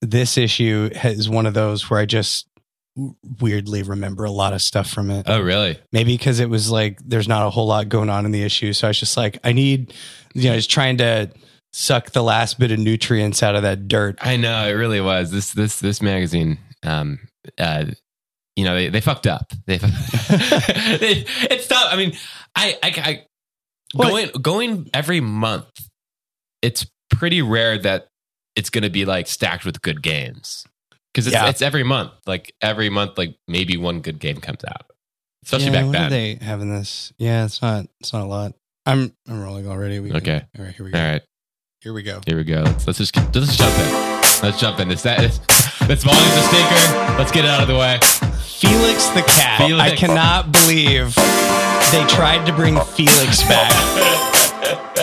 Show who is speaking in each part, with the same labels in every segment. Speaker 1: this issue is one of those where I just weirdly remember a lot of stuff from it.
Speaker 2: Oh, really?
Speaker 1: Maybe because it was like there's not a whole lot going on in the issue, so I was just like, I need, you know, I was trying to suck the last bit of nutrients out of that dirt.
Speaker 2: I know it really was. This this this magazine, um, uh, you know, they, they fucked up. They, they it's tough. I mean, I I, I
Speaker 1: Well,
Speaker 2: going going every month. It's pretty rare that it's going to be like stacked with good games because it's
Speaker 1: Yeah.
Speaker 2: it's every month. Like every month, like maybe one good game comes out. Especially
Speaker 1: yeah,
Speaker 2: back
Speaker 1: when
Speaker 2: then.
Speaker 1: Are they having this? Yeah, it's not. It's not a lot. I'm I'm rolling already. We can-
Speaker 2: Okay.
Speaker 1: all right, here we go.
Speaker 2: All right.
Speaker 1: Here we go.
Speaker 2: Here we go. Let's, let's just let's just jump in. Let's jump in. Is that is, that's volume's a stinker. Let's get it out of the way.
Speaker 1: Felix the cat.
Speaker 2: Felix.
Speaker 1: I cannot believe they tried to bring Felix back.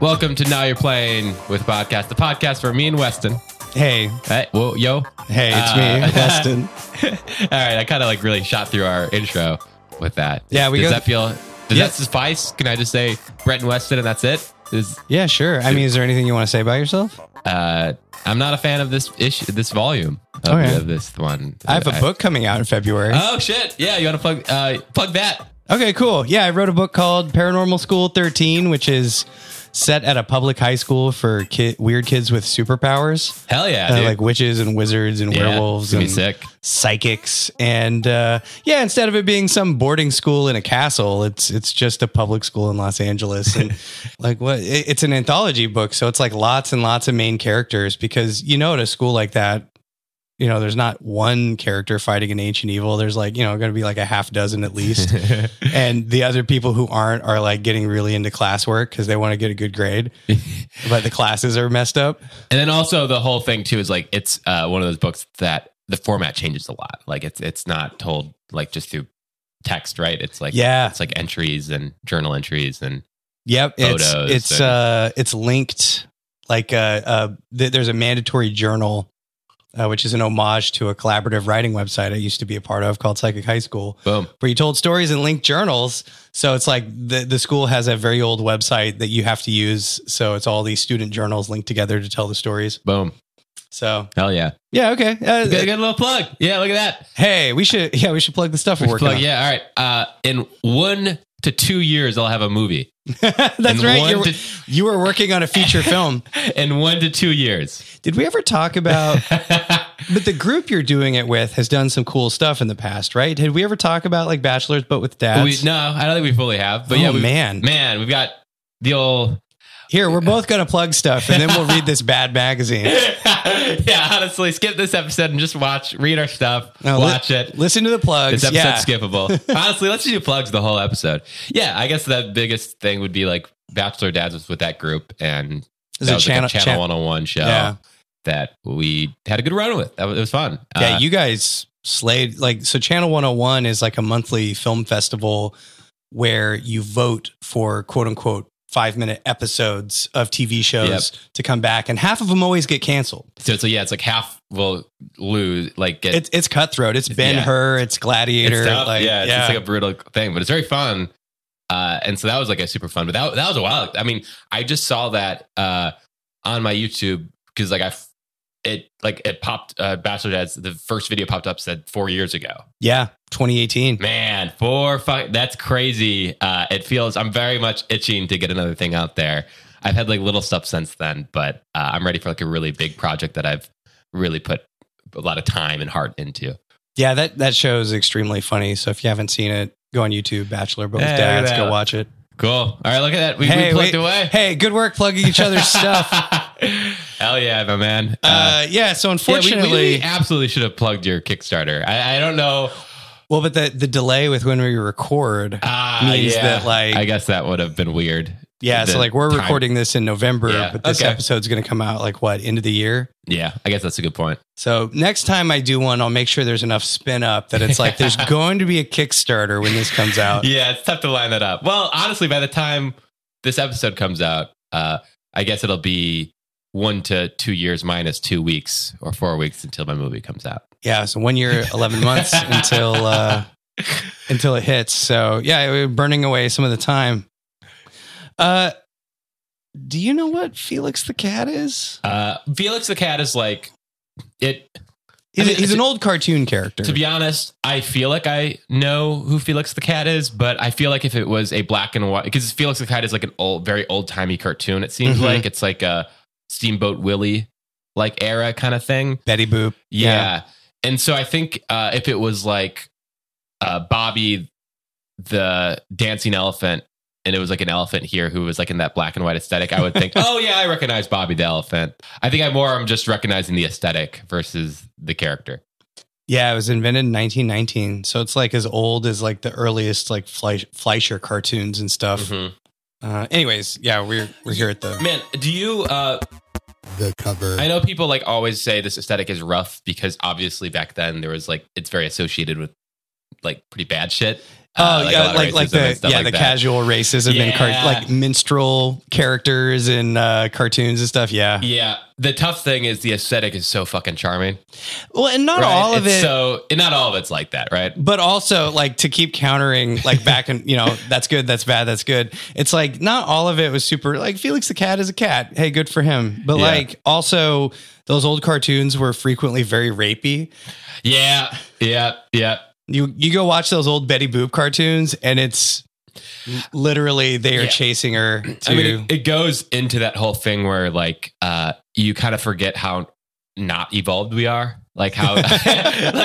Speaker 2: Welcome to Now You're Playing with Podcast, the podcast for me and Weston.
Speaker 1: hey,
Speaker 2: Hey, whoa, yo. All
Speaker 1: hey, it's
Speaker 2: Uh,
Speaker 1: me, Weston.
Speaker 2: right, I kind of like really shot through our intro with that.
Speaker 1: Yeah, we
Speaker 2: Does
Speaker 1: go-
Speaker 2: that feel? Does
Speaker 1: Yeah.
Speaker 2: that suffice? Can I just say Brett and Weston, and that's it? Is
Speaker 1: Yeah, sure. I mean, is there anything you want to say about yourself?
Speaker 2: uh, I'm not a fan of this issue, this volume of,
Speaker 1: Okay.
Speaker 2: of this one.
Speaker 1: Oh, I have a book coming out in February.
Speaker 2: Oh shit! Yeah, you want to plug uh, plug that?
Speaker 1: Uh, Okay, cool. Yeah, I wrote a book called Paranormal School 13, which is set at a public high school for ki- weird kids with superpowers,
Speaker 2: Hell yeah,
Speaker 1: uh,
Speaker 2: dude.
Speaker 1: like witches and wizards and
Speaker 2: Yeah,
Speaker 1: werewolves
Speaker 2: it's gonna
Speaker 1: and
Speaker 2: be sick.
Speaker 1: psychics. And uh, yeah, instead of it being some boarding school in a castle, it's it's just a public school in Los Angeles. And like what? It, it's an anthology book, so it's like lots and lots of main characters because you know at a school like that. You know, there's not one character fighting an ancient evil. There's like, you know, going to be like a half dozen at least and the other people who aren't are like getting really into classwork because they want to get a good grade, but the classes are messed up.
Speaker 2: And then also the whole thing too is like it's uh, one of those books that the format changes a lot. Like it's it's not told like just through text, right? It's like
Speaker 1: Yeah,
Speaker 2: it's like entries and journal entries and
Speaker 1: yep. It's
Speaker 2: Photos
Speaker 1: it's
Speaker 2: and-
Speaker 1: uh it's linked like uh uh th- there's a mandatory journal. Uh, which is an homage to a collaborative writing website I used to be a part of called Psychic High School,
Speaker 2: boom.
Speaker 1: where you told stories and linked journals. So it's like the, the school has a very old website that you have to use. So it's all these student journals linked together to tell the stories.
Speaker 2: Boom.
Speaker 1: So
Speaker 2: Hell yeah.
Speaker 1: yeah, okay. Uh,
Speaker 2: Good, good little plug. Yeah, look at that.
Speaker 1: Hey, we should yeah, we should plug the stuff we're working
Speaker 2: Plug,
Speaker 1: on.
Speaker 2: yeah, all right. Uh, in one to two years I'll have a movie.
Speaker 1: That's
Speaker 2: In
Speaker 1: right.
Speaker 2: one
Speaker 1: You were,
Speaker 2: to-
Speaker 1: you were working on a feature film.
Speaker 2: In one to two years.
Speaker 1: Did we ever talk about
Speaker 2: yeah,
Speaker 1: but the group you're doing it with has done some cool stuff in the past, right? Did we ever talk about like bachelors but with
Speaker 2: we,
Speaker 1: dads?
Speaker 2: no, I don't think we fully have. But yeah,
Speaker 1: Oh,
Speaker 2: we,
Speaker 1: man.
Speaker 2: man, we've got the old
Speaker 1: Here, we're both going to plug stuff and then we'll read this bad magazine.
Speaker 2: yeah, honestly, skip this episode and just watch, read our stuff,
Speaker 1: No, li-
Speaker 2: watch it.
Speaker 1: Listen to the plugs.
Speaker 2: This episode's
Speaker 1: yeah.
Speaker 2: skippable. honestly, let's just do plugs the whole episode. Yeah, I guess the biggest thing would be like Bachelor Dads was with that group, and
Speaker 1: There's
Speaker 2: that
Speaker 1: a
Speaker 2: was
Speaker 1: channel,
Speaker 2: like a
Speaker 1: chan-
Speaker 2: Channel One Hundred One show
Speaker 1: Yeah.
Speaker 2: that we had a good run with. That was, it was fun.
Speaker 1: Yeah,
Speaker 2: Uh,
Speaker 1: you guys slayed like so Channel 101 is like a monthly film festival where you vote for quote unquote 5-minute episodes of TV shows to come back and half of them always get canceled.
Speaker 2: so, so yeah, it's like half will lose, like get
Speaker 1: It's it's cutthroat. It's Ben-Hur, it's Gladiator,
Speaker 2: It's tough.
Speaker 1: like
Speaker 2: yeah, it's just like a brutal thing, but it's very fun. Uh, and so that was like a super fun, but that, that was a while. I mean, I just saw that uh, on my YouTube because like I, f- it like it popped uh, Bachelor Dads. The first video popped up said four years ago.
Speaker 1: yeah, 2018.
Speaker 2: Man, four fuck, that's crazy. Uh, it feels I'm very much itching to get another thing out there. I've had like little stuff since then, but uh, I'm ready for like a really big project that I've really put a lot of time and heart into.
Speaker 1: Yeah, that that show is extremely funny. So if you haven't seen it, go on YouTube Bachelor but with
Speaker 2: Hey, look at
Speaker 1: Dads,
Speaker 2: that.
Speaker 1: go watch it.
Speaker 2: Cool. All right, look at that. We,
Speaker 1: Hey,
Speaker 2: we plugged
Speaker 1: wait.
Speaker 2: away.
Speaker 1: Hey, good work plugging each other's stuff.
Speaker 2: Hell yeah, my man. Uh,
Speaker 1: Uh, yeah, so
Speaker 2: yeah, we- we,
Speaker 1: unfortunately,
Speaker 2: absolutely should have plugged your Kickstarter. I, I don't know.
Speaker 1: well, but the the delay with when we record,
Speaker 2: Ah,
Speaker 1: Means
Speaker 2: yeah.
Speaker 1: that, like-
Speaker 2: I guess that would have been weird.
Speaker 1: Yeah,
Speaker 2: the
Speaker 1: so like we're
Speaker 2: time-
Speaker 1: recording this in November,
Speaker 2: Yeah,
Speaker 1: but this
Speaker 2: okay.
Speaker 1: episode's going to come out like what end of the year.
Speaker 2: Yeah, I guess that's a good point.
Speaker 1: So next time I do one, I'll make sure there's enough spin up that it's like there's going to be a Kickstarter when this comes out.
Speaker 2: Yeah, it's tough to line that up. Well, honestly, by the time this episode comes out, Uh, I guess it'll be one to two years minus two weeks or four weeks until my movie comes out.
Speaker 1: Yeah, so one year, eleven months until uh, until it hits. So yeah, we're burning away some of the time. Uh, do you know what Felix the Cat is?
Speaker 2: Uh, Felix the cat is like it.
Speaker 1: He's,
Speaker 2: I mean,
Speaker 1: he's an
Speaker 2: to-
Speaker 1: old cartoon character.
Speaker 2: To be honest, I feel like I know who Felix the Cat is, but I feel like if it was a black and white, because Felix the Cat is like an old, very old timey cartoon. It seems
Speaker 1: Mhm.
Speaker 2: like it's like a Steamboat Willie like era kind of thing.
Speaker 1: Betty Boop.
Speaker 2: Yeah. And so I think uh, if it was like uh, Bobby the dancing elephant and it was like an elephant here who was like in that black and white aesthetic, I would think, oh, yeah, I recognize Bobby the elephant. I think I more am just recognizing the aesthetic versus the character.
Speaker 1: Yeah, it was invented in 1919, so it's like as old as like the earliest like Fleisch, Fleischer cartoons and stuff.
Speaker 2: Mm-hmm.
Speaker 1: Uh, anyways, yeah, we're we're here at the
Speaker 2: Man, do you? Uh,
Speaker 3: The cover.
Speaker 2: I know people like always say this aesthetic is rough because obviously back then there was like, it's very associated with like pretty bad shit.
Speaker 1: oh
Speaker 2: Uh, a lot
Speaker 1: yeah,
Speaker 2: of
Speaker 1: like like
Speaker 2: racism and
Speaker 1: the
Speaker 2: stuff
Speaker 1: yeah the
Speaker 2: that.
Speaker 1: casual racism and car-
Speaker 2: Yeah.
Speaker 1: like minstrel characters and uh, cartoons and stuff. Yeah,
Speaker 2: Yeah. The tough thing is the aesthetic is so fucking charming.
Speaker 1: well, and not
Speaker 2: right?
Speaker 1: all of
Speaker 2: It's
Speaker 1: it.
Speaker 2: So and not all of it's like that, right?
Speaker 1: but also like to keep countering like back and you know that's good that's bad that's good it's like not all of it was super like felix the cat is a cat hey good for him but
Speaker 2: Yeah.
Speaker 1: like also those old cartoons were frequently very rapey
Speaker 2: Yeah, yeah, yeah.
Speaker 1: you you go watch those old betty boop cartoons and it's literally they are
Speaker 2: Yeah.
Speaker 1: chasing her to
Speaker 2: I mean, it, it goes into that whole thing where like uh you kind of forget how not evolved we are, like how, like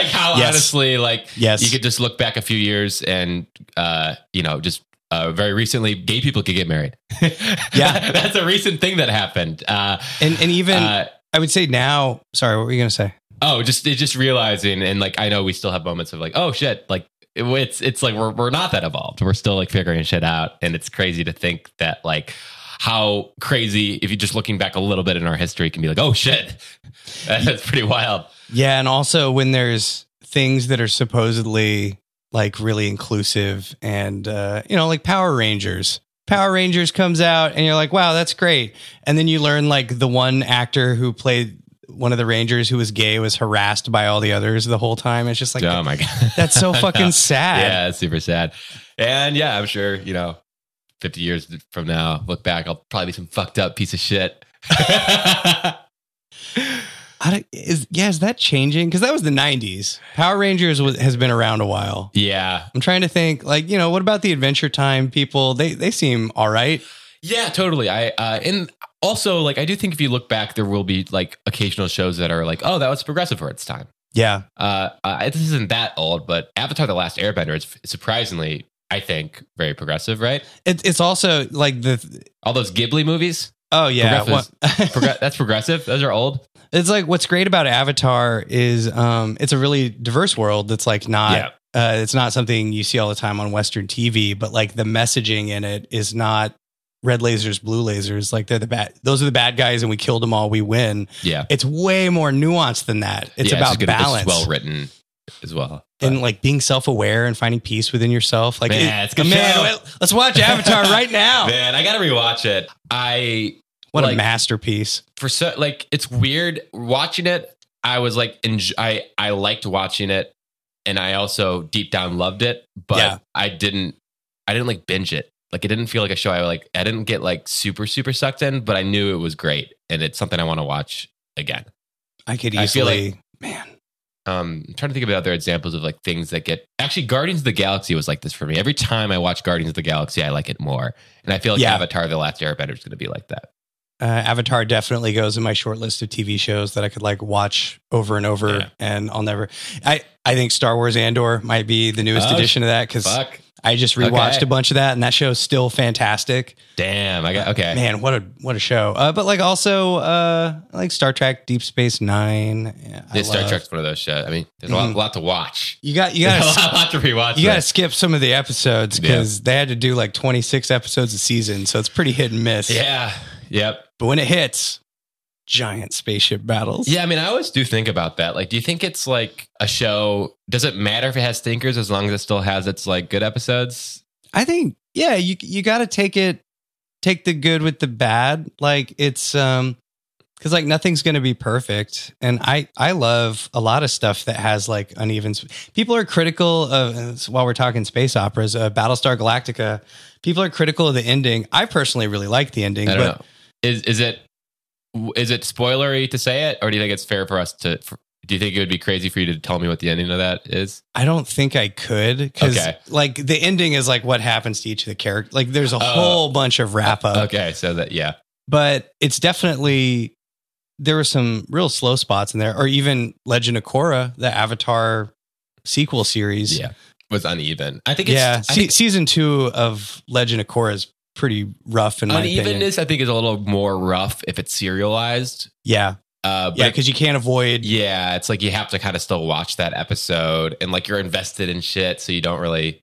Speaker 2: how
Speaker 1: Yes.
Speaker 2: honestly, like
Speaker 1: yes
Speaker 2: you could just look back a few years and uh you know just. Uh, very recently, gay people could get married.
Speaker 1: Yeah.
Speaker 2: that's a recent thing that happened. Uh,
Speaker 1: and and even
Speaker 2: uh,
Speaker 1: i would say now sorry what were you gonna say
Speaker 2: oh, just it- just realizing, and like I know we still have moments of like, oh shit, like it- it's it's like we're we're not that evolved. We're still like figuring shit out, and it's crazy to think that like how crazy if you're just looking back a little bit in our history can be like, oh shit, that's pretty wild.
Speaker 1: Yeah, and also when there's things that are supposedly like really inclusive and uh, you know, like Power Rangers. Power Rangers comes out and you're like, wow, that's great. And then you learn like the one actor who played one of the Rangers who was gay was harassed by all the others the whole time. It's just like
Speaker 2: oh my god,
Speaker 1: that's so fucking
Speaker 2: No.
Speaker 1: sad.
Speaker 2: Yeah, it's super sad. And yeah, I'm sure, you know, 50 years from now, look back, I'll probably be some fucked up piece of shit.
Speaker 1: I don't- is, yeah, is that changing? Because that was the 90s. Power Rangers was, has been around a while.
Speaker 2: yeah.
Speaker 1: I'm trying to think, like, you know, what about the Adventure Time people? They they seem all right.
Speaker 2: Yeah, totally. I uh and also like I do think if you look back there will be like occasional shows that are like, oh, that was progressive for its time.
Speaker 1: Yeah.
Speaker 2: Uh, uh this isn't that old, but Avatar the Last Airbender is surprisingly, I think, very progressive, right?
Speaker 1: It, it's also like the
Speaker 2: All those Ghibli movies,
Speaker 1: oh yeah,
Speaker 2: Progress
Speaker 1: what-
Speaker 2: Progr- that's progressive. Those are old.
Speaker 1: it's like what's great about Avatar is um, it's a really diverse world that's like not uh, it's not something you see all the time on Western TV, but like the messaging in it is not red lasers, blue lasers. Like they're the bad; those are the bad guys, and we killed them all. We win.
Speaker 2: yeah.
Speaker 1: It's way more nuanced than that. It's
Speaker 2: Yeah,
Speaker 1: about
Speaker 2: good.
Speaker 1: balance
Speaker 2: well written as well.
Speaker 1: and like being self-aware and finding peace within yourself. Like,
Speaker 2: Man,
Speaker 1: it- oh.
Speaker 2: it's a good
Speaker 1: man,
Speaker 2: show.
Speaker 1: well, let's watch Avatar right now.
Speaker 2: Man, I gotta rewatch it. I
Speaker 1: what a
Speaker 2: like-
Speaker 1: masterpiece!
Speaker 2: for so like it's weird watching it. I was like, enj- I I liked watching it, and I also deep down loved it, but
Speaker 1: Yeah.
Speaker 2: I didn't. I didn't like binge it. Like it didn't feel like a show. I like I didn't get like super super sucked in, but I knew it was great, and it's something I want to watch again.
Speaker 1: I could
Speaker 2: I feel
Speaker 1: easily, man.
Speaker 2: Um, I'm trying to think of other examples of like things that get actually Guardians of the Galaxy was like this for me. Every time I watch Guardians of the Galaxy, I like it more, and I feel like
Speaker 1: Yeah.
Speaker 2: Avatar: The Last Airbender is going to be like that.
Speaker 1: uh, Avatar definitely goes in my short list of TV shows that I could like watch over and over,
Speaker 2: Yeah.
Speaker 1: and I'll never. I I think Star Wars Andor might be the newest
Speaker 2: Oh,
Speaker 1: edition of that because
Speaker 2: Fuck,
Speaker 1: I just rewatched
Speaker 2: Okay.
Speaker 1: a bunch of that, and that show's still fantastic.
Speaker 2: damn! I got okay.
Speaker 1: Man, what a what a show! Uh, but like also uh, I like Star Trek, Deep Space Nine. Yeah, I
Speaker 2: Yeah, Star
Speaker 1: love- Mm-hmm.
Speaker 2: Trek's one of those shows. I mean, there's a lot, lot to watch.
Speaker 1: You got you
Speaker 2: There's
Speaker 1: got
Speaker 2: a
Speaker 1: to
Speaker 2: lot, lot to rewatch.
Speaker 1: you got to skip some of the episodes
Speaker 2: Yeah.
Speaker 1: because they had to do like twenty six episodes a season, so it's pretty hit and miss.
Speaker 2: yeah. Yep.
Speaker 1: But when it hits, giant spaceship battles.
Speaker 2: Yeah. I mean, I always do think about that. Like, do you think it's like a show? Does it matter if it has stinkers as long as it still has its like good episodes?
Speaker 1: I think yeah, you you got to take it take the good with the bad. Like it's um because like nothing's going to be perfect and i i love a lot of stuff that has like uneven sp- people are critical of while we're talking space operas uh, battlestar galactica people are critical of the ending i personally really like the ending
Speaker 2: I don't
Speaker 1: but
Speaker 2: know. Is is it is it spoilery to say it, or do you think it's fair for us to? For, do you think it would be crazy for you to tell me what the ending of that is?
Speaker 1: i don't think i could because
Speaker 2: Okay.
Speaker 1: like the ending is like what happens to each of the characters like there's a
Speaker 2: Oh.
Speaker 1: whole bunch of wrap up
Speaker 2: Okay, so that yeah,
Speaker 1: but it's definitely there were some real slow spots in there or even legend of korra the avatar sequel series
Speaker 2: yeah, was uneven. I think it's
Speaker 1: yeah,
Speaker 2: I
Speaker 1: se-
Speaker 2: think
Speaker 1: season two of Legend of Korra is pretty rough in my opinion.
Speaker 2: unevenness. I think is a little more rough if it's serialized.
Speaker 1: Yeah,
Speaker 2: Uh,
Speaker 1: yeah,
Speaker 2: but
Speaker 1: because you can't avoid.
Speaker 2: Yeah, it's like you have to kind of still watch that episode and like you're invested in shit, so you don't really.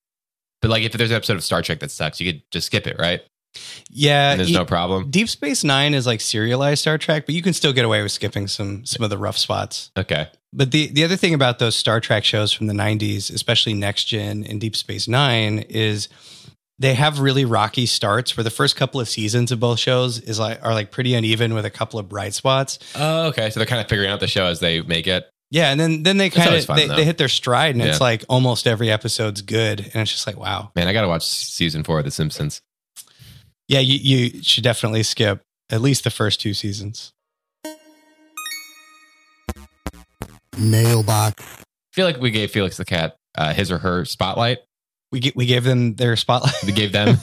Speaker 2: But like if there's an episode of Star Trek that sucks, you could just skip it, right?
Speaker 1: Yeah,
Speaker 2: And there's
Speaker 1: you-
Speaker 2: no problem.
Speaker 1: Deep Space Nine is like serialized Star Trek, but you can still get away with skipping some some of the rough spots.
Speaker 2: Okay.
Speaker 1: But the the other thing about those Star Trek shows from the '90s, especially Next Gen and Deep Space Nine, is they have really rocky starts where the first couple of seasons of both shows is like are like pretty uneven with a couple of bright spots.
Speaker 2: Oh, okay. So they're kind of figuring out the show as they make it.
Speaker 1: Yeah, and then then they
Speaker 2: That's
Speaker 1: kind
Speaker 2: always
Speaker 1: of
Speaker 2: fun,
Speaker 1: they,
Speaker 2: though.
Speaker 1: they hit their stride, and
Speaker 2: Yeah.
Speaker 1: it's like almost every episode's good, and it's just like wow,
Speaker 2: Man, I gotta watch season four of The Simpsons.
Speaker 1: yeah, you you should definitely skip at least the first two seasons.
Speaker 3: mailbox,
Speaker 2: I feel like we gave Felix the Cat uh, his or her spotlight.
Speaker 1: We get, we gave them their spotlight.
Speaker 2: We gave them.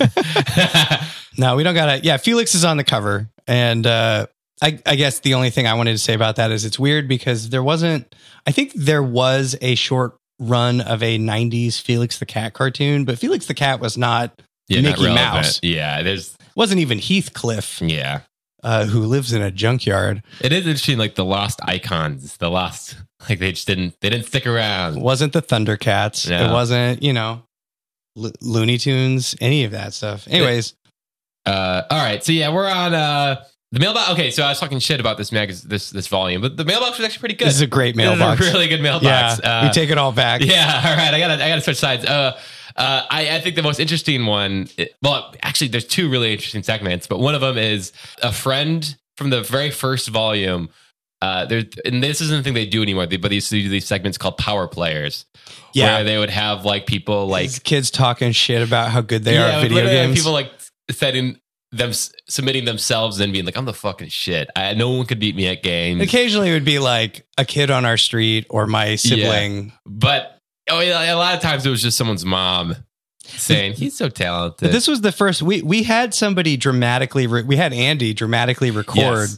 Speaker 1: no, we don't gotta. Yeah, Felix is on the cover, and uh, I I guess the only thing I wanted to say about that is it's weird because there wasn't. I think there was a short run of a '90s Felix the Cat cartoon, but Felix the Cat was not
Speaker 2: yeah, not
Speaker 1: Mickey
Speaker 2: relevant.
Speaker 1: Mouse.
Speaker 2: Yeah, there's.
Speaker 1: wasn't even Heathcliff,
Speaker 2: Yeah,
Speaker 1: uh, who lives in a junkyard.
Speaker 2: it is interesting. Like the lost icons, the lost. Like they just didn't. They didn't stick
Speaker 1: It
Speaker 2: around.
Speaker 1: wasn't the Thundercats.
Speaker 2: Yeah.
Speaker 1: It wasn't, you know, Lo- Looney Tunes, any of that stuff. Anyways,
Speaker 2: Uh, all right, so yeah, we're on uh, the mailbox. Okay, so I was talking shit about this mag, this this volume, but the mailbox was actually pretty good.
Speaker 1: this is a great mailbox.
Speaker 2: This is a really good
Speaker 1: yeah,
Speaker 2: mailbox.
Speaker 1: we
Speaker 2: uh,
Speaker 1: take it all back.
Speaker 2: yeah. All right, I gotta I gotta switch sides. Uh, uh, I, I think the most interesting one. Well, actually, there's two really interesting segments, but one of them is a friend from the very first volume. Uh, there and this isn't a thing they do anymore. They, but they used to do these segments called Power Players,
Speaker 1: yeah.
Speaker 2: where they would have like people like
Speaker 1: These kids talking shit about how good they are
Speaker 2: but
Speaker 1: at video
Speaker 2: literally, like,
Speaker 1: games.
Speaker 2: uh, People like setting them submitting themselves and being like, "I'm the fucking shit. I, no one could beat me at games."
Speaker 1: Occasionally, it would be like a kid on our street or my sibling.
Speaker 2: But oh, yeah, a lot of times it was just someone's mom saying, "He's so talented."
Speaker 1: But this was the first we we had somebody dramatically. Re- we had Andy dramatically record
Speaker 2: Yes.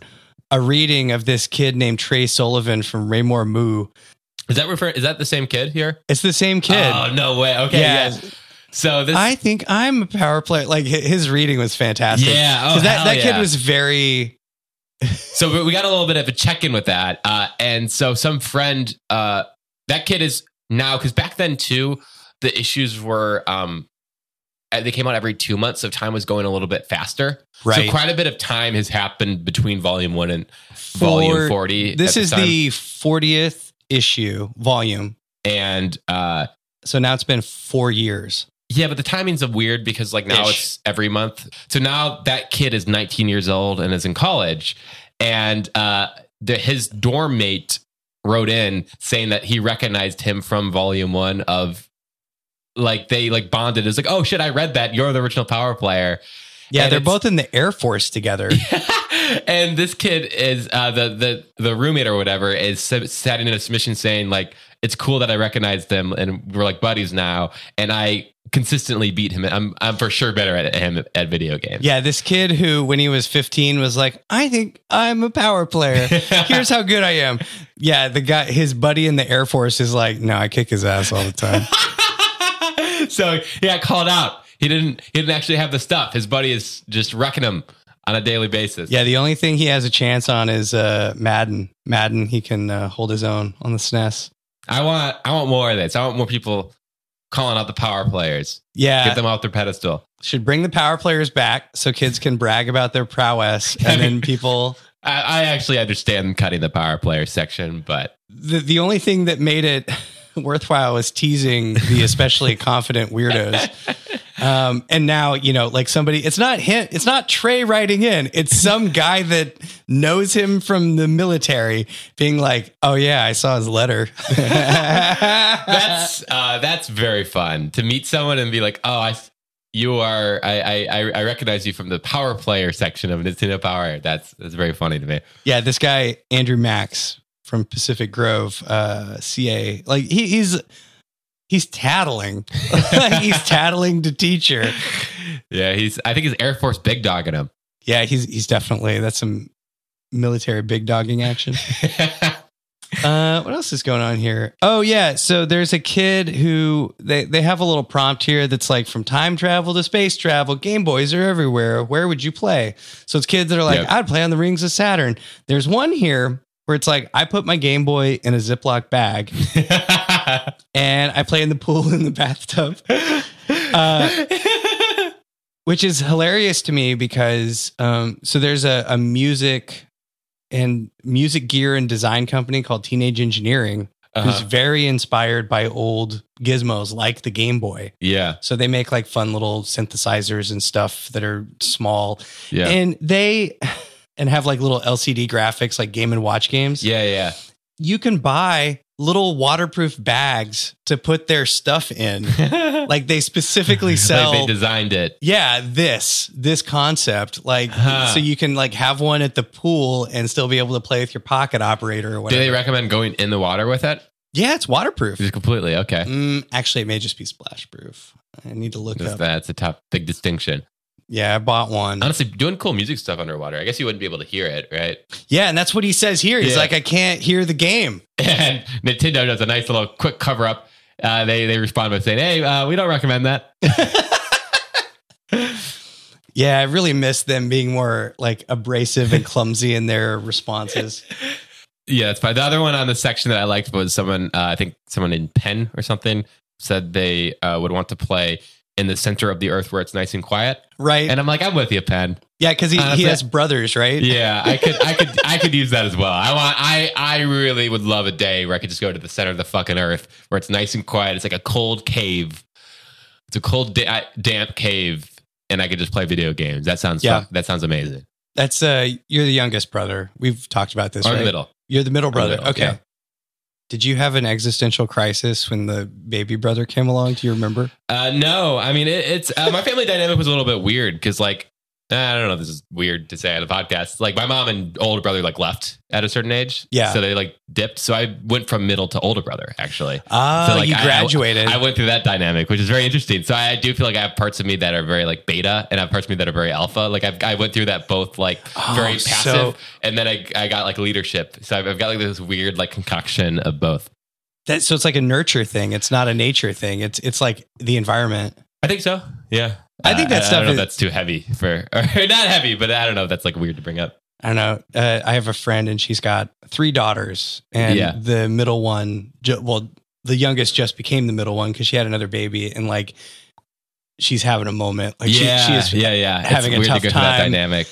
Speaker 1: a reading of this kid named Trey Sullivan from Raymore Moo.
Speaker 2: is that refer- Is that the same kid here?
Speaker 1: It's the same kid.
Speaker 2: Oh no way. Okay.
Speaker 1: Yeah.
Speaker 2: yes. So this.
Speaker 1: I think I'm a power player. Like hi- his reading was fantastic.
Speaker 2: yeah. Oh,
Speaker 1: 'Cause that,
Speaker 2: hell
Speaker 1: that
Speaker 2: yeah.
Speaker 1: kid was very
Speaker 2: so we- we got a little bit of a check in with that. Uh, and so some friend, uh, that kid is now, because back then too, the issues were, um, uh, they came out every two months, so time was going a little bit faster.
Speaker 1: right.
Speaker 2: So quite a bit of time has happened between volume one and
Speaker 1: For-
Speaker 2: volume forty. at
Speaker 1: This is
Speaker 2: time.
Speaker 1: the 40th issue volume.
Speaker 2: and uh,
Speaker 1: So now it's been four years.
Speaker 2: yeah, but the timings are weird because like
Speaker 1: Ish.
Speaker 2: now it's every month. So now that kid is 19 years old and is in college, and uh, the, his dorm mate wrote in saying that he recognized him from volume one of like they like bonded. It's like oh shit, I read that. You're the original power player.
Speaker 1: Yeah,
Speaker 2: And
Speaker 1: they're
Speaker 2: it's-
Speaker 1: both in the Air Force together.
Speaker 2: and this kid is uh, the the the roommate or whatever is sub- sending in a submission saying like it's cool that I recognized them and we're like buddies now. And I consistently beat him. I'm I'm for sure better at him at video games.
Speaker 1: yeah, this kid who, when he was 15, was like, I think I'm a power player. Here's how good I am. Yeah, the guy, his buddy in the Air Force is like, no, I kick his ass all the time.
Speaker 2: so he got called out. He didn't he didn't actually have the stuff. His buddy is just wrecking him on a daily basis.
Speaker 1: Yeah, the only thing he has a chance on is uh, Madden. Madden, he can uh, hold his own on the E SNES.
Speaker 2: I want I want more of this. I want more people calling out the power players.
Speaker 1: Yeah,
Speaker 2: Get them off their pedestal.
Speaker 1: should bring the power players back so kids can brag about their prowess, and then people.
Speaker 2: I, I actually understand cutting the power player section, but
Speaker 1: The, the only thing that made it worthwhile was teasing the especially confident weirdos. Um, and now, you know, like somebody, it's not him, it's not Trey writing in, it's some guy that knows him from the military being like, oh, yeah, I saw his letter.
Speaker 2: that's uh, that's very fun to meet someone and be like, oh, I, you are, I, I, I- I recognize you from the Power Player section of Nintendo Power. That's that's very funny to me.
Speaker 1: Yeah, this guy Andrew Max from Pacific Grove, uh, CA, like he, he's he's tattling, like he's tattling to teacher.
Speaker 2: Yeah, he's. I think he's Air Force big dogging him.
Speaker 1: Yeah, he's he's definitely that's some military big dogging action. Uh, what else is going on here? Oh yeah, so there's a kid who they they have a little prompt here that's like from time travel to space travel. Game Boys are everywhere. Where would you play? So it's kids that are like,
Speaker 2: Yep.
Speaker 1: I'd play on the Rings of Saturn. There's one here where it's like, I put my Game Boy in a Ziploc bag and I play in the pool in the bathtub,
Speaker 2: Uh,
Speaker 1: Uh, which is hilarious to me because um, so there's a, a music and music gear and design company called Teenage Engineering who's
Speaker 2: Uh-huh.
Speaker 1: very inspired by old gizmos like the Game Boy.
Speaker 2: Yeah,
Speaker 1: So they make like fun little synthesizers and stuff that are small,
Speaker 2: yeah,
Speaker 1: and they and have like little LCD graphics like Game and Watch games.
Speaker 2: yeah, yeah.
Speaker 1: You can buy little waterproof bags to put their stuff in. like they specifically sell.
Speaker 2: like they designed it.
Speaker 1: yeah, this this concept, like,
Speaker 2: Huh.
Speaker 1: so you can like have one at the pool and still be able to play with your pocket operator or
Speaker 2: Do
Speaker 1: whatever.
Speaker 2: they recommend going in the water with it?
Speaker 1: yeah, it's waterproof.
Speaker 2: Just completely okay.
Speaker 1: Mm, actually, it may just be splash proof. I need to look
Speaker 2: That's,
Speaker 1: up.
Speaker 2: that's a top big distinction.
Speaker 1: Yeah, I bought one.
Speaker 2: Honestly, doing cool music stuff underwater. I guess you wouldn't be able to hear it, right?
Speaker 1: Yeah, and that's what he says here. He's
Speaker 2: Yeah.
Speaker 1: like, I can't hear the game.
Speaker 2: And Nintendo does a nice little quick cover up. Uh, they they respond by saying, "Hey, uh, we don't recommend that."
Speaker 1: Yeah, I really miss them being more like abrasive and clumsy in their responses.
Speaker 2: Yeah, that's fine. The other one on the section that I liked was someone, uh, I think someone in Penn or something said they uh, would want to play in the center of the earth where it's nice and quiet.
Speaker 1: Right?
Speaker 2: And I'm like, I'm with you, Penn.
Speaker 1: yeah, because he,
Speaker 2: Uh,
Speaker 1: he
Speaker 2: but-
Speaker 1: has brothers, right?
Speaker 2: Yeah, I could, I could, I could use that as well. I want, I, I really would love a day where I could just go to the center of the fucking earth where it's nice and quiet. It's like a cold cave. It's a cold, da- uh, damp cave, and I could just play video games. That sounds,
Speaker 1: Yeah.
Speaker 2: yeah. that sounds amazing.
Speaker 1: That's uh you're the youngest brother. We've talked about this,
Speaker 2: or
Speaker 1: right?
Speaker 2: the middle.
Speaker 1: You're the middle
Speaker 2: the
Speaker 1: brother.
Speaker 2: middle,
Speaker 1: okay.
Speaker 2: yeah.
Speaker 1: Did you have an existential crisis when the baby brother came along? Do you remember?
Speaker 2: Uh, no, I mean it, it's uh, my family dynamic was a little bit weird because like I don't know, this is weird to say on a podcast. Like my mom and older brother like left at a certain age,
Speaker 1: Yeah.
Speaker 2: So they like dipped. So I went from middle to older brother actually.
Speaker 1: Ah,
Speaker 2: So, like,
Speaker 1: you
Speaker 2: I- I-
Speaker 1: graduated.
Speaker 2: I went through that dynamic, which is very interesting. So I do feel like I have parts of me that are very like beta, and I have parts of me that are very alpha. Like I've, I went through that both like
Speaker 1: Oh,
Speaker 2: very
Speaker 1: so-
Speaker 2: passive, and then I, I got like leadership. So I've, I've got like this weird like concoction of both.
Speaker 1: that, so it's like a nurture thing. It's not a nature thing. It's it's like the environment.
Speaker 2: I think so. Yeah.
Speaker 1: I think that
Speaker 2: Uh, I,
Speaker 1: stuff
Speaker 2: don't know
Speaker 1: is-
Speaker 2: if that's too heavy for, or not heavy, but I don't know if that's like weird to bring up.
Speaker 1: I don't know. Uh, I have a friend and she's got three daughters, and
Speaker 2: Yeah.
Speaker 1: the middle one, ju- well, the youngest just became the middle one because she had another baby, and like she's having a moment. Like she- she, is, yeah.
Speaker 2: yeah, yeah.
Speaker 1: having a
Speaker 2: it's
Speaker 1: tough
Speaker 2: weird to go through that
Speaker 1: time.
Speaker 2: dynamic.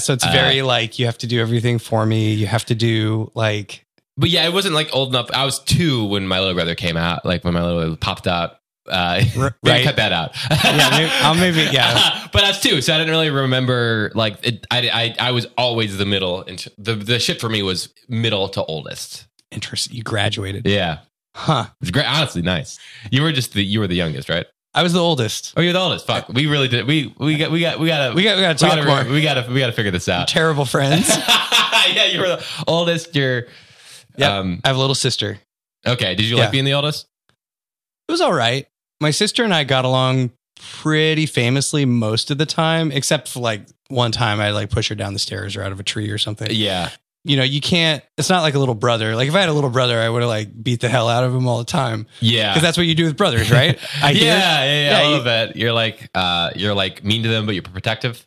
Speaker 1: So it's
Speaker 2: Uh,
Speaker 1: very like you have to do everything for me. You have to do like
Speaker 2: But yeah, it wasn't like old enough. I was two when my little brother came out, like when my little brother popped up. Uh,
Speaker 1: r-
Speaker 2: maybe
Speaker 1: right.
Speaker 2: cut that out.
Speaker 1: Yeah, maybe- I'll maybe- yeah.
Speaker 2: but I was two, so I didn't really remember. Like, it, I, I, I was always the middle, and the the shit for me was middle to oldest.
Speaker 1: Interest. You graduated,
Speaker 2: Yeah, it
Speaker 1: huh?
Speaker 2: was great. Honestly, nice. You were just the you were the youngest, right?
Speaker 1: I was the oldest.
Speaker 2: Oh, you're the oldest. Fuck. We really did. We we got we got we got
Speaker 1: We got we got to
Speaker 2: we
Speaker 1: talk
Speaker 2: gotta,
Speaker 1: more.
Speaker 2: we gotta we gotta figure this out.
Speaker 1: Terrible friends.
Speaker 2: yeah, you were the oldest. You're
Speaker 1: Yeah.
Speaker 2: um
Speaker 1: I have a little sister.
Speaker 2: okay. Did you
Speaker 1: Yeah.
Speaker 2: like being the oldest?
Speaker 1: It was all right. My sister and I got along pretty famously most of the time, except for like one time I like push her down the stairs or out of a tree or something.
Speaker 2: Yeah.
Speaker 1: You know, you can't, it's not like a little brother. Like if I had a little brother, I would have like beat the hell out of him all the time
Speaker 2: Yeah.
Speaker 1: because that's what you do with brothers, right? I
Speaker 2: yeah, yeah, yeah,
Speaker 1: Yeah,
Speaker 2: I
Speaker 1: you-
Speaker 2: love that. You're like, uh, you're like mean to them, but you're protective.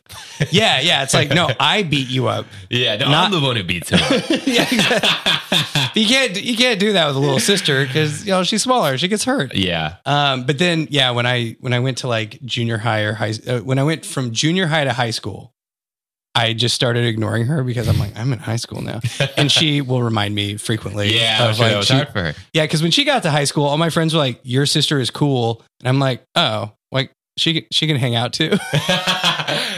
Speaker 1: Yeah. Yeah. It's like, no, I beat you up.
Speaker 2: Yeah, no,
Speaker 1: Not-
Speaker 2: I'm the one who beats him.
Speaker 1: yeah. Exactly. You can't, you can't do that with a little sister because, you know, she's smaller. She gets hurt.
Speaker 2: yeah,
Speaker 1: Um, but then, yeah, when I when I went to like junior high or high, uh, when I went from junior high to high school, I just started ignoring her because I'm like, I'm in high school now, and she will remind me frequently.
Speaker 2: yeah. I'm
Speaker 1: of,
Speaker 2: sure
Speaker 1: like,
Speaker 2: that was
Speaker 1: she-
Speaker 2: hard for her.
Speaker 1: yeah, because when she got to high school, all my friends were like, "Your sister is cool," and I'm like, "Oh, like she can- she can hang out too.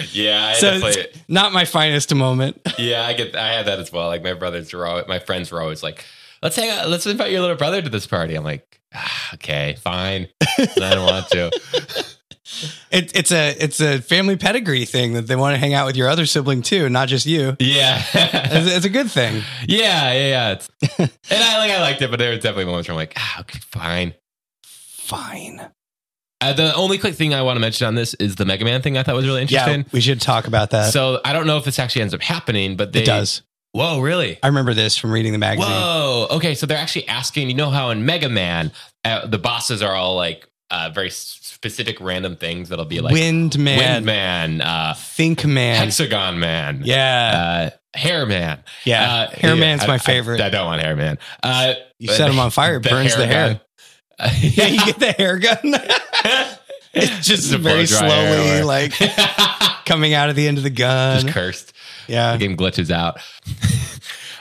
Speaker 2: yeah, I
Speaker 1: So
Speaker 2: had to play
Speaker 1: it's-
Speaker 2: it.
Speaker 1: Not my finest moment.
Speaker 2: Yeah, I get. I had that as well. Like my brothers were, always, my friends were always like, "Let's hang out. Let's invite your little brother to this party." I'm like, ah, "Okay, fine. I don't want to."
Speaker 1: It, it's a it's a family pedigree thing that they want to hang out with your other sibling too, not just you.
Speaker 2: Yeah, yeah,
Speaker 1: It's, it's a good thing.
Speaker 2: yeah, yeah. It's, and I like, I liked it, but there were definitely moments where I'm like, ah, "Okay, fine."
Speaker 1: Fine.
Speaker 2: Uh, the only quick thing I want to mention on this is the Mega Man thing. I thought was really
Speaker 1: Yeah,
Speaker 2: interesting.
Speaker 1: we should talk about that.
Speaker 2: so I don't know if this actually ends up happening, but they
Speaker 1: it does.
Speaker 2: Whoa, really?
Speaker 1: I remember this from reading the magazine.
Speaker 2: Whoa. Okay, so they're actually asking. You know how in Mega Man, uh, the bosses are all like uh, very s- specific random things that'll be like
Speaker 1: Wind man,
Speaker 2: Wind Man, uh,
Speaker 1: Think man.
Speaker 2: Hexagon Man,
Speaker 1: yeah,
Speaker 2: uh, Hair Man.
Speaker 1: yeah.
Speaker 2: Uh,
Speaker 1: Hair
Speaker 2: yeah,
Speaker 1: man's
Speaker 2: I-
Speaker 1: my
Speaker 2: I-
Speaker 1: favorite.
Speaker 2: I, don't want Hair Man. Uh,
Speaker 1: you set him on fire, it burns the hair.
Speaker 2: gun.
Speaker 1: yeah, you get the hair gun. it's just
Speaker 2: It's a
Speaker 1: very
Speaker 2: blow-dry hair
Speaker 1: slowly,
Speaker 2: wire.
Speaker 1: like coming out of the end of the gun.
Speaker 2: Just cursed.
Speaker 1: yeah,
Speaker 2: the game glitches out.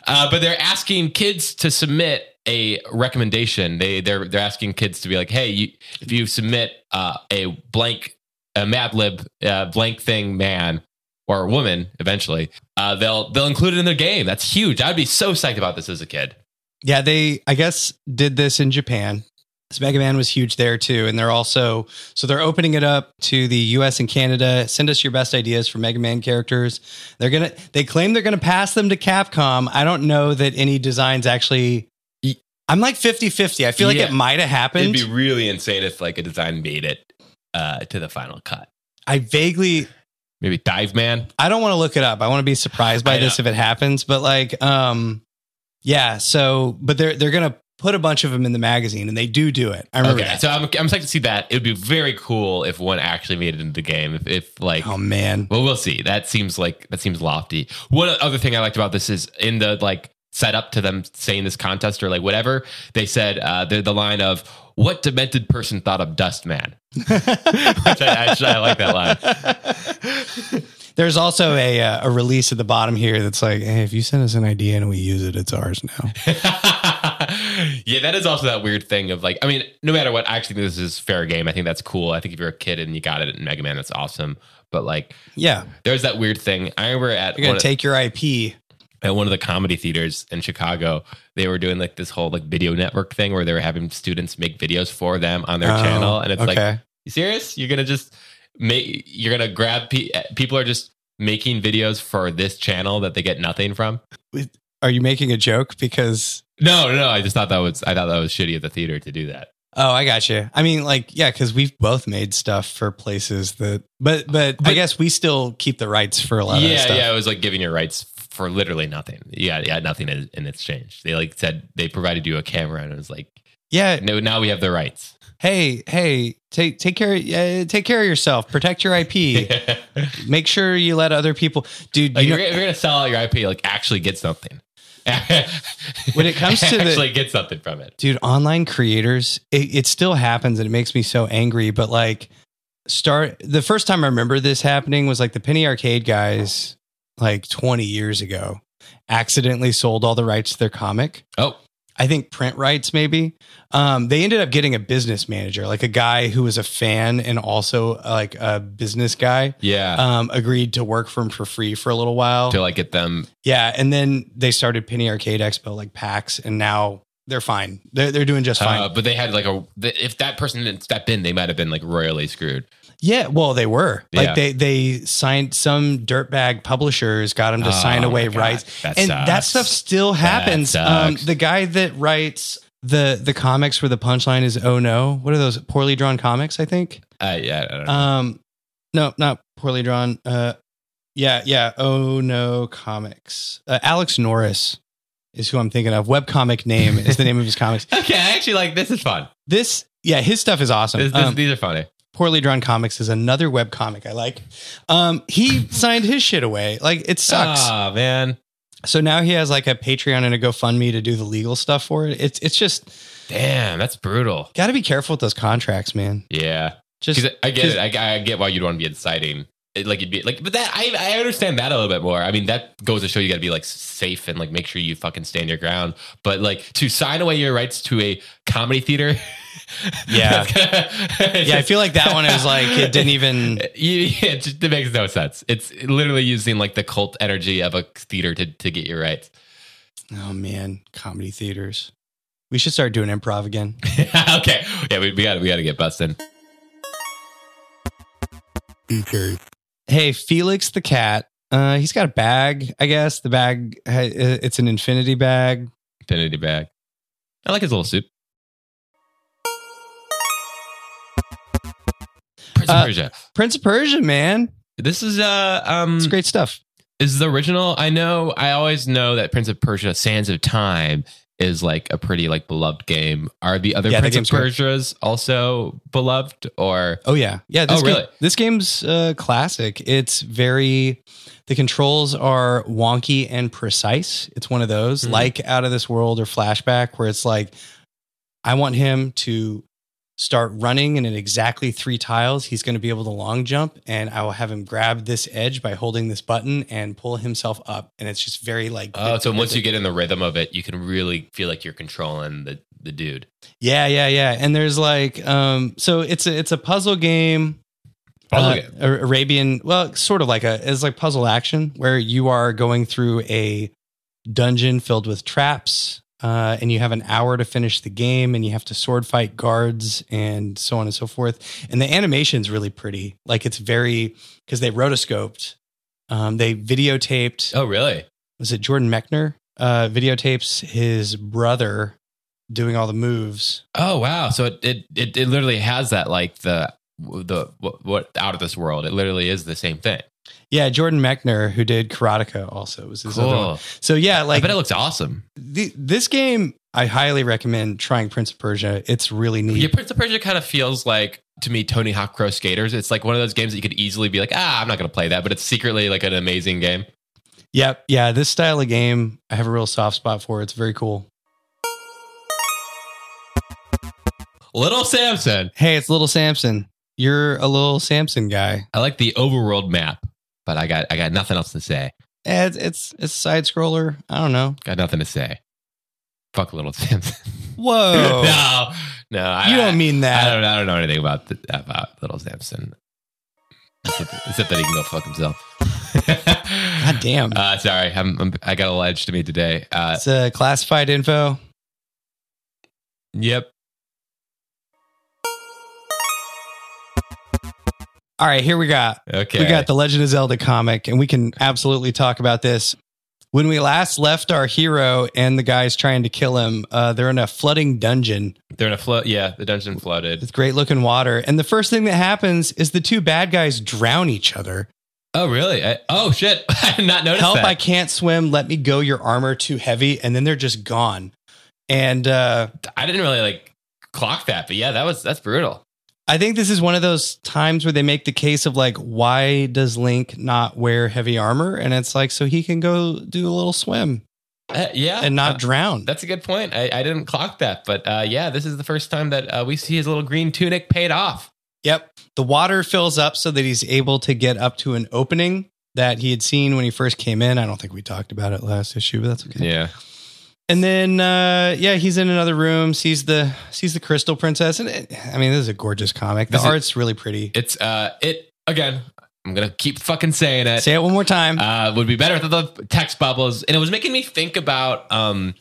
Speaker 2: uh, but they're asking kids to submit a recommendation. They they're they're asking kids to be like, hey, you, if you submit uh, a blank a Madlib uh, blank thing, man or woman, eventually uh, they'll they'll include it in their game. That's huge. I'd be so psyched about this as a kid.
Speaker 1: yeah. They, I guess, did this in Japan. This Mega Man was huge there too, and they're also so they're opening it up to the U.S. and Canada. Send us your best ideas for Mega Man characters. They're gonna, they claim they're gonna pass them to Capcom. I don't know that any designs actually. I'm like 50-50. I feel like
Speaker 2: Yeah.
Speaker 1: it might have
Speaker 2: It'd
Speaker 1: happened.
Speaker 2: be really insane if like a design made it uh, to the final cut.
Speaker 1: I vaguely
Speaker 2: Maybe Dive Man.
Speaker 1: I don't want to look it up. I want to be surprised by
Speaker 2: I
Speaker 1: this if it happens. But like, um, yeah. So, but they're they're gonna put a bunch of them in the magazine, and they do do it. I remember
Speaker 2: Okay,
Speaker 1: that.
Speaker 2: so I'm I'm psyched to see that. It would be very cool if one actually made it into the game. If, if like
Speaker 1: Oh man,
Speaker 2: Well, we'll see. That seems like that seems lofty. One other thing I liked about this is in the like setup to them saying this contest or like whatever they said uh, the the line of what demented person thought of Dust Man, which I actually I like that line.
Speaker 1: there's also a uh, a release at the bottom here that's like, hey, if you send us an idea and we use it, it's ours now.
Speaker 2: yeah, that is also that weird thing of like I mean, no matter what, I actually think this is fair game. I think that's cool. I think if you're a kid and you got it in Mega Man, that's awesome. But like,
Speaker 1: Yeah,
Speaker 2: there's that weird thing. I remember at
Speaker 1: they're gonna
Speaker 2: one-
Speaker 1: take your IP.
Speaker 2: at one of the comedy theaters in Chicago, they were doing like this whole like video network thing where they were having students make videos for them on their
Speaker 1: Oh,
Speaker 2: channel, and it's like,
Speaker 1: okay.
Speaker 2: you serious? You're gonna just make? You're gonna grab pe- people are just making videos for this channel that they get nothing from?
Speaker 1: Are you making a joke? Because
Speaker 2: No, no, no. I just thought that was I thought that was shitty of the theater to do that.
Speaker 1: oh, I got you. I mean, like, yeah, because we've both made stuff for places that, but, but I
Speaker 2: But-
Speaker 1: guess we still keep the rights for a lot of that
Speaker 2: Yeah,
Speaker 1: stuff.
Speaker 2: yeah. It was like giving your rights for literally nothing. Yeah, yeah, nothing in, in exchange. They like said they provided you a camera, and it was like,
Speaker 1: Yeah.
Speaker 2: no, now we have the rights.
Speaker 1: Hey, hey, take take care uh, take care of yourself. Protect your IP. Make sure you let other people dude,
Speaker 2: Like
Speaker 1: you
Speaker 2: if,
Speaker 1: know,
Speaker 2: you're, if you're gonna sell out your IP, like actually get something.
Speaker 1: When it comes to the-
Speaker 2: actually get something from it,
Speaker 1: dude, online creators, it, it still happens and it makes me so angry, but like start the first time I remember this happening was like the Penny Arcade guys like 20 years ago accidentally sold all the rights to their comic.
Speaker 2: oh,
Speaker 1: I think print rights maybe. Um, they ended up getting a business manager, like a guy who was a fan and also like a business guy.
Speaker 2: yeah,
Speaker 1: um, agreed to work for him for free for a little while.
Speaker 2: Uh, to like get them.
Speaker 1: Yeah, and then they started Penny Arcade Expo like PAX, and now they're fine. They're they're doing just fine.
Speaker 2: Uh, but they had like a th- if that person didn't step in, they might have been like royally screwed.
Speaker 1: yeah, well, they were like
Speaker 2: Yeah.
Speaker 1: they they signed some dirtbag publishers got them to
Speaker 2: Oh
Speaker 1: sign away
Speaker 2: my God,
Speaker 1: rights,
Speaker 2: that
Speaker 1: and that
Speaker 2: sucks.
Speaker 1: stuff still happens. Um,
Speaker 2: sucks.
Speaker 1: the guy that writes the the comics where the punchline is oh no, what are those poorly drawn comics? I think.
Speaker 2: Uh, yeah, I don't know.
Speaker 1: Um, no, not poorly drawn. Uh, yeah, yeah. Oh no, comics. Uh, Alex Norris is who I'm thinking of. Webcomic name is the name of his comics.
Speaker 2: okay, I actually like this is fun.
Speaker 1: This, yeah, his stuff is awesome.
Speaker 2: This, this,
Speaker 1: Um,
Speaker 2: these are funny.
Speaker 1: poorly drawn comics is another webcomic I like. Um, he signed his shit away. Like it sucks.
Speaker 2: Ah, man,
Speaker 1: so now he has like a Patreon and a GoFundMe to do the legal stuff for it. It's it's just
Speaker 2: damn, that's brutal.
Speaker 1: got to be careful with those contracts, man.
Speaker 2: Yeah,
Speaker 1: Just
Speaker 2: because I get it. I, I get why you'd want to be inciting it, like you'd be like, but that I I understand that a little bit more. I mean, that goes to show you got to be like safe and like make sure you fucking stand your ground. But like to sign away your rights to a comedy theater,
Speaker 1: Yeah. yeah, I feel like that one is like it didn't even.
Speaker 2: You- it, just, it makes no sense. It's literally using like the cult energy of a theater to, to get your rights.
Speaker 1: Oh man, comedy theaters. We should start doing improv again.
Speaker 2: okay, yeah, we, we got we got to get busted.
Speaker 1: hey, Felix the cat. Uh, he's got a bag, I guess. The bag, ha- it's an infinity bag.
Speaker 2: Infinity bag. I like his little suit. Prince of
Speaker 1: Uh,
Speaker 2: Persia.
Speaker 1: Prince of Persia, man.
Speaker 2: This is uh um
Speaker 1: It's great stuff.
Speaker 2: is the original. I know. I always know that Prince of Persia: Sands of Time is like a pretty like beloved game. Are the other
Speaker 1: Yeah, that
Speaker 2: Prince of
Speaker 1: game's great.
Speaker 2: Persias also beloved or?
Speaker 1: Oh yeah, yeah. This
Speaker 2: Oh,
Speaker 1: game-
Speaker 2: really?
Speaker 1: this game's uh, classic. It's very. The controls are wonky and precise. It's one of those,
Speaker 2: Mhm.
Speaker 1: like Out of This World or Flashback, where it's like, I want him to start running, and in exactly three tiles, he's going to be able to long jump, and I will have him grab this edge by holding this button and pull himself up, and it's just very like.
Speaker 2: Oh, so once you get in the rhythm of it, you can really feel like you're controlling the the dude.
Speaker 1: Yeah, yeah, yeah. And there's like um so it's a it's a puzzle game.
Speaker 2: Puzzle
Speaker 1: uh,
Speaker 2: game.
Speaker 1: Ar- Arabian, well, sort of like a it's like puzzle action where you are going through a dungeon filled with traps. Uh, and you have an hour to finish the game, and you have to sword fight guards, and so on and so forth. And the animation's really pretty; like it's very because they rotoscoped, um, they videotaped
Speaker 2: Oh, really?
Speaker 1: was it Jordan Mechner uh, videotapes his brother doing all the moves.
Speaker 2: Oh, wow. So it it it, it literally has that like the the what, what out of this world. It literally is the same thing.
Speaker 1: Yeah, Jordan Mechner, who did Karateka, also was his other one.
Speaker 2: Cool.
Speaker 1: So yeah,
Speaker 2: I
Speaker 1: like
Speaker 2: bet it looks awesome.
Speaker 1: the, this game, I highly recommend trying Prince of Persia. It's really neat.
Speaker 2: Yeah, Prince of Persia kind of feels like to me Tony Hawk Pro Skaters. It's like one of those games that you could easily be like, ah, I'm not going to play that, but it's secretly like an amazing game.
Speaker 1: Yep, yeah, this style of game I have a real soft spot for. It's very cool.
Speaker 2: Little Samson.
Speaker 1: Hey, it's Little Samson. You're a little Samson guy.
Speaker 2: I like the overworld map, but I got I got nothing else to say.
Speaker 1: Eh, It's it's it's a side scroller. I don't know.
Speaker 2: Got nothing to say. Fuck Little Samson.
Speaker 1: Whoa,
Speaker 2: no, no, I,
Speaker 1: Oh. you don't mean
Speaker 2: I,
Speaker 1: that.
Speaker 2: don't. I don't know anything about th- about Little Samson, except, except that he can go fuck himself.
Speaker 1: God damn,
Speaker 2: Uh, sorry, I'm, I'm, I got a ledge to me today. Uh,
Speaker 1: it's uh, classified info.
Speaker 2: yep.
Speaker 1: All right, here we got
Speaker 2: Okay.
Speaker 1: We got the Legend of Zelda comic, and we can absolutely talk about this. When we last left our hero and the guys trying to kill him, uh, they're in a flooding dungeon
Speaker 2: They're in a flood. Yeah, the dungeon flooded.
Speaker 1: with great looking water. And the first thing that happens is the two bad guys drown each other.
Speaker 2: Oh, really? I, oh, shit. I did not notice
Speaker 1: Help,
Speaker 2: that.
Speaker 1: I can't swim. Let me go. Your armor too heavy. And then they're just gone. And uh,
Speaker 2: I didn't really like clock that, but yeah, that was that's brutal.
Speaker 1: I think this is one of those times where they make the case of like, why does Link not wear heavy armor? And it's like, so he can go do a little swim
Speaker 2: Uh, yeah,
Speaker 1: and not
Speaker 2: Uh,
Speaker 1: drown.
Speaker 2: that's a good point. I, I didn't clock that, but uh, yeah, this is the first time that uh, we see his little green tunic paid off.
Speaker 1: Yep. The water fills up so that he's able to get up to an opening that he had seen when he first came in. I don't think we talked about it last issue, but that's okay.
Speaker 2: Yeah,
Speaker 1: And then uh yeah, he's in another room, sees the sees the crystal princess and it, I mean, this is a gorgeous comic. The
Speaker 2: This is-
Speaker 1: art's really pretty.
Speaker 2: it's uh, it again. I'm gonna keep fucking saying it.
Speaker 1: Say it one more time.
Speaker 2: uh, would be better without the text bubbles. And it was making me think about um,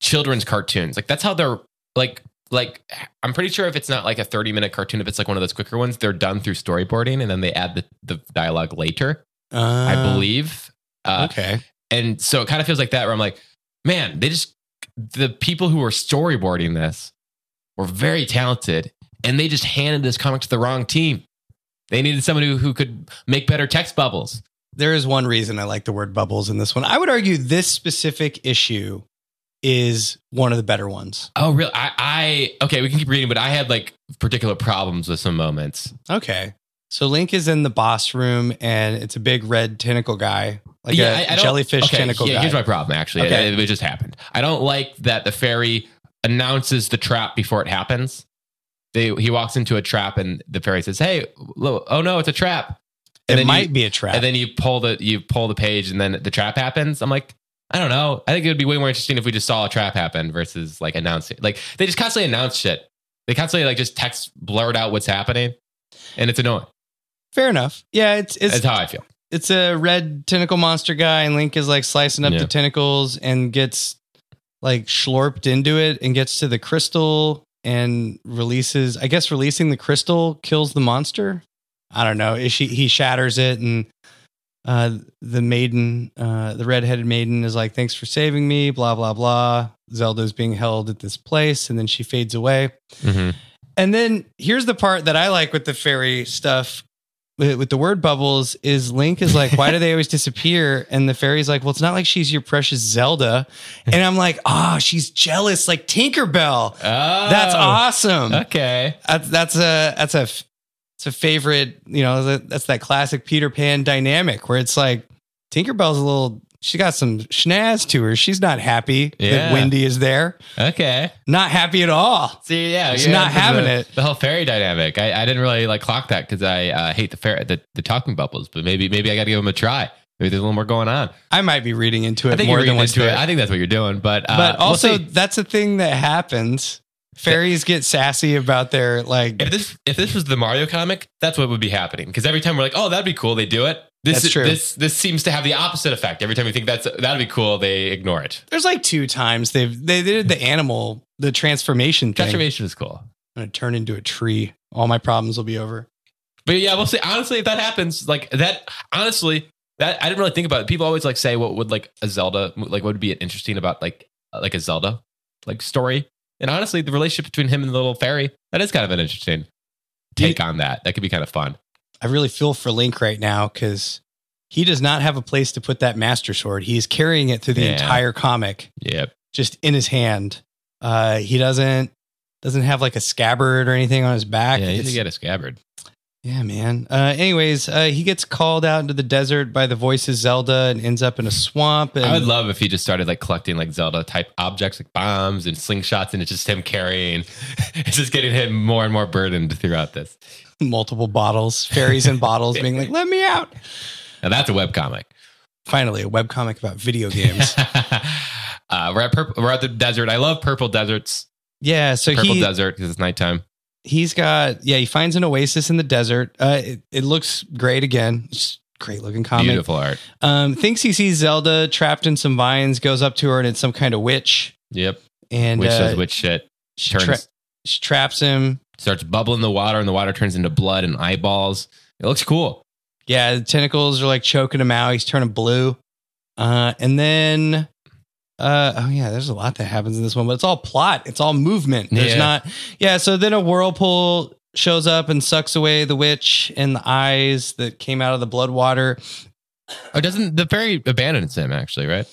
Speaker 2: children's cartoons. Like that's how they're like like I'm pretty sure if it's not like a 30 minute cartoon, if it's like one of those quicker ones, they're done through storyboarding and then they add the, the dialogue later. I
Speaker 1: Uh,
Speaker 2: believe. Uh,
Speaker 1: Okay.
Speaker 2: And so it kind of feels like that where I'm like, man, they just the people who were storyboarding this were very talented and they just handed this comic to the wrong team. They needed someone who, who could make better text bubbles.
Speaker 1: There is one reason I like the word bubbles in this one. I would argue this specific issue is one of the better ones.
Speaker 2: Oh, really? I, I okay. We can keep reading, but I had like particular problems with some moments.
Speaker 1: Okay. So Link is in the boss room and it's a big red tentacle guy, like
Speaker 2: Yeah,
Speaker 1: a
Speaker 2: I- I don't-
Speaker 1: jellyfish
Speaker 2: okay,
Speaker 1: tentacle
Speaker 2: yeah,
Speaker 1: guy.
Speaker 2: here's my problem. Actually,
Speaker 1: Okay.
Speaker 2: it, it just happened. I don't like that the fairy announces the trap before it happens. They he walks into a trap and the fairy says, "Hey, lo- oh no, it's a trap." And
Speaker 1: it
Speaker 2: then
Speaker 1: might
Speaker 2: you,
Speaker 1: be a trap.
Speaker 2: and then you pull the you pull the page and then the trap happens. I'm like, I don't know. I think it would be way more interesting if we just saw a trap happen versus like announcing. Like they just constantly announce shit. They constantly like just text blurred out what's happening, and it's annoying.
Speaker 1: Fair enough. Yeah, it's it's
Speaker 2: That's how I feel.
Speaker 1: it's a red tentacle monster guy, and Link is like slicing up
Speaker 2: Yeah.
Speaker 1: the tentacles and gets like slurped into it and gets to the crystal and releases. I guess releasing the crystal kills the monster. I don't know. Is she he shatters it and uh, the maiden, uh, the redheaded maiden, is like, "Thanks for saving me." Blah blah blah. Zelda's being held at this place, and then she fades away. Mm-hmm. And then here's the part that I like with the fairy stuff uh, with with the word bubbles is Link is like, why do they always disappear? And the fairy's like, well, it's not like she's your precious Zelda. And I'm like, ah, she's jealous, like Tinkerbell.
Speaker 2: Oh,
Speaker 1: That's awesome.
Speaker 2: Okay.
Speaker 1: That's, that's a, that's a, f- it's a favorite, you know, that- that's that classic Peter Pan dynamic where it's like Tinkerbell's a little, she got some schnaz to her. She's not happy that
Speaker 2: Yeah.
Speaker 1: Wendy is there.
Speaker 2: Okay.
Speaker 1: Not happy at all.
Speaker 2: See, yeah,
Speaker 1: It's
Speaker 2: yeah,
Speaker 1: not having
Speaker 2: the,
Speaker 1: it.
Speaker 2: The whole fairy dynamic. I, I didn't really like clock that because I uh, hate the fair the, the talking bubbles. But maybe maybe I got to give them a try. Maybe there's a little more going on.
Speaker 1: I might be reading into
Speaker 2: I
Speaker 1: it
Speaker 2: think
Speaker 1: more
Speaker 2: you're
Speaker 1: than
Speaker 2: reading
Speaker 1: what's
Speaker 2: into it.
Speaker 1: there.
Speaker 2: I think that's what you're doing. But uh,
Speaker 1: but
Speaker 2: we'll
Speaker 1: also
Speaker 2: see.
Speaker 1: that's a thing that happens. Fairies get sassy about their like.
Speaker 2: if this if this was the Mario comic, that's what would be happening. Because every time we're like, oh, that'd be cool, they do it. This
Speaker 1: That's
Speaker 2: is-
Speaker 1: true.
Speaker 2: this this seems to have the opposite effect. Every time we think that's that'd be cool, they ignore it.
Speaker 1: There's like two times they've they, they did the animal the transformation thing.
Speaker 2: Transformation is cool.
Speaker 1: I'm gonna turn into a tree. All my problems will be over.
Speaker 2: But yeah, we'll see. Honestly, if that happens, like that, honestly, that I didn't really think about it. People always like say what would like a Zelda, like what would be interesting about like uh, like a Zelda like story. And honestly, the relationship between him and the little fairy that is kind of an interesting
Speaker 1: Do you-
Speaker 2: take on that. That could be kind of fun.
Speaker 1: I really feel for Link right now because he does not have a place to put that master sword. He is carrying it through the
Speaker 2: Yeah.
Speaker 1: entire comic,
Speaker 2: Yeah,
Speaker 1: just in his hand. Uh, he doesn't doesn't have like a scabbard or anything on his back.
Speaker 2: yeah, you
Speaker 1: It's-
Speaker 2: get a scabbard.
Speaker 1: Yeah, man. Uh, anyways, uh, he gets called out into the desert by the voices Zelda and ends up in a swamp. And
Speaker 2: I would love if he just started like collecting like Zelda type objects like bombs and slingshots, and it's just him carrying. it's just getting him more and more burdened throughout this.
Speaker 1: multiple bottles, fairies in bottles, being like, "Let me out!"
Speaker 2: Now that's a web comic.
Speaker 1: Finally, a webcomic about video games.
Speaker 2: uh, we're at purple, we're at the desert. I love purple deserts.
Speaker 1: yeah, so
Speaker 2: Purple
Speaker 1: he
Speaker 2: desert because it's nighttime.
Speaker 1: he's got yeah he finds an oasis in the desert. Uh, it, it looks great again. It's great looking comic.
Speaker 2: Beautiful art.
Speaker 1: Um, thinks he sees Zelda trapped in some vines, goes up to her, and it's some kind of witch.
Speaker 2: Yep.
Speaker 1: And
Speaker 2: which
Speaker 1: uh,
Speaker 2: does which shit
Speaker 1: she,
Speaker 2: turns
Speaker 1: tra- she traps him.
Speaker 2: starts bubbling the water, and the water turns into blood and eyeballs. It looks cool.
Speaker 1: Yeah, the tentacles are like choking him out. He's turning blue. Uh, and then, uh, oh yeah, there's a lot that happens in this one, but it's all plot. It's all movement. There's
Speaker 2: Yeah.
Speaker 1: not, yeah. So then a whirlpool shows up and sucks away the witch and the eyes that came out of the blood water.
Speaker 2: Oh, doesn't the fairy abandons him actually? Right.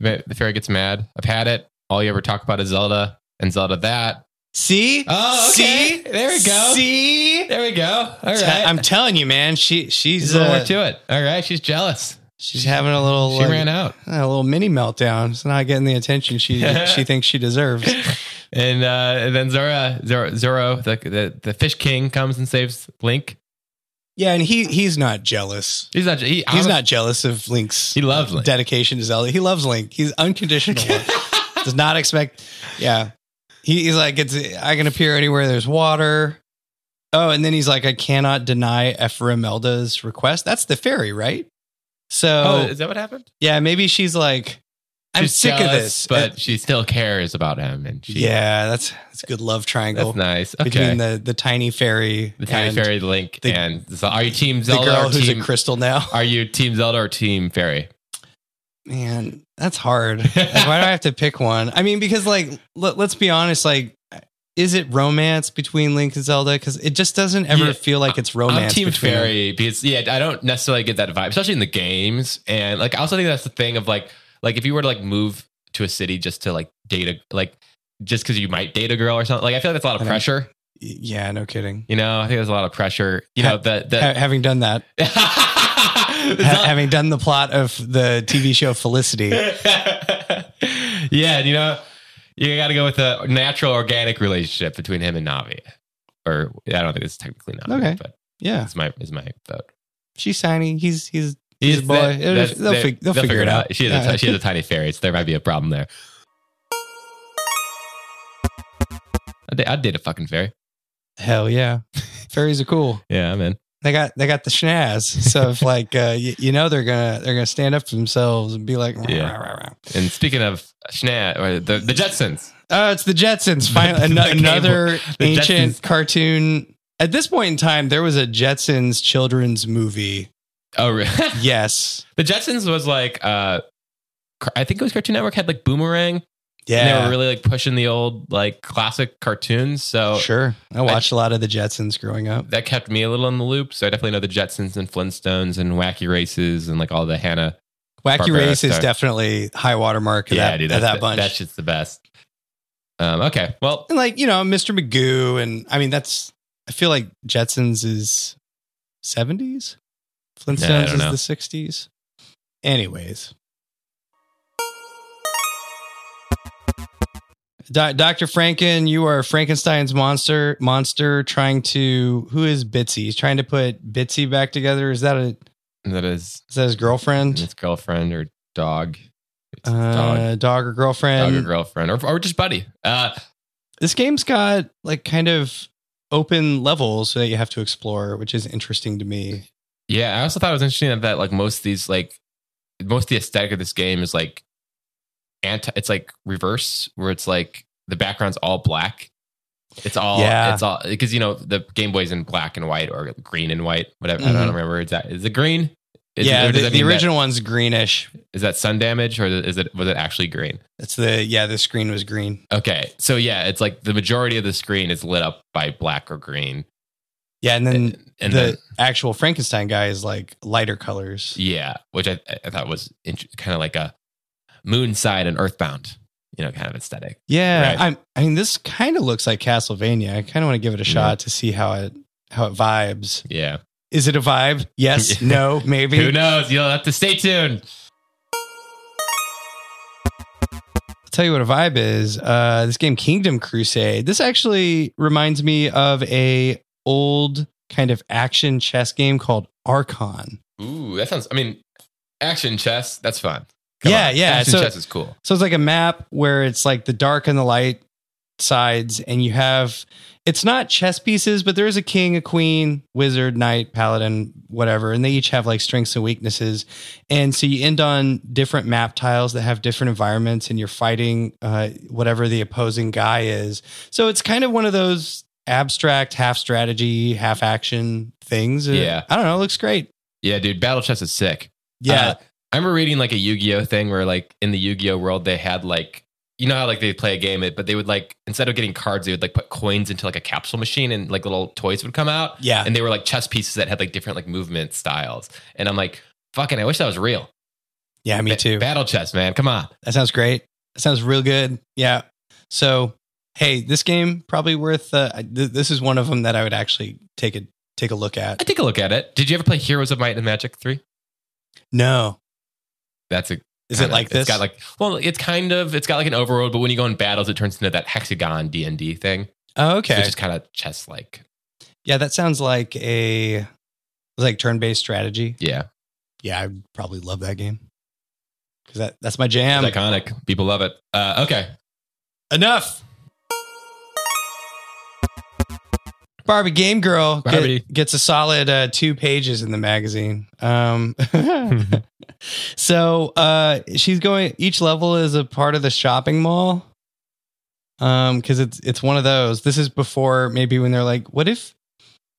Speaker 2: The the fairy gets mad. I've had it. All you ever talk about is Zelda and Zelda that.
Speaker 1: See,
Speaker 2: Oh, okay.
Speaker 1: see,
Speaker 2: There we go.
Speaker 1: See,
Speaker 2: There we go. All
Speaker 1: Te-
Speaker 2: right.
Speaker 1: I'm telling you, man. She she's
Speaker 2: There's a little
Speaker 1: uh,
Speaker 2: more to it. All right. She's jealous.
Speaker 1: she's having a little
Speaker 2: She
Speaker 1: like,
Speaker 2: ran out.
Speaker 1: a little mini meltdown. She's not getting the attention she she thinks she deserves.
Speaker 2: and uh, and then Zora, Zora, Zoro, the, the the fish king comes and saves Link.
Speaker 1: Yeah, and he he's not jealous.
Speaker 2: He's not. He,
Speaker 1: He's
Speaker 2: honest-
Speaker 1: not jealous of Link's
Speaker 2: He loves Link.
Speaker 1: dedication to Zelda. He loves Link. He's unconditional. love. Does not expect. Yeah, he, he's like it's. I can appear anywhere. There's water. Oh, and then he's like, I cannot deny Epheremelda's request. That's the fairy, right? So
Speaker 2: oh, is that what happened?
Speaker 1: yeah, maybe she's like, I'm
Speaker 2: She's
Speaker 1: sick of
Speaker 2: jealous,
Speaker 1: this.
Speaker 2: but
Speaker 1: Uh,
Speaker 2: she still cares about him, and she,
Speaker 1: yeah, that's that's a good love triangle
Speaker 2: that's nice. Okay,
Speaker 1: between
Speaker 2: the,
Speaker 1: the the tiny fairy,
Speaker 2: tiny
Speaker 1: and
Speaker 2: fairy Link
Speaker 1: the-
Speaker 2: and so are you Team
Speaker 1: the
Speaker 2: Zelda
Speaker 1: girl
Speaker 2: or
Speaker 1: who's
Speaker 2: Team?
Speaker 1: a crystal now.
Speaker 2: are you Team Zelda or Team Fairy?
Speaker 1: Man, that's hard. Like, why do I have to pick one? I mean, because like, let, let's be honest. Like, is it romance between Link and Zelda? Because it just doesn't ever
Speaker 2: Yeah,
Speaker 1: feel like it's romance.
Speaker 2: I'm Team
Speaker 1: between them.
Speaker 2: Fairy because yeah, I don't necessarily get that vibe, especially in the games. And like, I also think that's the thing of like, like if you were to like move to a city just to like date a like just because you might date a girl or something, like I feel like that's a lot
Speaker 1: I
Speaker 2: of
Speaker 1: know.
Speaker 2: pressure.
Speaker 1: Yeah, no kidding.
Speaker 2: You know, I think there's a lot of pressure. You know, the
Speaker 1: Ha-
Speaker 2: the.
Speaker 1: having done that, ha- having done the plot of the TV show Felicity,
Speaker 2: yeah, you know, you got to go with a natural, organic relationship between him and Navi. Or I don't think it's technically Navi,
Speaker 1: Okay.
Speaker 2: but
Speaker 1: yeah,
Speaker 2: it's my is my vote.
Speaker 1: she's signing. He's he's he's a boy. It'll just- they'll, fig- they'll figure it out.
Speaker 2: She has, a
Speaker 1: Yeah.
Speaker 2: t- she has a tiny fairy. So there might be a problem there. I'd, da- I'd date a fucking fairy.
Speaker 1: Hell yeah, fairies are cool.
Speaker 2: Yeah, I'm in.
Speaker 1: They got they got the schnaz. So if like uh, you, you know they're gonna they're gonna stand up for themselves and be like, rah,
Speaker 2: Yeah.
Speaker 1: rah, rah, rah.
Speaker 2: And speaking of Schnaz, or the, the Jetsons,
Speaker 1: Oh, it's the Jetsons. Finally,
Speaker 2: The
Speaker 1: ano-
Speaker 2: cable.
Speaker 1: another
Speaker 2: The
Speaker 1: ancient
Speaker 2: Jetsons.
Speaker 1: cartoon. At this point in time, there was a Jetsons children's movie.
Speaker 2: oh, re-
Speaker 1: Yes.
Speaker 2: the Jetsons was like, uh, car- I think it was Cartoon Network had like Boomerang. And they
Speaker 1: Yeah.
Speaker 2: were really like pushing the old like classic cartoons. So
Speaker 1: sure. I watched a lot of the Jetsons growing up.
Speaker 2: that kept me a little in the loop. So I definitely know the Jetsons and Flintstones and Wacky Races and like all the Hannah
Speaker 1: Wacky
Speaker 2: Barbara
Speaker 1: Race is
Speaker 2: Star.
Speaker 1: definitely high watermark of that, of
Speaker 2: that's
Speaker 1: that
Speaker 2: the-
Speaker 1: bunch.
Speaker 2: That shit's the best. Um, okay, well,
Speaker 1: and like, you know, Mr. Magoo. And I mean, that's, I feel like Jetsons is 70s,
Speaker 2: Yeah, I
Speaker 1: Flintstones
Speaker 2: don't
Speaker 1: is
Speaker 2: know.
Speaker 1: the 60s. Anyways. Do- Dr. Franken, you are Frankenstein's monster, monster trying to, who is Bitsy? He's trying to put Bitsy back together. Is that a,
Speaker 2: that is
Speaker 1: is that his girlfriend?
Speaker 2: his girlfriend or dog, it's dog,
Speaker 1: Uh, dog or girlfriend?
Speaker 2: dog or girlfriend, or, or just buddy. Uh,
Speaker 1: this game's got like kind of open levels that you have to explore, which is interesting to me.
Speaker 2: yeah, I also thought it was interesting that, that like most of these like most of the aesthetic of this game is like anti. It's like reverse, where it's like the background's all black. It's all
Speaker 1: Yeah.
Speaker 2: it's all because you know the Game Boy's in black and white or green and white, whatever. I
Speaker 1: Mhm.
Speaker 2: don't remember. Is that is it green? Is,
Speaker 1: yeah,
Speaker 2: or does
Speaker 1: the,
Speaker 2: that
Speaker 1: the
Speaker 2: mean that-
Speaker 1: original one's greenish.
Speaker 2: is that sun damage or is it was it actually green?
Speaker 1: It's the yeah, the screen was green.
Speaker 2: Okay. So yeah, it's like the majority of the screen is lit up by black or green.
Speaker 1: Yeah, and then
Speaker 2: And, and
Speaker 1: the
Speaker 2: then
Speaker 1: actual Frankenstein guy is like lighter colors.
Speaker 2: yeah, which I, I thought was int- kind of like a moon side and earthbound, you know, kind of aesthetic.
Speaker 1: Yeah,
Speaker 2: Right.
Speaker 1: I'm, I mean, this kind of looks like Castlevania. I kind of want to give it a shot to see how it how it vibes.
Speaker 2: Yeah.
Speaker 1: Is it a vibe? Yes, no, maybe.
Speaker 2: Who knows? You'll have to stay tuned.
Speaker 1: I'll tell you what a vibe is. Uh, this game, Kingdom Crusade. This actually reminds me of a old kind of action chess game called Archon.
Speaker 2: Ooh, that sounds I mean, action chess, that's fun. Come
Speaker 1: Yeah,
Speaker 2: on.
Speaker 1: yeah,
Speaker 2: Action
Speaker 1: so-
Speaker 2: chess is cool.
Speaker 1: So it's like a map where it's like the dark and the light sides, and you have it's not chess pieces, but there is a king, a queen, wizard, knight, paladin, whatever, and they each have like strengths and weaknesses. And so you end on different map tiles that have different environments, and you're fighting uh, whatever the opposing guy is. So it's kind of one of those abstract, half strategy, half action things. Uh,
Speaker 2: Yeah.
Speaker 1: I don't know. It looks great.
Speaker 2: Yeah, dude, battle chess is sick.
Speaker 1: Yeah.
Speaker 2: Uh, I remember reading like a Yu-Gi-Oh thing where like in the Yu-Gi-Oh world they had like you know how like they play a game but they would like instead of getting cards they would like put coins into like a capsule machine and like little toys would come out
Speaker 1: yeah.
Speaker 2: and they were like chess pieces that had like different like movement styles and I'm like fucking I wish that was real.
Speaker 1: Yeah. Me
Speaker 2: Ba-
Speaker 1: too.
Speaker 2: Battle chess, man. Come on.
Speaker 1: That sounds great. That sounds real good. Yeah. So, hey, this game probably worth. Uh, I- th- this is one of them that I would actually take a take a look
Speaker 2: I
Speaker 1: at.
Speaker 2: take a look at it. Did you ever play Heroes of Might and Magic 3?
Speaker 1: No,
Speaker 2: That's a
Speaker 1: is
Speaker 2: kinda-
Speaker 1: it like this?
Speaker 2: It's got like well, it's kind of it's got like an overworld but when you go in battles it turns into that hexagon D&D thing,
Speaker 1: oh, okay.
Speaker 2: which is kind of chess like.
Speaker 1: yeah, that sounds like a like turn based strategy.
Speaker 2: Yeah.
Speaker 1: Yeah, I probably love that game because that that's my jam.
Speaker 2: It's iconic. People love it. Uh, okay.
Speaker 1: Enough. Barbie Game Girl get-
Speaker 2: Barbie.
Speaker 1: gets a solid uh, two pages in the magazine. Um, so uh, she's going. Each level is a part of the shopping mall. Um, because it's it's one of those. This is before maybe when they're like, what if,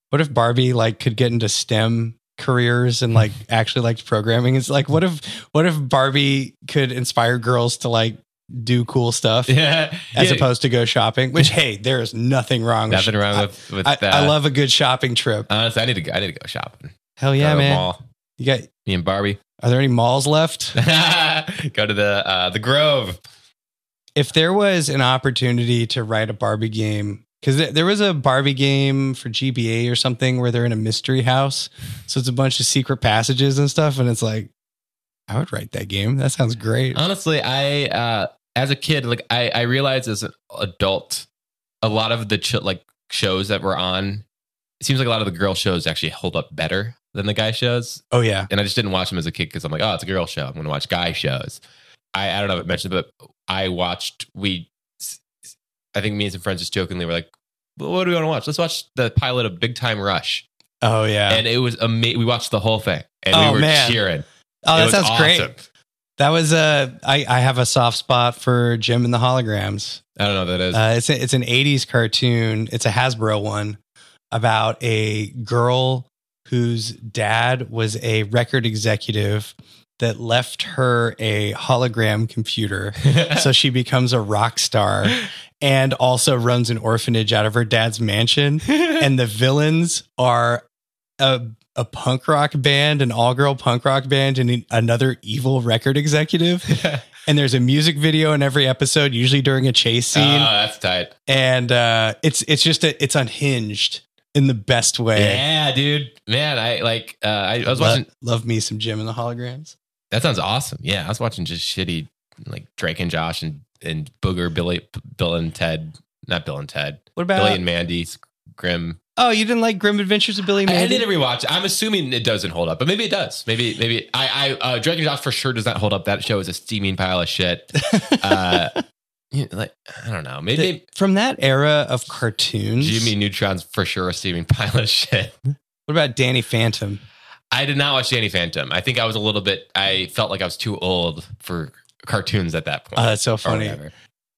Speaker 1: what if Barbie like could get into STEM careers and like actually liked programming? It's like, what if what if Barbie could inspire girls to like do cool stuff?
Speaker 2: yeah.
Speaker 1: as
Speaker 2: Yeah.
Speaker 1: opposed to go shopping. Which hey, there is nothing wrong.
Speaker 2: nothing
Speaker 1: with
Speaker 2: wrong with, with
Speaker 1: I,
Speaker 2: that.
Speaker 1: I love a good shopping trip.
Speaker 2: Honestly, I need to go. I need to go shopping.
Speaker 1: Hell
Speaker 2: go
Speaker 1: yeah,
Speaker 2: to the
Speaker 1: man!
Speaker 2: Mall.
Speaker 1: You got?
Speaker 2: Me and Barbie.
Speaker 1: Are there any malls left?
Speaker 2: go to the uh, the Grove.
Speaker 1: if there was an opportunity to write a Barbie game, because there was a Barbie game for GBA or something where they're in a mystery house, so it's a bunch of secret passages and stuff, and it's like, I would write that game. That sounds great.
Speaker 2: Honestly, I uh, as a kid, like I, I realized as an adult, a lot of the ch- like shows that were on, it seems like a lot of the girl shows actually hold up better. than the guy shows.
Speaker 1: Oh yeah.
Speaker 2: And I just didn't watch them as a kid because I'm like, oh, it's a girl show. I'm going to watch guy shows. I, I don't know if it mentioned, but I watched, we, I think me and some friends just jokingly were like, well, what do we want to watch? Let's watch the pilot of Big Time Rush.
Speaker 1: Oh yeah.
Speaker 2: And it was amazing. We watched the whole thing and
Speaker 1: Oh,
Speaker 2: we were
Speaker 1: man.
Speaker 2: cheering.
Speaker 1: oh,
Speaker 2: It
Speaker 1: that
Speaker 2: was
Speaker 1: sounds
Speaker 2: awesome.
Speaker 1: great. That was uh, I I have a soft spot for Jim and the Holograms.
Speaker 2: I don't know what that is.
Speaker 1: Uh, it's a, it's an '80s cartoon. It's a Hasbro one about a girl whose dad was a record executive that left her a hologram computer, Uh, so she becomes a rock star and also runs an orphanage out of her dad's mansion. And the villains are a a punk rock band, an all girl punk rock band, and another evil record executive. And there's a music video in every episode, usually during a chase
Speaker 2: oh,
Speaker 1: scene
Speaker 2: that's tight.
Speaker 1: and uh, it's it's just a, it's unhinged in the best way.
Speaker 2: Yeah, dude. Man, I like, uh, I, I was
Speaker 1: Lo-
Speaker 2: watching,
Speaker 1: love me some Jim and the Holograms.
Speaker 2: That sounds awesome. Yeah, I was watching just shitty like Drake and Josh and and Booger Billy Bill and Ted, not Bill and Ted,
Speaker 1: What about?
Speaker 2: Billy and Mandy, Grim.
Speaker 1: oh, you didn't like Grim Adventures of Billy and
Speaker 2: I, I
Speaker 1: Mandy?
Speaker 2: didn't rewatch. it. I'm assuming it doesn't hold up, but maybe it does. Maybe maybe I I uh, Drake and Josh for sure does not hold up. That show is a steaming pile of shit. Uh, you know, like I don't know. Maybe.
Speaker 1: The- from that era of cartoons.
Speaker 2: Jimmy Neutron's for sure a steaming pile of shit.
Speaker 1: What about Danny Phantom?
Speaker 2: I did not watch Danny Phantom. I think I was a little bit. I felt like I was too old for cartoons at that point.
Speaker 1: Oh, that's so
Speaker 2: or
Speaker 1: funny.
Speaker 2: whatever.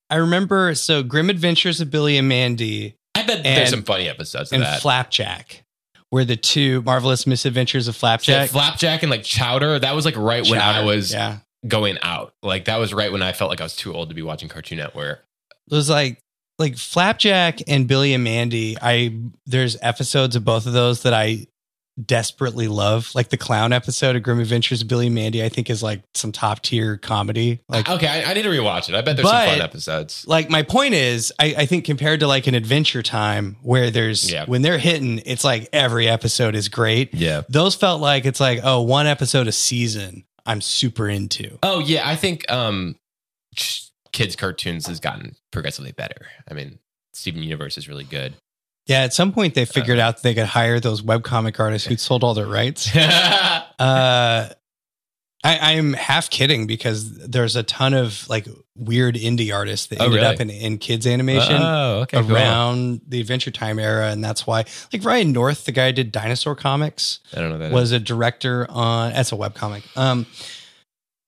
Speaker 1: I remember so Grim Adventures of Billy and Mandy
Speaker 2: I bet
Speaker 1: And-
Speaker 2: there's some funny episodes of
Speaker 1: and
Speaker 2: that.
Speaker 1: Flapjack were the two marvelous misadventures of
Speaker 2: Flapjack.
Speaker 1: Flapjack.
Speaker 2: Flapjack and like Chowder. That was like right when I
Speaker 1: Chowder,
Speaker 2: was
Speaker 1: yeah,
Speaker 2: going out. Like that was right when I felt like I was too old to be watching Cartoon Network.
Speaker 1: it was like like flapjack and billy and mandy i there's episodes of both of those that i desperately love like the clown episode of grim adventures of billy and mandy i think is like some top tier comedy like
Speaker 2: okay, I, I need to rewatch it. I bet there's
Speaker 1: But-
Speaker 2: some fun episodes.
Speaker 1: like my point is I, I think compared to like an adventure time where there's
Speaker 2: Yeah.
Speaker 1: when they're hitting it's like every episode is great
Speaker 2: Yeah.
Speaker 1: those felt like it's like oh one episode a season i'm super into
Speaker 2: Oh yeah, I think um kids cartoons has gotten progressively better. I mean, Steven Universe is really good.
Speaker 1: yeah at some point they figured out that they could hire those webcomic artists who sold all their rights
Speaker 2: yeah,
Speaker 1: Uh, I, I'm half kidding because there's a ton of like weird indie artists that
Speaker 2: Oh,
Speaker 1: ended
Speaker 2: really?
Speaker 1: up in, in kids animation
Speaker 2: Oh, okay. cool.
Speaker 1: around the Adventure Time era, and that's why like Ryan North, the guy who did Dinosaur Comics,
Speaker 2: I don't know that.
Speaker 1: was a director on that's a webcomic. Um,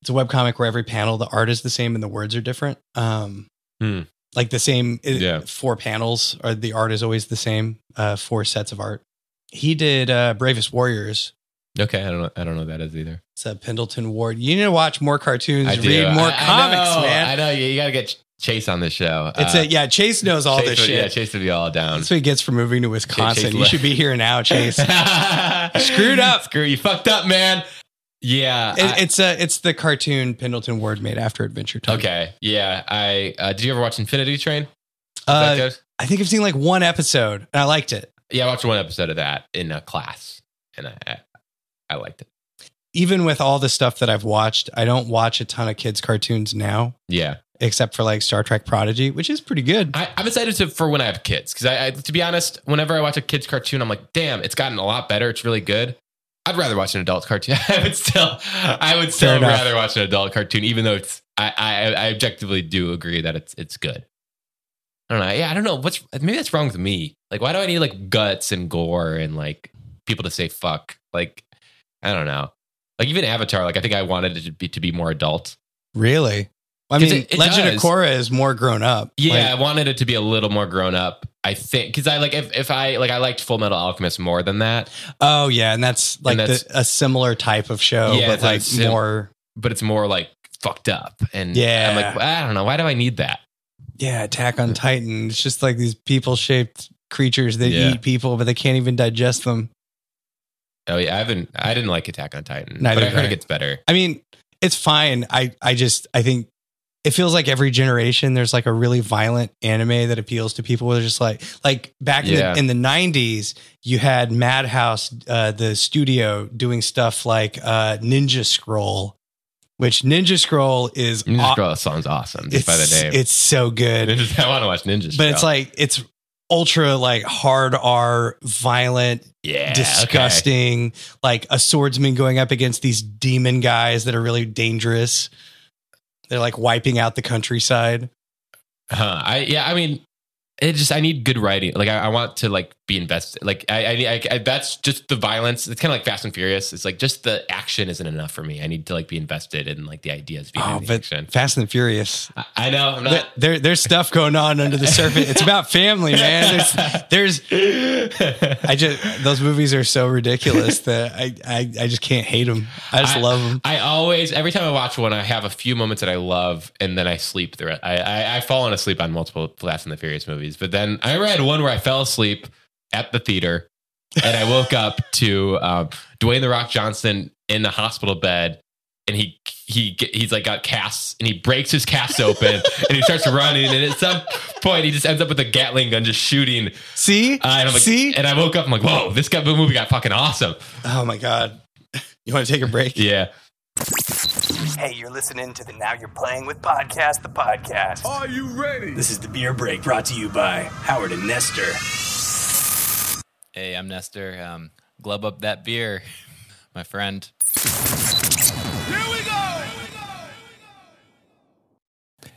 Speaker 1: it's a webcomic where every panel the art is the same and the words are different. Um,
Speaker 2: Hmm.
Speaker 1: like the same it-
Speaker 2: Yeah.
Speaker 1: four panels or the art is always the same. Uh, four sets of art. He did uh, Bravest Warriors,
Speaker 2: okay, I don't know. I don't know what that is either.
Speaker 1: it's a Pendleton Ward. You need to watch more cartoons,
Speaker 2: I do.
Speaker 1: read more
Speaker 2: I- I
Speaker 1: comics,
Speaker 2: know.
Speaker 1: man.
Speaker 2: I know you, you got to get Chase on this show.
Speaker 1: it's
Speaker 2: Uh,
Speaker 1: a yeah. Chase knows all
Speaker 2: Chase
Speaker 1: this
Speaker 2: would-
Speaker 1: shit.
Speaker 2: Yeah, Chase would be all down.
Speaker 1: That's what he gets for moving to Wisconsin.
Speaker 2: Chase
Speaker 1: you
Speaker 2: left.
Speaker 1: should be here now, Chase. it, Screwed up.
Speaker 2: Screw you. Fucked up, man. Yeah. I-
Speaker 1: it's a it's the cartoon Pendleton Ward made after Adventure Time.
Speaker 2: okay. Yeah. I uh, did you ever watch Infinity Train? Is that
Speaker 1: uh,
Speaker 2: good?
Speaker 1: I think I've seen like one episode and I liked it.
Speaker 2: Yeah, I watched one episode of that in a class, and I I, I liked it.
Speaker 1: Even with all the stuff that I've watched, I don't watch a ton of kids cartoons now,
Speaker 2: Yeah,
Speaker 1: except for like Star Trek Prodigy, which is pretty good.
Speaker 2: I, I'm excited to, for when I have kids because I, I, to be honest, whenever I watch a kids cartoon, I'm like, damn, it's gotten a lot better. It's really good. I'd rather watch an adult cartoon. I would still, I would still
Speaker 1: enough.
Speaker 2: rather watch an adult cartoon, even though it's. I, I, I objectively do agree that it's it's good. I don't know. Yeah, I don't know what's maybe that's wrong with me. Like, why do I need like guts and gore and like people to say fuck? Like, I don't know. Like even Avatar, like I think I wanted it to be to be more adult.
Speaker 1: Really. I
Speaker 2: 'Cause
Speaker 1: mean,
Speaker 2: it- it
Speaker 1: Legend
Speaker 2: does.
Speaker 1: of Korra is more grown up.
Speaker 2: Yeah,
Speaker 1: Like,
Speaker 2: I wanted it to be a little more grown up. I think because I like if, if I like I liked Full Metal Alchemist more than that,
Speaker 1: Oh yeah, and that's like
Speaker 2: that's-
Speaker 1: the, a similar type of show,
Speaker 2: Yeah,
Speaker 1: but
Speaker 2: it's a
Speaker 1: like
Speaker 2: sim-
Speaker 1: more.
Speaker 2: but it's more like fucked up. And
Speaker 1: Yeah.
Speaker 2: I'm like I don't know why do I need that?
Speaker 1: Yeah, Attack on Titan. It's just like these people-shaped creatures that
Speaker 2: Yeah.
Speaker 1: eat people, but they can't even digest them.
Speaker 2: Oh yeah, I haven't. I didn't like Attack on Titan,
Speaker 1: Neither
Speaker 2: but I
Speaker 1: did
Speaker 2: heard
Speaker 1: I.
Speaker 2: it gets better.
Speaker 1: I mean, it's fine. I I just I think it feels like every generation there's like a really violent anime that appeals to people. They're just like like back
Speaker 2: Yeah.
Speaker 1: in the in the '90s, you had Madhouse, uh, the studio, doing stuff like uh, Ninja Scroll, which Ninja Scroll is
Speaker 2: Ninja
Speaker 1: aw-
Speaker 2: Scroll sounds awesome just by the
Speaker 1: it's-
Speaker 2: name.
Speaker 1: It's so good.
Speaker 2: Ninja- I want to watch Ninja.
Speaker 1: but it's
Speaker 2: Scroll.
Speaker 1: like it's ultra like hard R, violent,
Speaker 2: Yeah. okay.
Speaker 1: disgusting, like a swordsman going up against these demon guys that are really dangerous. They're like wiping out the countryside.
Speaker 2: Huh. Uh-huh. I yeah. I mean, it just I need good writing. Like I, I want to like be invested. Like I, I, I, I that's just the violence. It's kind of like Fast and Furious. It's like just the action isn't enough for me. I need to like be invested in like the ideas behind
Speaker 1: Oh,
Speaker 2: the
Speaker 1: but
Speaker 2: action.
Speaker 1: Fast and Furious.
Speaker 2: I, I know. I'm
Speaker 1: There,
Speaker 2: not.
Speaker 1: there- there's stuff going on under the surface. It's about family, man. There's, there's I just those movies are so ridiculous that I I, I just can't hate them. I just love 'em. love them.
Speaker 2: I always, every time I watch one, I have a few moments that I love, and then I sleep the rest. I, I, I've fallen asleep on multiple Fast and the Furious movies, but then I read one where I fell asleep at the theater, and I woke up to um, Dwayne the Rock Johnson in the hospital bed, and he he get- he's like got casts, and he breaks his cast open, and he starts running, and at some point he just ends up with a Gatling gun just shooting.
Speaker 1: See,
Speaker 2: Uh, and I'm like,
Speaker 1: see.
Speaker 2: and I woke up, I'm like, whoa, this guy, movie got fucking awesome.
Speaker 1: Oh my god. You want to take a break?
Speaker 2: Yeah.
Speaker 3: Hey, you're listening to the Now You're Playing with Podcast, the podcast. Are you ready? This is the beer break brought to you by Howard and Nestor.
Speaker 4: Hey, I'm Nestor. Um, glub up that beer, my friend.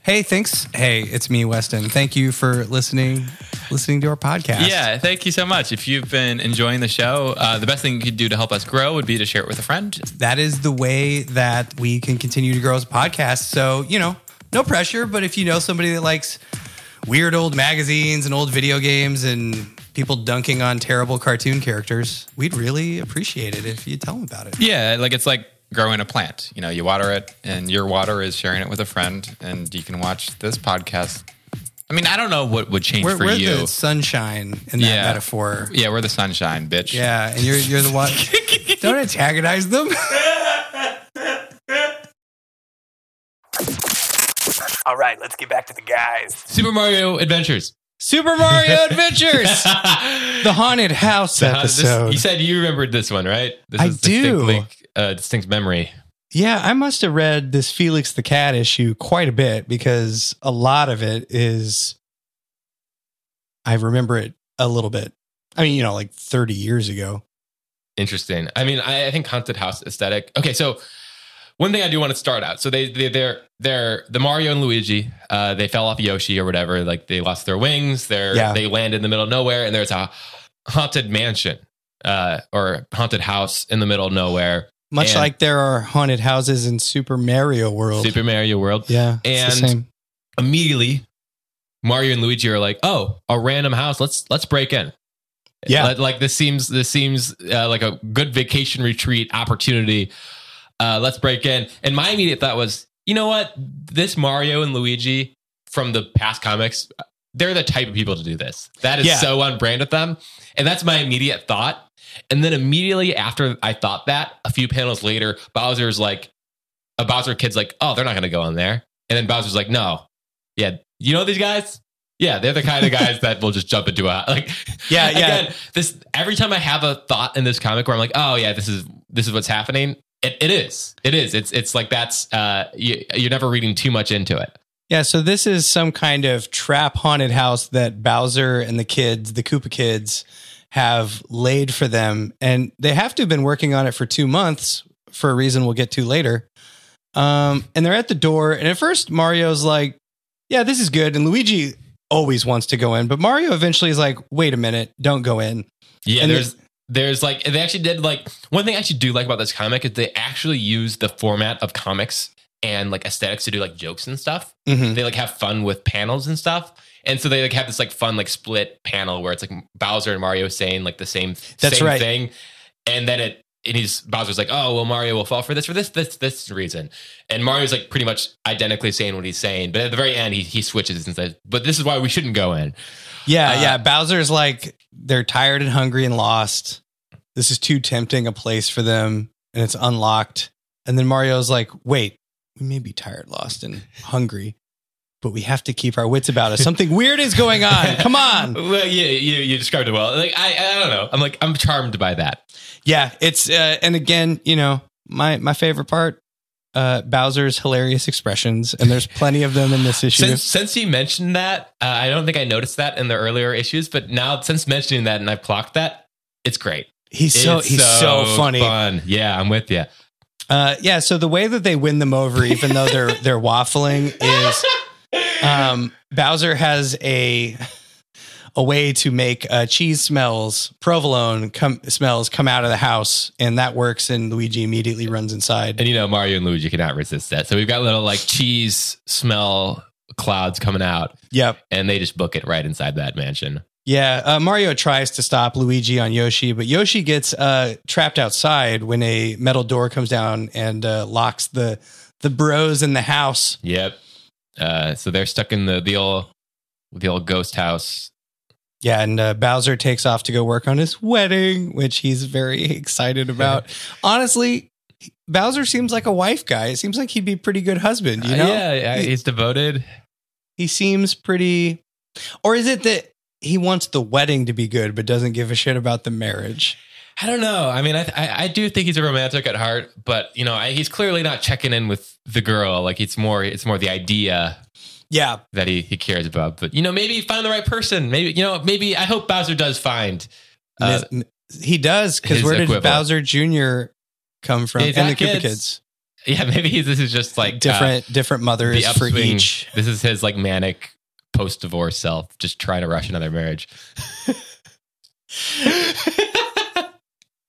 Speaker 1: Hey, thanks. Hey, it's me, Weston. Thank you for listening, listening to our podcast.
Speaker 4: Yeah, thank you so much. If you've been enjoying the show, uh, the best thing you could do to help us grow would be to share it with a friend.
Speaker 1: that is the way that we can continue to grow as a podcast. So, you know, no pressure, but if you know somebody that likes weird old magazines and old video games and people dunking on terrible cartoon characters, we'd really appreciate it if you tell them about it.
Speaker 4: Yeah, like it's like growing a plant. You know, you water it, and your water is sharing it with a friend, and you can watch this podcast. I mean, I don't know what would change
Speaker 1: We're,
Speaker 4: for
Speaker 1: we're
Speaker 4: you.
Speaker 1: the sunshine in that
Speaker 4: Yeah.
Speaker 1: metaphor.
Speaker 4: yeah, we're the sunshine, bitch.
Speaker 1: Yeah, and you're you're the one. Don't antagonize them.
Speaker 3: All right, let's get back to the guys.
Speaker 2: Super Mario Adventures.
Speaker 1: Super Mario Adventures, the haunted house
Speaker 2: Uh, this-
Speaker 1: episode.
Speaker 2: you said you remembered this one, right? This
Speaker 1: I
Speaker 2: distinctly, Uh, distinct memory.
Speaker 1: Yeah, I must have read this Felix the Cat issue quite a bit because a lot of it is I remember it a little bit. I mean, you know, like 30 years ago.
Speaker 2: Interesting. I mean, I, I think haunted house aesthetic. Okay, so one thing I do want to start out. So they they they're they're the Mario and Luigi. Uh, they fell off Yoshi or whatever. Like they lost their wings. They're
Speaker 1: Yeah.
Speaker 2: they land in the middle of nowhere, and there's a haunted mansion uh, or haunted house in the middle of nowhere.
Speaker 1: Much
Speaker 2: And-
Speaker 1: like there are haunted houses in Super Mario World.
Speaker 2: Super Mario World.
Speaker 1: yeah, it's the
Speaker 2: And-
Speaker 1: same.
Speaker 2: immediately Mario and Luigi are like, "Oh, a random house. Let's let's break in."
Speaker 1: Yeah.
Speaker 2: Like- like this seems this seems uh, like a good vacation retreat opportunity. Uh, let's break in. And my immediate thought was, you know what? This Mario and Luigi from the past comics, they're the type of people to do this. That is
Speaker 1: Yeah.
Speaker 2: so on brand with them. And that's my immediate thought. And then immediately after I thought that, a few panels later, Bowser's like, a Bowser kid's like, oh, they're not going to go in there. And then Bowser's like, no, yeah, you know these guys. Yeah, they're the kind of guys that will just jump into a like.
Speaker 1: Yeah, yeah.
Speaker 2: Again, this every time I have a thought in this comic where I'm like, oh yeah, this is this is what's happening. It, it is. It is. It's it's like that's uh you, you're never reading too much into it.
Speaker 1: Yeah, so this is some kind of trap haunted house that Bowser and the kids, the Koopa kids, have laid for them. And they have to have been working on it for two months for a reason we'll get to later. Um, and they're at the door. And at first, Mario's like, Yeah, this is good. And Luigi always wants to go in. But Mario eventually is like, Wait a minute, don't go in.
Speaker 2: Yeah,
Speaker 1: And
Speaker 2: there's there's like they actually did like one thing I actually do like about this comic is they actually use the format of comics and like aesthetics to do like jokes and stuff.
Speaker 1: Mhm.
Speaker 2: they like have fun with panels and stuff. And so they like have this like fun like split panel where it's like Bowser and Mario saying like the same
Speaker 1: That's
Speaker 2: same
Speaker 1: right.
Speaker 2: thing, and then it and he's Bowser's like, oh well, Mario will fall for this for this this this reason, and Mario's like pretty much identically saying what he's saying, but at the very end he he switches and says, but this is why we shouldn't go in.
Speaker 1: Yeah,
Speaker 2: Uh,
Speaker 1: yeah. Bowser's like they're tired and hungry and lost. This is too tempting a place for them, and it's unlocked. And then Mario's like, "Wait, we may be tired, lost, and hungry, but we have to keep our wits about us. Something weird is going on. Come on!"
Speaker 2: Well, yeah, you you described it well. Like I I don't know, I'm like I'm charmed by that.
Speaker 1: Yeah, it's uh, and again, you know, my my favorite part. uh, Bowser's hilarious expressions, and there's plenty of them in this issue.
Speaker 2: Since since you mentioned that, uh, I don't think I noticed that in the earlier issues, but now since mentioning that and I clocked that, it's great.
Speaker 1: he's so
Speaker 2: It's
Speaker 1: he's so, funny.
Speaker 2: Fun. Yeah, I'm with you.
Speaker 1: Uh, yeah. So the way that they win them over, even though they're they're waffling, is um, Bowser has a a way to make uh, cheese smells, provolone come, smells come out of the house, and that works. And Luigi immediately runs inside.
Speaker 2: And you know, Mario and Luigi cannot resist that. So we've got little like cheese smell clouds coming out,
Speaker 1: Yep.
Speaker 2: and they just book it right inside that mansion.
Speaker 1: Yeah, uh, Mario tries to stop Luigi on Yoshi, but Yoshi gets uh, trapped outside when a metal door comes down and uh, locks the the bros in the house.
Speaker 2: Yep. Uh, so they're stuck in the the old the old ghost house.
Speaker 1: Yeah, and uh, Bowser takes off to go work on his wedding, which he's very excited about. Honestly, Bowser seems like a wife guy. It seems like he'd be a pretty good husband. You know,
Speaker 2: Uh, yeah, yeah, he's devoted.
Speaker 1: he seems pretty. Or is it that he wants the wedding to be good, but doesn't give a shit about the marriage?
Speaker 2: I don't know. I mean, I, I I do think he's a romantic at heart, but you know, I, he's clearly not checking in with the girl. Like it's more it's more the idea
Speaker 1: Yeah,
Speaker 2: that he he cares about. But you know, maybe he found the right person. Maybe you know, maybe I hope Bowser does find. Uh,
Speaker 1: Mis- he does because
Speaker 2: his
Speaker 1: where did
Speaker 2: equivalent.
Speaker 1: Bowser Jr. come from?
Speaker 2: He's
Speaker 1: and the
Speaker 2: got
Speaker 1: Koopa
Speaker 2: kids.
Speaker 1: Kids,
Speaker 2: yeah, maybe he's, this is just like uh,
Speaker 1: different different mothers
Speaker 2: the
Speaker 1: for
Speaker 2: upswing.
Speaker 1: each.
Speaker 2: this is his like manic post divorce self, just trying to rush another marriage.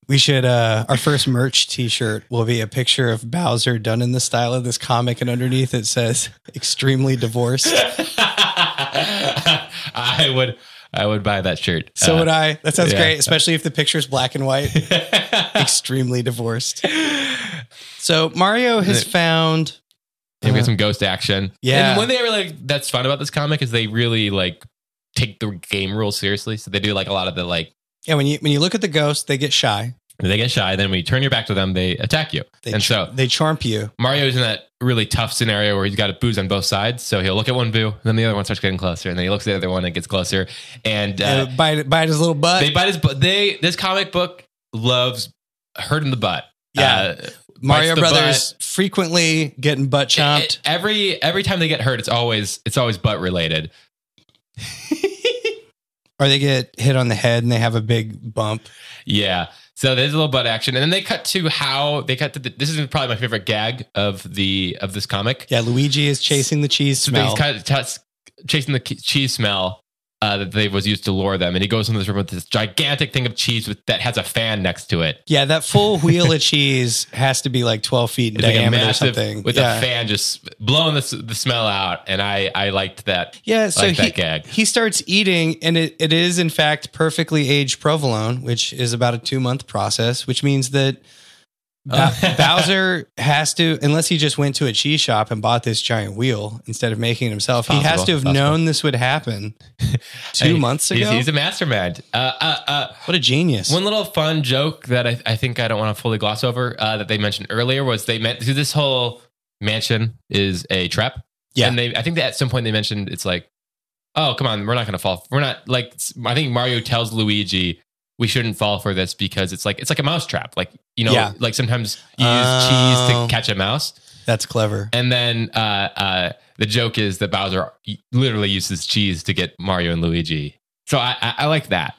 Speaker 1: We should uh our first merch T-shirt will be a picture of Bowser done in the style of this comic, and underneath it says "extremely divorced."
Speaker 2: I would I would buy that shirt.
Speaker 1: So
Speaker 2: Uh,
Speaker 1: would I. That sounds
Speaker 2: yeah.
Speaker 1: great, especially if the picture's black and white. extremely divorced. So Mario has found.
Speaker 2: Yeah, we got some ghost action.
Speaker 1: Yeah.
Speaker 2: And one thing I really like that's fun about this comic is they really like take the game rules seriously. So they do like a lot of the like
Speaker 1: Yeah, when you when you look at the ghost, they get shy.
Speaker 2: they get shy, then when you turn your back to them, they attack you.
Speaker 1: They
Speaker 2: and
Speaker 1: ch-
Speaker 2: so
Speaker 1: they chomp you.
Speaker 2: Mario's in that really tough scenario where he's got a booze on both sides. So he'll look at one boo, and then the other one starts getting closer, and then he looks at the other one and gets closer. And
Speaker 1: Uh,
Speaker 2: uh,
Speaker 1: bite bite his little butt.
Speaker 2: they bite his butt. They this comic book loves hurt in the butt.
Speaker 1: Yeah.
Speaker 2: Uh,
Speaker 1: Mario
Speaker 2: bites the
Speaker 1: Brothers frequently getting butt chomped.
Speaker 2: It- Uh, e, every every time they get hurt, it's always it's always butt related.
Speaker 1: or they get hit on the head and they have a big bump.
Speaker 2: Yeah. So there's a little butt action, and then they cut to how they cut to the, this is probably my favorite gag of the of this comic.
Speaker 1: Yeah, Luigi is chasing the cheese
Speaker 2: So he's
Speaker 1: smell.
Speaker 2: kind of tus- chasing the ke- cheese smell uh, that they was used to lure them, and he goes into this room with this gigantic thing of cheese with, that has a fan next to it.
Speaker 1: yeah, that full wheel of cheese has to be like twelve feet in
Speaker 2: It's
Speaker 1: diameter
Speaker 2: like a
Speaker 1: or
Speaker 2: massive
Speaker 1: something.
Speaker 2: with
Speaker 1: yeah.
Speaker 2: a fan just blowing the, s- the smell out, and I I liked that.
Speaker 1: Yeah, so
Speaker 2: like
Speaker 1: he,
Speaker 2: that gag.
Speaker 1: he starts eating, and it, it is, in fact, perfectly aged provolone, which is about a two month process, which means that Ba-
Speaker 2: Oh.
Speaker 1: Bowser has to, unless he just went to a cheese shop and bought this giant wheel instead of making it himself, he has
Speaker 2: Possible,
Speaker 1: to have
Speaker 2: possible.
Speaker 1: known this would happen two
Speaker 2: Hey,
Speaker 1: months ago.
Speaker 2: He's, he's a mastermind. Uh, uh, uh,
Speaker 1: what a genius.
Speaker 2: One little fun joke that I, I think I don't want to fully gloss over uh, that they mentioned earlier was they meant so this whole mansion is a trap.
Speaker 1: Yeah.
Speaker 2: And they, I think that at some point they mentioned it's like, oh, come on, we're not going to fall. We're not like, I think Mario tells Luigi, we shouldn't fall for this because it's like, it's like a mouse trap. Like, you know,
Speaker 1: Yeah.
Speaker 2: like sometimes you use
Speaker 1: Oh.
Speaker 2: cheese to catch a mouse.
Speaker 1: That's clever.
Speaker 2: And then uh, uh, the joke is that Bowser literally uses cheese to get Mario and Luigi. So I, I, I like that.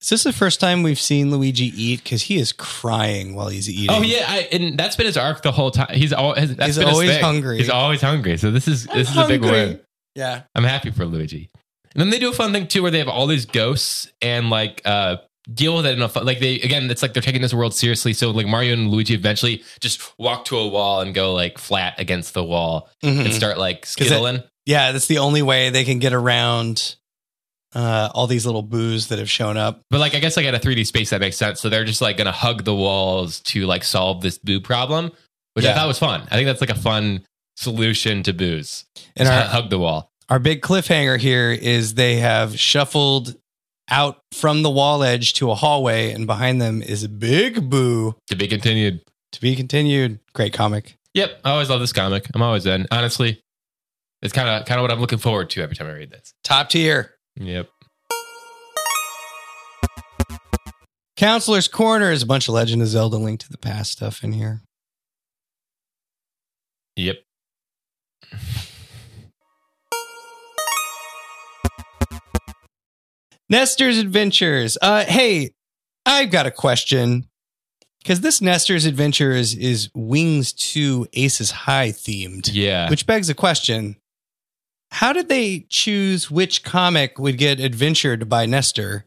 Speaker 1: Is this the first time we've seen Luigi eat? Because he is crying while he's eating.
Speaker 2: Oh yeah, I, and that's been his arc the whole time. He's always that's
Speaker 1: He's
Speaker 2: been his
Speaker 1: always
Speaker 2: thing.
Speaker 1: hungry.
Speaker 2: He's always hungry. So this is this is a big
Speaker 1: hungry.
Speaker 2: win.
Speaker 1: Yeah.
Speaker 2: I'm happy for Luigi. And then they do a fun thing too, where they have all these ghosts and like uh deal with it in a fun. Like they again, it's like they're taking this world seriously. So like Mario and Luigi eventually just walk to a wall and go like flat against the wall and
Speaker 1: Mhm.
Speaker 2: start like
Speaker 1: 'Cause that-
Speaker 2: skittling.
Speaker 1: Yeah, that's the only way they can get around uh, all these little boos that have shown up.
Speaker 2: But like I guess like at a 3D space that makes sense. So they're just like gonna hug the walls to like solve this boo problem, which
Speaker 1: Yeah.
Speaker 2: I thought was fun. I think that's like a fun solution to boos.
Speaker 1: And
Speaker 2: Just
Speaker 1: our,
Speaker 2: hug the wall.
Speaker 1: our big cliffhanger here is they have shuffled out from the wall edge to a hallway, and behind them is a big boo
Speaker 2: To be continued.
Speaker 1: to be continued. Great comic.
Speaker 2: Yep, I always love this comic. I'm always in. Honestly, it's kind of kind of what I'm looking forward to every time I read this.
Speaker 1: Top tier.
Speaker 2: Yep.
Speaker 1: Counselor's Corner is a bunch of Legend of Zelda Link to the Past stuff in here.
Speaker 2: Yep.
Speaker 1: Nestor's Adventures. Uh, hey, I've got a question because this Nestor's Adventures is Wings 2 Aces High themed,
Speaker 2: Yeah.
Speaker 1: which begs a question. How did they choose which comic would get adventured by Nestor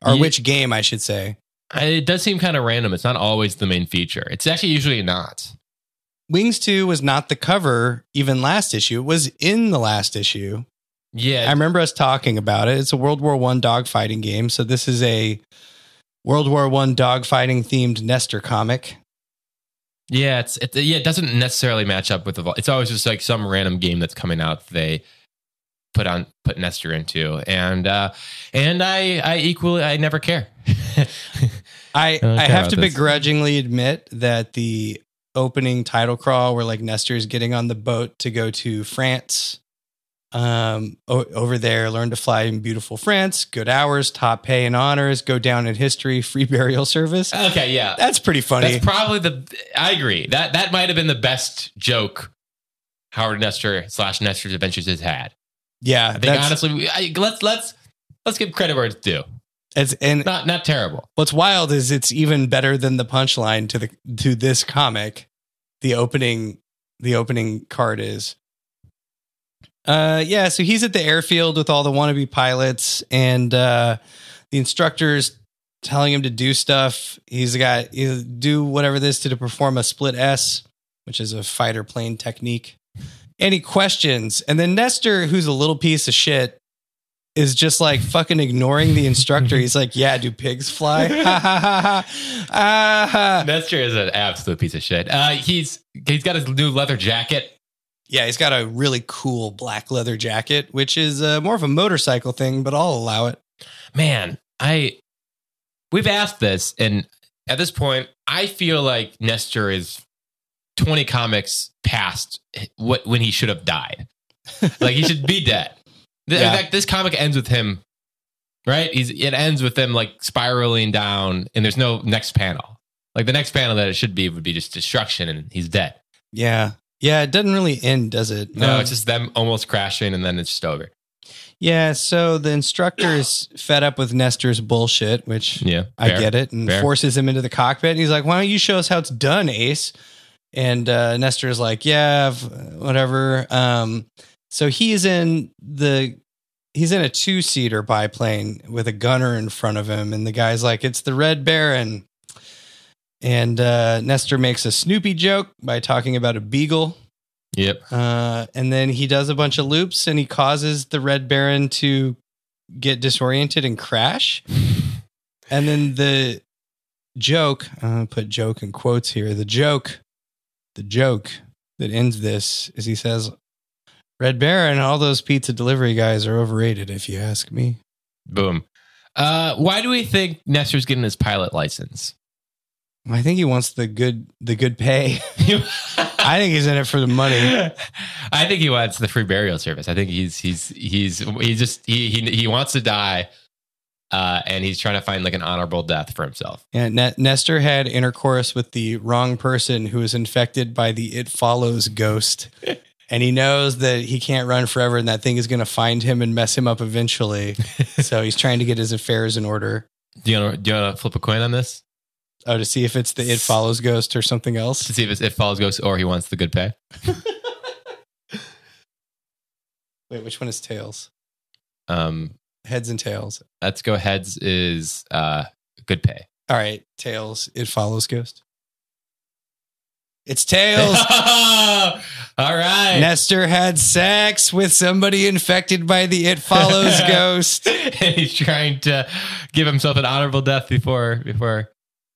Speaker 1: or
Speaker 2: Ye-
Speaker 1: which game, I should say?
Speaker 2: I- it does seem kind of random. It's not always the main feature. It's actually usually not.
Speaker 1: Wings 2 was not the cover even last issue. It was in the last issue. I
Speaker 2: Yeah.
Speaker 1: remember us talking about it. It's a World War One dogfighting game. So this is a World War One dogfighting themed Nestor comic.
Speaker 2: yeah. It's, it, yeah. It doesn't necessarily match up with the. vol- It's always just like some random game that's coming out. that They put on put Nestor into, and uh, and I I equally I never care.
Speaker 1: I,
Speaker 2: don't
Speaker 1: I
Speaker 2: care
Speaker 1: have to
Speaker 2: about this.
Speaker 1: begrudgingly admit that the opening title crawl where like Nestor is getting on the boat to go to France. Um, o- over there, learn to fly in beautiful France, good hours, top pay and honors, go down in history, free burial service.
Speaker 2: okay. Yeah.
Speaker 1: That's pretty funny.
Speaker 2: That's probably the. I agree that that might have been the best joke Howard Nestor slash Nestor's Adventures has had.
Speaker 1: yeah,
Speaker 2: I think
Speaker 1: that's,
Speaker 2: honestly, we- I, let's let's let's give credit where it's due.
Speaker 1: it's, and
Speaker 2: Not not terrible.
Speaker 1: What's wild is it's even better than the punchline to the to this comic. The opening the opening card is. Uh yeah, so he's at the airfield with all the wannabe pilots and uh the instructors telling him to do stuff. He's got he'll do whatever this to, to perform a split S, which is a fighter plane technique. Any questions? And then Nestor, who's a little piece of shit, is just like fucking ignoring the instructor. He's like, "Yeah, do pigs fly?" Ha ha ha ha. Ah, ha.
Speaker 2: Nestor is an absolute piece of shit. Uh, he's he's got his new leather jacket.
Speaker 1: Yeah, he's got a really cool black leather jacket, which is uh, more of a motorcycle thing, but I'll allow it.
Speaker 2: Man, I we've asked this, and at this point, I feel like Nestor is twenty comics past what when he should have died. Like he should be dead. Th-
Speaker 1: Yeah.
Speaker 2: In fact, this comic ends with him. Right, he's it ends with them like spiraling down, and there's no next panel. Like the next panel that it should be would be just destruction, and he's dead.
Speaker 1: Yeah, yeah, it doesn't really end, does it?
Speaker 2: No,
Speaker 1: Um,
Speaker 2: it's just them almost crashing, and then it's just over.
Speaker 1: yeah. So the instructor is fed up with Nestor's bullshit, which
Speaker 2: Yeah,
Speaker 1: I
Speaker 2: fair.
Speaker 1: get it, and
Speaker 2: Fair.
Speaker 1: forces him into the cockpit. And he's like, "Why don't you show us how it's done, Ace?" And uh, Nestor's like, "Yeah, v- whatever." Um, so he's in the he's in a two seater biplane with a gunner in front of him, and the guy's like, "It's the Red Baron." And uh, Nestor makes a Snoopy joke by talking about a beagle.
Speaker 2: Yep.
Speaker 1: Uh, and then he does a bunch of loops and he causes the Red Baron to get disoriented and crash. And then the joke, I'm gonna put joke in quotes here. The joke, the joke that ends this is he says, Red Baron, all those pizza delivery guys are overrated, if you ask me.
Speaker 2: Boom. Uh, why do we think Nestor's getting his pilot license?
Speaker 1: I think he wants the good the good pay. I think he's in it for the money.
Speaker 2: I think he wants the free burial service. I think he's he's he's he just he he he wants to die, uh, and he's trying to find like an honorable death for himself.
Speaker 1: And N- Nestor had intercourse with the wrong person who was infected by the It Follows ghost. and he knows that he can't run forever and that thing is going to find him and mess him up eventually. so he's trying to get his affairs in order.
Speaker 2: Do you want to, do you want to flip a coin on this
Speaker 1: Oh, to see if it's the It Follows ghost or something
Speaker 2: to
Speaker 1: else.
Speaker 2: see if it's, it falls ghost or he wants the good pay?
Speaker 1: Wait, which one is tails?
Speaker 2: Um,
Speaker 1: Heads and tails.
Speaker 2: let's go heads is uh good pay.
Speaker 1: All right, tails. It follows ghost. It's tails.
Speaker 2: All right.
Speaker 1: Nestor had sex with somebody infected by the It Follows ghost.
Speaker 2: and he's trying to give himself an honorable death before before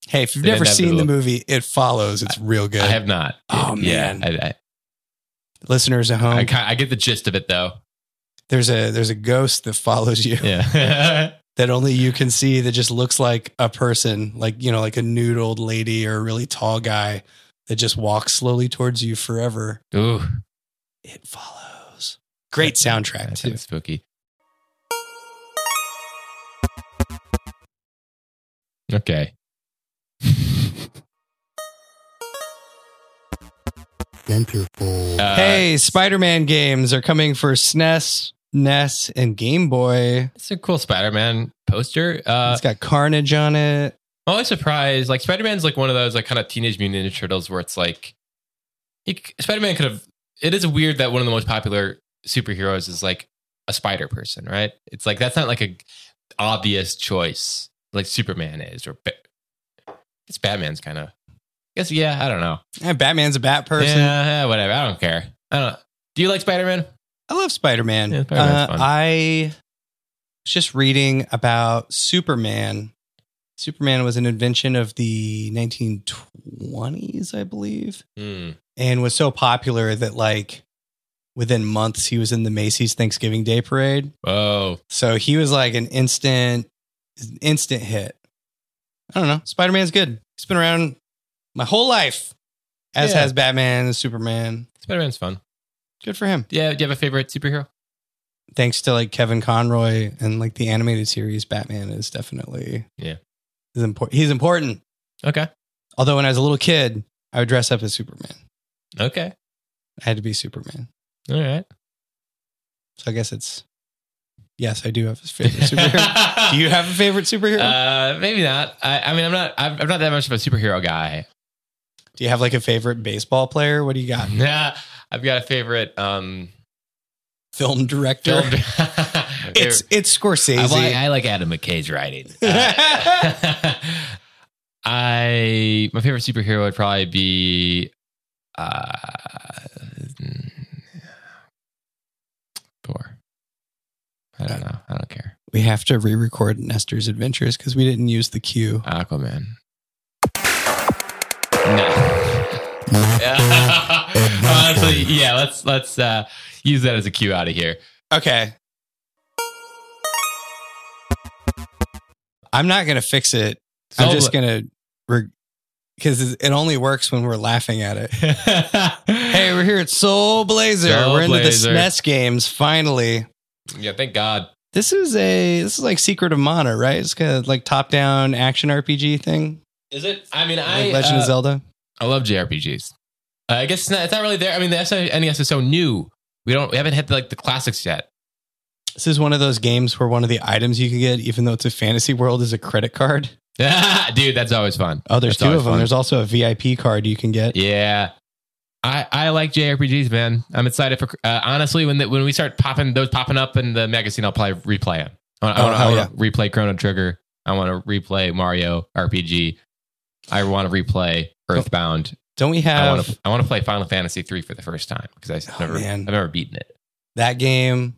Speaker 1: Hey, if you've
Speaker 2: The
Speaker 1: never seen the
Speaker 2: inevitable.
Speaker 1: movie, it follows. It's real good.
Speaker 2: I have not.
Speaker 1: Oh,
Speaker 2: yeah,
Speaker 1: man.
Speaker 2: I,
Speaker 1: Listeners at
Speaker 2: I,
Speaker 1: home,
Speaker 2: I, ki- I get the gist of it though.
Speaker 1: there's a there's a ghost that follows you
Speaker 2: Yeah,
Speaker 1: that only you can see that just looks like a person, like you know, like a nude old lady or a really tall guy that just walks slowly towards you forever.
Speaker 2: ooh,
Speaker 1: It follows. Great soundtrack
Speaker 2: that's
Speaker 1: too.
Speaker 2: spooky. Okay.
Speaker 5: Wonderful.
Speaker 2: uh,
Speaker 1: hey, Spider Man games are coming for E SNES, NES, and Game Boy.
Speaker 2: It's a cool Spider Man poster. Uh,
Speaker 1: it's got Carnage on it.
Speaker 2: I'm always surprised. Like Spider Man's like one of those like kind of teenage mutant ninja turtles where it's like Spider Man could have. It is weird that one of the most popular superheroes is like a spider person, right? It's like that's not like a obvious choice like Superman is or. Ba- it's Batman's kind of. Guess yeah, I don't know.
Speaker 1: Yeah, Batman's a bat person.
Speaker 2: Yeah, yeah, whatever. I don't care. I don't. Do you like Spider Man?
Speaker 1: I love Spider Man.
Speaker 2: Yeah, Spider-Man's fun.
Speaker 1: I was just reading about Superman. Superman was an invention of the 1920s, I believe,
Speaker 2: Hmm,
Speaker 1: and was so popular that, like, within months, he was in the Macy's Thanksgiving Day Parade.
Speaker 2: Oh,
Speaker 1: So he was like an instant, an instant hit. I don't know. Spider Man's good. He's been around my whole life, as
Speaker 2: Yeah.
Speaker 1: has Batman and Superman.
Speaker 2: Spider Man's fun.
Speaker 1: Good for him.
Speaker 2: Yeah. Do you have a favorite superhero?
Speaker 1: Thanks to like Kevin Conroy and like the animated series, Batman is definitely
Speaker 2: Yeah.
Speaker 1: is important. He's important.
Speaker 2: Okay.
Speaker 1: Although when I was a little kid, I would dress up as Superman.
Speaker 2: Okay.
Speaker 1: I had to be Superman.
Speaker 2: All right.
Speaker 1: So I guess it's yes, I do have a favorite superhero. do you have a favorite superhero?
Speaker 2: Uh, maybe not. I, I mean, I'm not. I'm, I'm not that much of a superhero guy.
Speaker 1: do you have like a favorite baseball player? What do you got?
Speaker 2: Nah, I've got a favorite um
Speaker 1: Film director.
Speaker 2: film.
Speaker 1: It's it's Scorsese.
Speaker 2: I, like- I like Adam McKay's writing. Uh, I my favorite superhero would probably be. Uh, Thor. I don't know. I don't care.
Speaker 1: we have to re-record Nestor's Adventures because we didn't use the cue.
Speaker 2: Aquaman. No. Honestly, yeah. Let's let's uh, use that as a cue out of here.
Speaker 1: Okay. I'm not gonna fix it. I'm
Speaker 2: So-
Speaker 1: just gonna because it only works when we're laughing at it. Hey, we're here at Soul Blazer.
Speaker 2: Soul
Speaker 1: we're into
Speaker 2: Blazer.
Speaker 1: the SNES games finally.
Speaker 2: yeah. Thank God.
Speaker 1: This is a this is like Secret of Mana, right? It's kind of like top down action RPG thing,
Speaker 2: Is it? I mean,
Speaker 1: like
Speaker 2: I
Speaker 1: Legend
Speaker 2: uh,
Speaker 1: of Zelda.
Speaker 2: I love JRPGs. Uh, I guess it's not, it's not really there. I mean, the SNES is so new. We don't. We haven't hit like the classics yet.
Speaker 1: This is one of those games where one of the items you can get, even though it's a fantasy world, is a credit card.
Speaker 2: Dude, that's always fun.
Speaker 1: Oh, there's
Speaker 2: That's
Speaker 1: two
Speaker 2: always
Speaker 1: of them.
Speaker 2: fun.
Speaker 1: There's also a VIP card you can get.
Speaker 2: Yeah. I, I like JRPGs, man. I'm excited for uh, honestly when the, when we start popping those popping up in the magazine, I'll probably replay them. I
Speaker 1: Oh,
Speaker 2: want, I
Speaker 1: hell
Speaker 2: want to replay Chrono Trigger. I want to replay Mario RPG. I want to replay Earthbound.
Speaker 1: Don't we
Speaker 2: I
Speaker 1: have
Speaker 2: want to I want to play Final Fantasy three for the first time because I've
Speaker 1: Oh,
Speaker 2: never
Speaker 1: man.
Speaker 2: I've never beaten it.
Speaker 1: that game?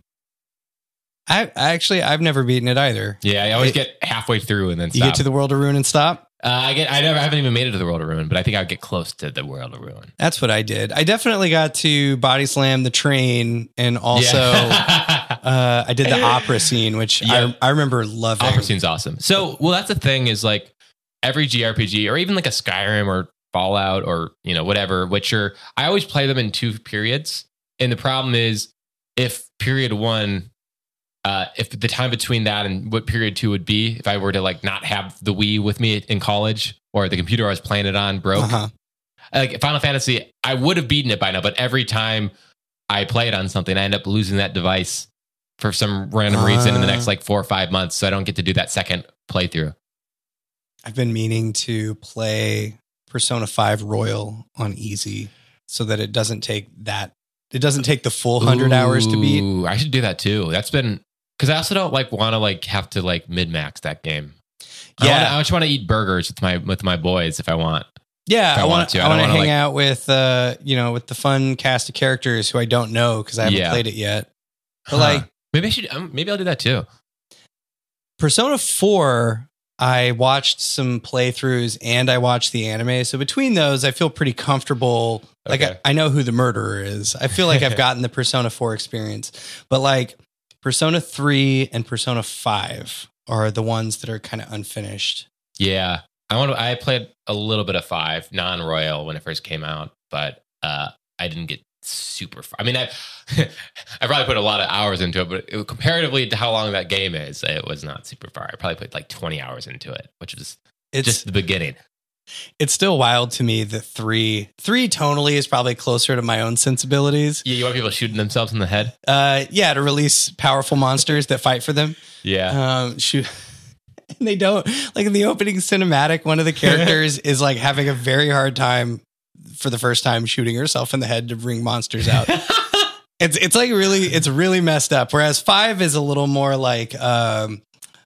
Speaker 1: I, I actually I've never beaten it either.
Speaker 2: Yeah, I always
Speaker 1: It-
Speaker 2: get halfway through and then
Speaker 1: You
Speaker 2: stop.
Speaker 1: get to the world of ruin and stop.
Speaker 2: uh, I get I never I haven't even made it to the World of Ruin, but I think I would get close to the World of Ruin.
Speaker 1: That's what I did. I definitely got to body slam the train and also
Speaker 2: Yeah.
Speaker 1: uh, I did the opera scene, which
Speaker 2: Yeah.
Speaker 1: I, I remember loving.
Speaker 2: Opera scene's awesome. So, well, that's the thing is like every JRPG or even like a Skyrim or Fallout or you know whatever Witcher, I always play them in two periods. And the problem is if period one, uh, if the time between that and what period two would be, if I were to like not have the Wii with me in college or the computer I was playing it on broke,
Speaker 1: Uh-huh.
Speaker 2: like Final Fantasy, I would have beaten it by now, but every time I play it on something, I end up losing that device for some random reason in the
Speaker 1: Ah.
Speaker 2: next like four or five months. So I don't get to do that second playthrough.
Speaker 1: I've been meaning to play Persona 5 Royal on easy so that it doesn't take that it doesn't take the full 100 hours to beat.
Speaker 2: Ooh, I should do that too. That's been because I also don't like want to like have to like mid max that game. I
Speaker 1: Yeah.
Speaker 2: wanna- I just want to eat burgers with my with my boys if I want.
Speaker 1: Yeah,
Speaker 2: if I
Speaker 1: I
Speaker 2: wanted
Speaker 1: want
Speaker 2: to.
Speaker 1: to
Speaker 2: I
Speaker 1: I
Speaker 2: don't
Speaker 1: want to
Speaker 2: wanna,
Speaker 1: hang
Speaker 2: like-
Speaker 1: out with uh, you know, with the fun cast of characters who I don't know cuz I haven't
Speaker 2: Yeah.
Speaker 1: played it yet. But
Speaker 2: Huh.
Speaker 1: like
Speaker 2: maybe I should. Um, maybe I'll do that too.
Speaker 1: Persona 4, I watched some playthroughs and I watched the anime. So between those, I feel pretty comfortable. Like
Speaker 2: Okay.
Speaker 1: I, I know who the murderer is. I feel like I've gotten the Persona 4 experience. But like Persona 3 and Persona 5 are the ones that are kind of unfinished.
Speaker 2: Yeah, I want to. I played a little bit of five non royal when it first came out, but uh, I didn't get super. Far. I mean, I I probably put a lot of hours into it, but it, comparatively to how long that game is, it was not super far. I probably put like twenty hours into it, which is
Speaker 1: It's
Speaker 2: just the beginning.
Speaker 1: It's still wild to me that three three tonally is probably closer to my own sensibilities.
Speaker 2: Yeah, you want people shooting themselves in the head?
Speaker 1: Uh, yeah, to release powerful monsters that fight for them.
Speaker 2: Yeah.
Speaker 1: Um, shoot. And they don't like in the opening cinematic. One of the characters is like having a very hard time for the first time shooting herself in the head to bring monsters out. it's it's like really it's really messed up. Whereas five is a little more like um,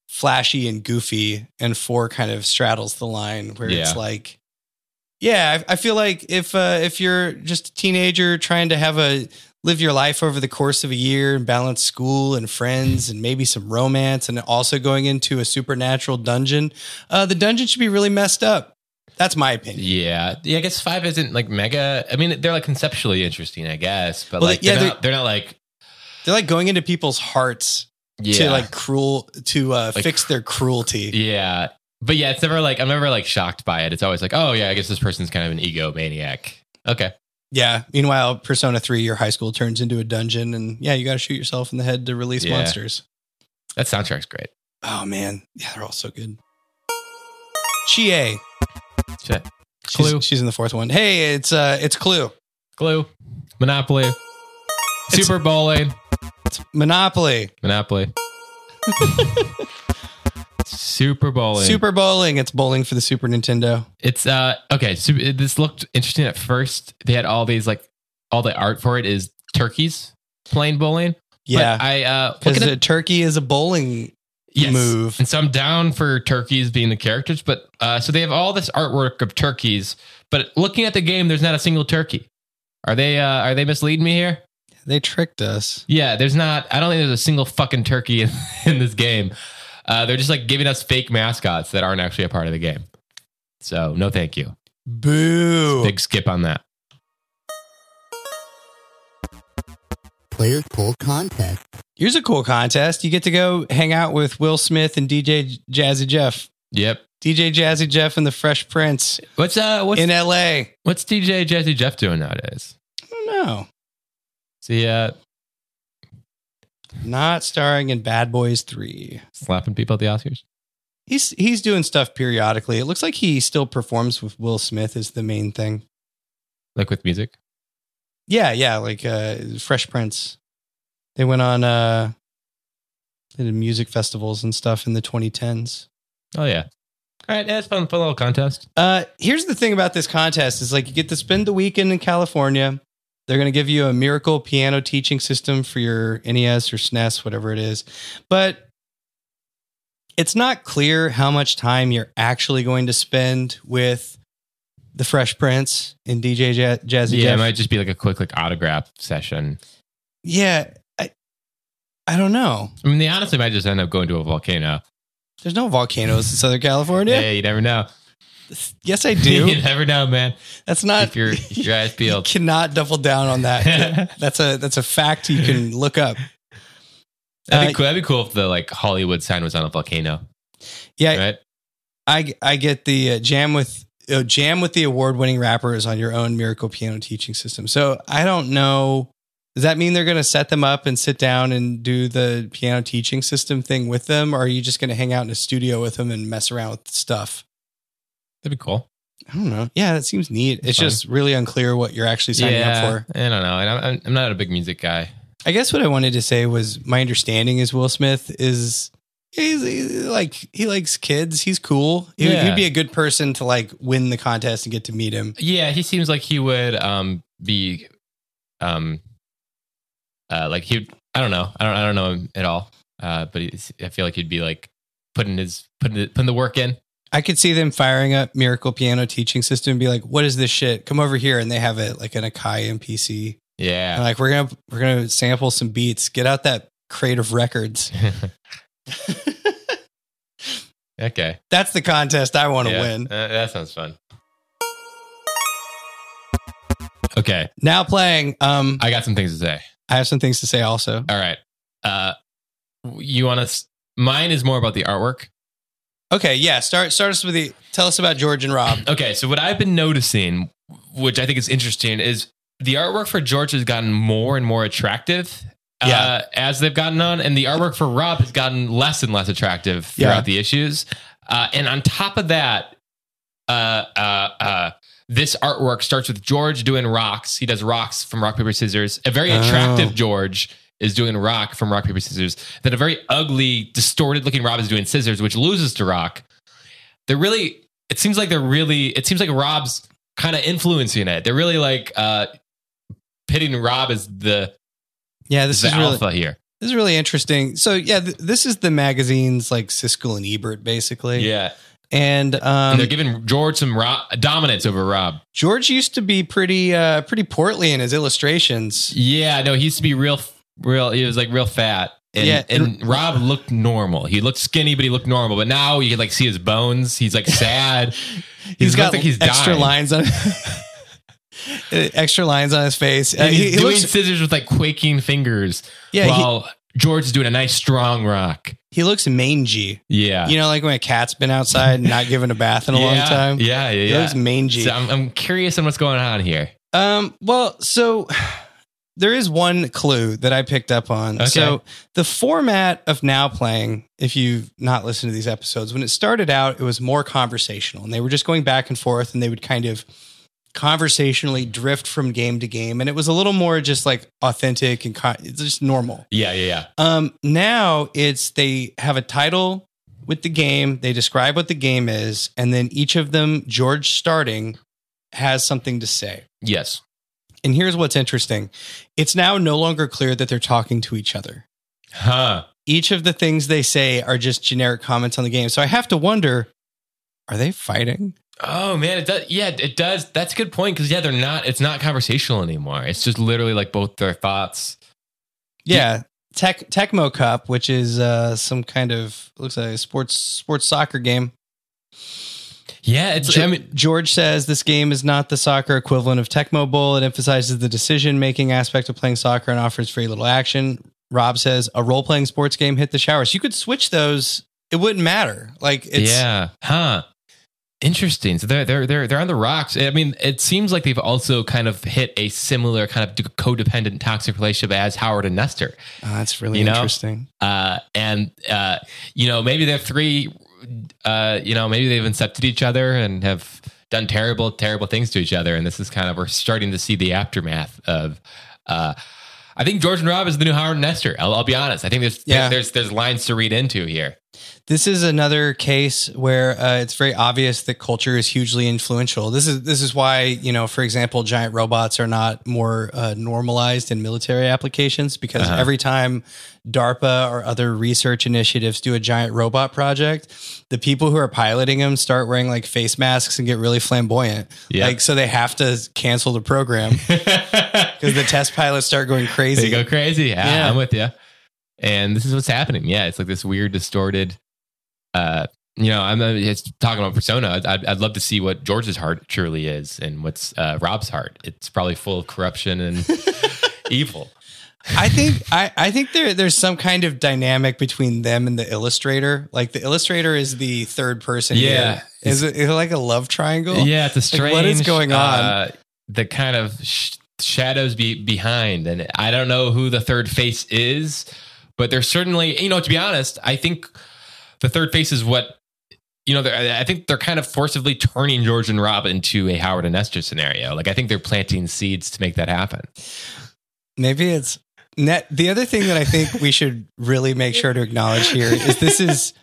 Speaker 1: flashy and goofy, and four kind of straddles the line where
Speaker 2: Yeah.
Speaker 1: it's like, yeah, I, I feel like if uh, if you're just a teenager trying to have a live your life over the course of a year and balance school and friends and maybe some romance and also going into a supernatural dungeon, uh, the dungeon should be really messed up. That's my opinion.
Speaker 2: yeah. Yeah, I guess five isn't like mega. I mean, they're like conceptually interesting, I guess, but
Speaker 1: Well,
Speaker 2: like,
Speaker 1: yeah,
Speaker 2: they're,
Speaker 1: they're-
Speaker 2: not, they're not like,
Speaker 1: They're like going into people's hearts
Speaker 2: yeah.
Speaker 1: to like cruel to uh,
Speaker 2: Like
Speaker 1: fix their cruelty.
Speaker 2: yeah. But yeah, it's never like, I'm never like shocked by it. It's always like, oh, yeah, I guess this person's kind of an egomaniac. Okay.
Speaker 1: Yeah. Meanwhile, Persona Three, your high school turns into a dungeon, and yeah, you got to shoot yourself in the head to release
Speaker 2: Yeah.
Speaker 1: monsters.
Speaker 2: That soundtrack's great.
Speaker 1: Oh man, yeah, they're all so good. Chie,
Speaker 2: Shit.
Speaker 1: she's,
Speaker 2: Clue.
Speaker 1: she's in the fourth one. Hey, it's uh, it's Clue.
Speaker 2: Glue. Monopoly.
Speaker 1: It's-
Speaker 2: Super Bowling.
Speaker 1: It's Monopoly,
Speaker 2: Monopoly. Super Bowling.
Speaker 1: Super Bowling. It's bowling for the Super Nintendo.
Speaker 2: It's uh okay. So it- this looked interesting at first. They had all these like all the art for it is turkeys playing bowling.
Speaker 1: Yeah,
Speaker 2: but I uh
Speaker 1: because
Speaker 2: looking
Speaker 1: a
Speaker 2: at
Speaker 1: turkey is a bowling move.
Speaker 2: And so I'm down for turkeys being the characters, but uh so they have all this artwork of turkeys, but looking at the game, there's not a single turkey. Are they uh are they misleading me here?
Speaker 1: They tricked us.
Speaker 2: Yeah, there's not. I don't think there's a single fucking turkey in, in this game. Uh, they're just like giving us fake mascots that aren't actually a part of the game. So no, thank you.
Speaker 1: Boo.
Speaker 2: Big skip on that.
Speaker 5: Players Poll Contest.
Speaker 1: Here's a cool contest. You get to go hang out with Will Smith and DJ Jazzy Jeff.
Speaker 2: Yep.
Speaker 1: DJ Jazzy Jeff and the Fresh Prince
Speaker 2: What's uh what's
Speaker 1: in LA.
Speaker 2: what's DJ Jazzy Jeff doing nowadays?
Speaker 1: I don't know.
Speaker 2: See, uh,
Speaker 1: Not starring in Bad Boys 3.
Speaker 2: slapping people at the Oscars.
Speaker 1: He's he's doing stuff periodically. It looks like he still performs with Will Smith is the main thing.
Speaker 2: Like with music.
Speaker 1: Yeah, yeah, like uh Fresh Prince. They went on uh they did music festivals and stuff in the 2010s.
Speaker 2: Oh yeah. All right, that's fun. Fun little contest.
Speaker 1: Uh, here's the thing about this contest is like you get to spend the weekend in California. They're going to give you a miracle piano teaching system for your NES or SNES, whatever it is. But it's not clear how much time you're actually going to spend with the Fresh Prince and DJ Ja- Jazzy
Speaker 2: yeah,
Speaker 1: Jeff.
Speaker 2: it might just be like a quick like autograph session.
Speaker 1: yeah, I, I don't know.
Speaker 2: I mean, they honestly might just end up going to a volcano.
Speaker 1: There's no volcanoes in Southern California.
Speaker 2: Hey, you never know.
Speaker 1: Yes, I do. Uh,
Speaker 2: you never know, man.
Speaker 1: That's not
Speaker 2: If your if your eyes
Speaker 1: you
Speaker 2: peeled.
Speaker 1: cannot double down on that.
Speaker 2: I
Speaker 1: That's a that's a fact you can look up.
Speaker 2: That'd
Speaker 1: Uh,
Speaker 2: be cool. That'd be cool if the like Hollywood sign was on a volcano,
Speaker 1: Yeah,
Speaker 2: right?
Speaker 1: I I get the uh, jam with uh, jam with the award winning rappers on your own miracle piano teaching system. So I don't know. Does that mean they're going to set them up and sit down and do the piano teaching system thing with them, or are you just going to hang out in a studio with them and mess around with stuff?
Speaker 2: That'd be cool.
Speaker 1: I don't know. Yeah, that seems neat. It's
Speaker 2: Fun.
Speaker 1: just really unclear what you're actually signing up for.
Speaker 2: I don't know. And I'm- I'm, I'm not a big music guy.
Speaker 1: I guess what I wanted to say was my understanding is Will Smith is he's, he's like he likes kids. He's cool. He,
Speaker 2: Yeah.
Speaker 1: He'd be a good person to like win the contest and get to meet him.
Speaker 2: Yeah, he seems like he would um be um uh like he would- I don't know. I don't I don't know him at all. Uh but he's, I feel like he'd be like putting his putting the, putting the work in.
Speaker 1: I could see them firing up Miracle Piano Teaching System and be like, "What is this shit? Come over here!" And they have it like an Akai MPC. And
Speaker 2: Yeah.
Speaker 1: like we're gonna we're gonna sample some beats. Get out that crate of records.
Speaker 2: okay.
Speaker 1: That's the contest I want to
Speaker 2: Yeah.
Speaker 1: win.
Speaker 2: Uh, that sounds fun. Okay.
Speaker 1: Now playing. Um,
Speaker 2: I got some things to say.
Speaker 1: I have some things to say also.
Speaker 2: All right. Uh you want to mine is more about the artwork.
Speaker 1: Okay, yeah. Start start us with the tell us about George and Rob.
Speaker 2: Okay, so what I've been noticing, which I think is interesting, is the artwork for George has gotten more and more attractive.
Speaker 1: Yeah.
Speaker 2: Uh, as they've gotten on, and the artwork for Rob has gotten less and less attractive
Speaker 1: Yeah.
Speaker 2: throughout the issues. Uh, and on top of that, uh, uh, uh, uh, this artwork starts with George doing rocks. He does rocks from Rock Paper Scissors. A very attractive
Speaker 1: Oh.
Speaker 2: George is doing rock from Rock Paper Scissors. Then a very ugly, distorted looking Rob is doing scissors, which loses to Rock. They're really. It seems like they're really. It seems like Rob's kind of influencing it. They're really like uh, pitting Rob as the,
Speaker 1: Yeah, this
Speaker 2: the
Speaker 1: is really
Speaker 2: alpha here.
Speaker 1: this is really interesting. So yeah, th- this is the magazine's like Siskel and Ebert basically.
Speaker 2: Yeah,
Speaker 1: and
Speaker 2: and
Speaker 1: um,
Speaker 2: they're giving George some ro- dominance over Rob.
Speaker 1: George used to be pretty uh, pretty portly in his illustrations.
Speaker 2: Yeah, no, he used to be real, real. He was like real fat, and
Speaker 1: Yeah.
Speaker 2: and Rob looked normal. He looked skinny, but he looked normal. But now you can like see his bones. He's like sad.
Speaker 1: he's
Speaker 2: looks
Speaker 1: got
Speaker 2: like
Speaker 1: extra
Speaker 2: dying.
Speaker 1: lines on extra lines on his face. Uh,
Speaker 2: And
Speaker 1: he,
Speaker 2: he's
Speaker 1: he
Speaker 2: doing
Speaker 1: looks
Speaker 2: scissors with like quaking fingers.
Speaker 1: yeah he,
Speaker 2: while George is doing a nice strong rock.
Speaker 1: he looks mangy.
Speaker 2: Yeah,
Speaker 1: You know, like when a cat's been outside and not given a bath in a long
Speaker 2: Yeah,
Speaker 1: time.
Speaker 2: Yeah, yeah,
Speaker 1: he
Speaker 2: yeah.
Speaker 1: looks mangy.
Speaker 2: So I'm, I'm curious on what's going on here.
Speaker 1: Um, well, so there is one clue that I picked up on.
Speaker 2: Okay.
Speaker 1: So the format of now playing, if you've not listened to these episodes, when it started out, it was more conversational and they were just going back and forth and they would kind of conversationally drift from game to game. And it was a little more just like authentic and con- it's just normal.
Speaker 2: Yeah, yeah, yeah.
Speaker 1: Um, now it's they have a title with the game, they describe what the game is, and then each of them, George starting, has something to say.
Speaker 2: Yes.
Speaker 1: And here's what's interesting it's now no longer clear that they're talking to each other.
Speaker 2: Huh.
Speaker 1: Each of the things they say are just generic comments on the game. So I have to wonder are they fighting?
Speaker 2: Oh man, it does. Yeah, it does. That's a good point because yeah, they're not. It's not conversational anymore. It's just literally like both their thoughts.
Speaker 1: Yeah. Tec- Tecmo Cup, which is uh, some kind of looks like a sports sports soccer game.
Speaker 2: Yeah, it's. I mean,
Speaker 1: George says this game is not the soccer equivalent of Tecmo Bowl. It emphasizes the decision making aspect of playing soccer and offers very little action. Rob says a role playing sports game hit the showers. You could switch those; it wouldn't matter. Like it's
Speaker 2: yeah, huh? Interesting. So they're they're they're they're on the rocks. I mean, it seems like they've also kind of hit a similar kind of codependent toxic relationship as Howard and Nestor.
Speaker 1: Oh, that's really
Speaker 2: You know?
Speaker 1: interesting.
Speaker 2: Uh, and uh, you know, maybe they're three. Uh, you know, maybe they've incepted each other and have done terrible, terrible things to each other. And this is kind of we're starting to see the aftermath of. Uh, I think George and Rob is the new Howard and Nestor. I'll, I'll be honest. I think there's
Speaker 1: Yeah.
Speaker 2: there's there's lines to read into here.
Speaker 1: This is another case where uh, it's very obvious that culture is hugely influential. This is this is why you know, for example, giant robots are not more uh, normalized in military applications because
Speaker 2: Uh-huh.
Speaker 1: every time DARPA or other research initiatives do a giant robot project, the people who are piloting them start wearing like face masks and get really flamboyant.
Speaker 2: Yeah.
Speaker 1: Like so, they have to cancel the program because the test pilots start going
Speaker 2: They
Speaker 1: crazy.
Speaker 2: go crazy. Yeah,
Speaker 1: Yeah.
Speaker 2: I'm with you. And this is what's happening. Yeah, it's like this weird, distorted. uh You know, I'm uh, it's talking about persona. I'd, I'd love to see what George's heart truly is and what's uh, Rob's heart. It's probably full of corruption and evil.
Speaker 1: I think I, I think there there's some kind of dynamic between them and the illustrator. Like the illustrator is the third person.
Speaker 2: Yeah.
Speaker 1: here. is it, is it like a love triangle?
Speaker 2: Yeah, it's a
Speaker 1: Like,
Speaker 2: strange.
Speaker 1: what is going on?
Speaker 2: Uh, the kind of sh- shadows be- behind, and I don't know who the third face is, but there's certainly, you know, to be honest, I think the third face is what. You know, they're- I I think they're kind of forcibly turning George and Rob into a Howard and Esther scenario. Like, I think they're planting seeds to make that happen.
Speaker 1: Maybe it's net. The other thing that I think we should really make sure to acknowledge here is this is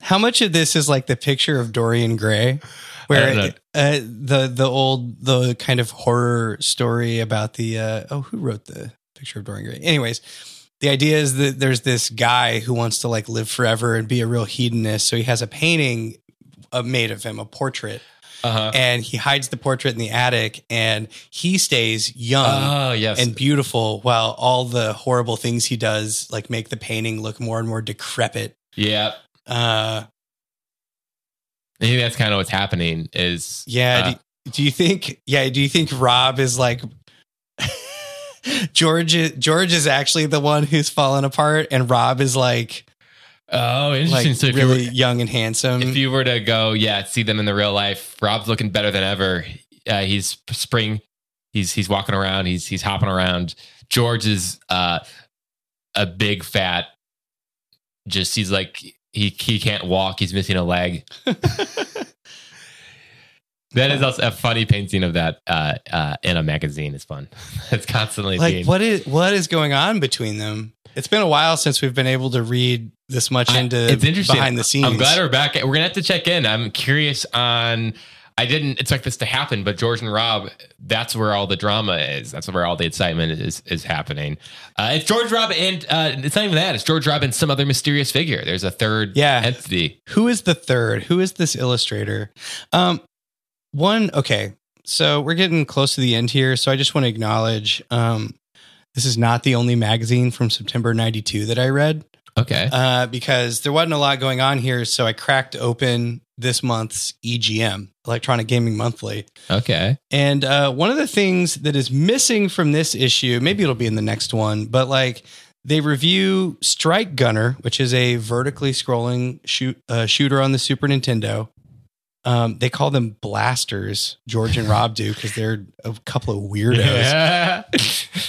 Speaker 1: how much of this is like the picture of Dorian Gray,
Speaker 2: I don't
Speaker 1: where
Speaker 2: know.
Speaker 1: uh, the the old the kind of horror story about the uh, oh who wrote the picture of Dorian Gray? Anyways. The idea is that there's this guy who wants to like live forever and be a real hedonist. So he has a painting uh, made of him, a portrait,
Speaker 2: Uh-huh.
Speaker 1: and he hides the portrait in the attic and he stays young
Speaker 2: Oh, yes.
Speaker 1: and beautiful while all the horrible things he does like make the painting look more and more decrepit
Speaker 2: yeah.
Speaker 1: uh
Speaker 2: I think that's kind of what's happening is
Speaker 1: yeah
Speaker 2: Uh.
Speaker 1: do, do you think yeah do you think rob is like george is, george is actually the one who's fallen apart and rob is like
Speaker 2: oh
Speaker 1: like
Speaker 2: interesting. so if you were-
Speaker 1: really young and handsome
Speaker 2: if you were to go, yeah, see them in the real life, Rob's looking better than ever. Uh, he's spring. He's he's walking around. He's he's hopping around. George is uh, a big fat. Just he's like he he can't walk. He's missing a leg. That is also a funny painting of that uh, uh, in a magazine. Is fun. It's constantly
Speaker 1: Like
Speaker 2: being,
Speaker 1: what is what is going on between them? It's been a while since we've been able to read this much
Speaker 2: I-
Speaker 1: into behind the scenes.
Speaker 2: I'm glad we're back. We're gonna have to check in. I'm curious on. I didn't expect this to happen, but George and Rob, that's where all the drama is. That's where all the excitement is is happening. Uh, it's George Rob, and uh, it's not even that. It's George Rob and some other mysterious figure. There's a third
Speaker 1: Yeah.
Speaker 2: entity.
Speaker 1: Who is the third? Who is this illustrator? Um, one. Okay, so we're getting close to the end here. So I just want to acknowledge um, this is not the only magazine from September '92 that I read
Speaker 2: Okay.
Speaker 1: uh, because there wasn't a lot going on here. So I cracked open this month's EGM, Electronic Gaming Monthly,
Speaker 2: Okay.
Speaker 1: and uh, one of the things that is missing from this issue, maybe it'll be in the next one, but like they review Strike Gunner, which is a vertically scrolling shoot, uh, shooter on the Super Nintendo. Um, they call them blasters, George and Rob do, because they're a couple of weirdos.
Speaker 2: Yeah.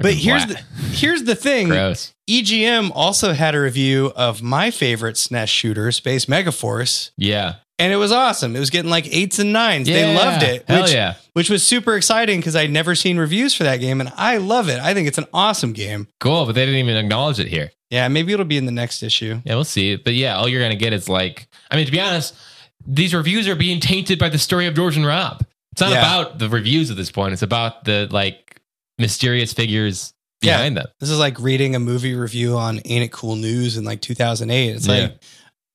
Speaker 1: But
Speaker 2: Fucking
Speaker 1: here's the,
Speaker 2: black.
Speaker 1: here's the thing
Speaker 2: gross.
Speaker 1: EGM also had a review of my favorite SNES shooter, Space Megaforce,
Speaker 2: Yeah.
Speaker 1: and it was awesome. It was getting like eights and nines. They
Speaker 2: Yeah.
Speaker 1: loved it.
Speaker 2: Hell
Speaker 1: which
Speaker 2: yeah.
Speaker 1: which was super exciting because I'd never seen reviews for that game and I love it. I think it's an awesome game.
Speaker 2: Cool. But they didn't even acknowledge it here.
Speaker 1: Yeah, maybe it'll be in the next issue.
Speaker 2: Yeah, we'll see. But yeah, all you're gonna get is like, I mean, to be honest, these reviews are being tainted by the story of George and Rob. It's not
Speaker 1: Yeah.
Speaker 2: about the reviews at this point. It's about the like mysterious figures
Speaker 1: Yeah.
Speaker 2: behind them.
Speaker 1: This is like reading a movie review on Ain't It Cool News in like 2008. It's
Speaker 2: Yeah.
Speaker 1: like,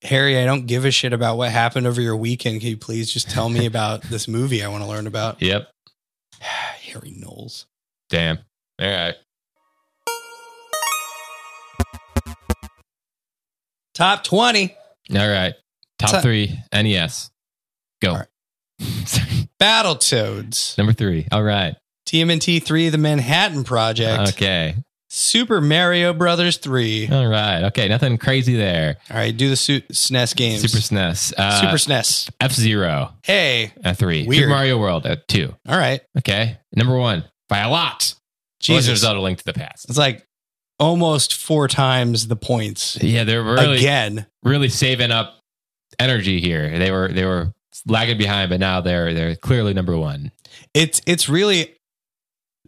Speaker 1: Harry, I don't give a shit about what happened over your weekend. Can you please just tell me about this movie I want to learn about?
Speaker 2: Yep.
Speaker 1: Harry Knowles.
Speaker 2: Damn. All right.
Speaker 1: Top 20
Speaker 2: All right. Top
Speaker 1: So-
Speaker 2: three NES. Go.
Speaker 1: All Battletoads,
Speaker 2: Number three. All right.
Speaker 1: TMNT 3, The Manhattan Project,
Speaker 2: Okay.
Speaker 1: Super Mario Brothers 3.
Speaker 2: All right. Okay. Nothing crazy there.
Speaker 1: All right, do the su- SNES games.
Speaker 2: Super SNES. Uh,
Speaker 1: Super SNES.
Speaker 2: F Zero.
Speaker 1: Hey,
Speaker 2: At three.
Speaker 1: Weird.
Speaker 2: Super Mario World. At two.
Speaker 1: all right.
Speaker 2: Okay. Number one by a lot. Legend of
Speaker 1: Jesus.
Speaker 2: Zelda: Link to the Past.
Speaker 1: It's like almost four times the points
Speaker 2: Yeah, they're really
Speaker 1: again.
Speaker 2: really saving up energy here. They were they were lagging behind, but now they're they're clearly number one.
Speaker 1: It's it's really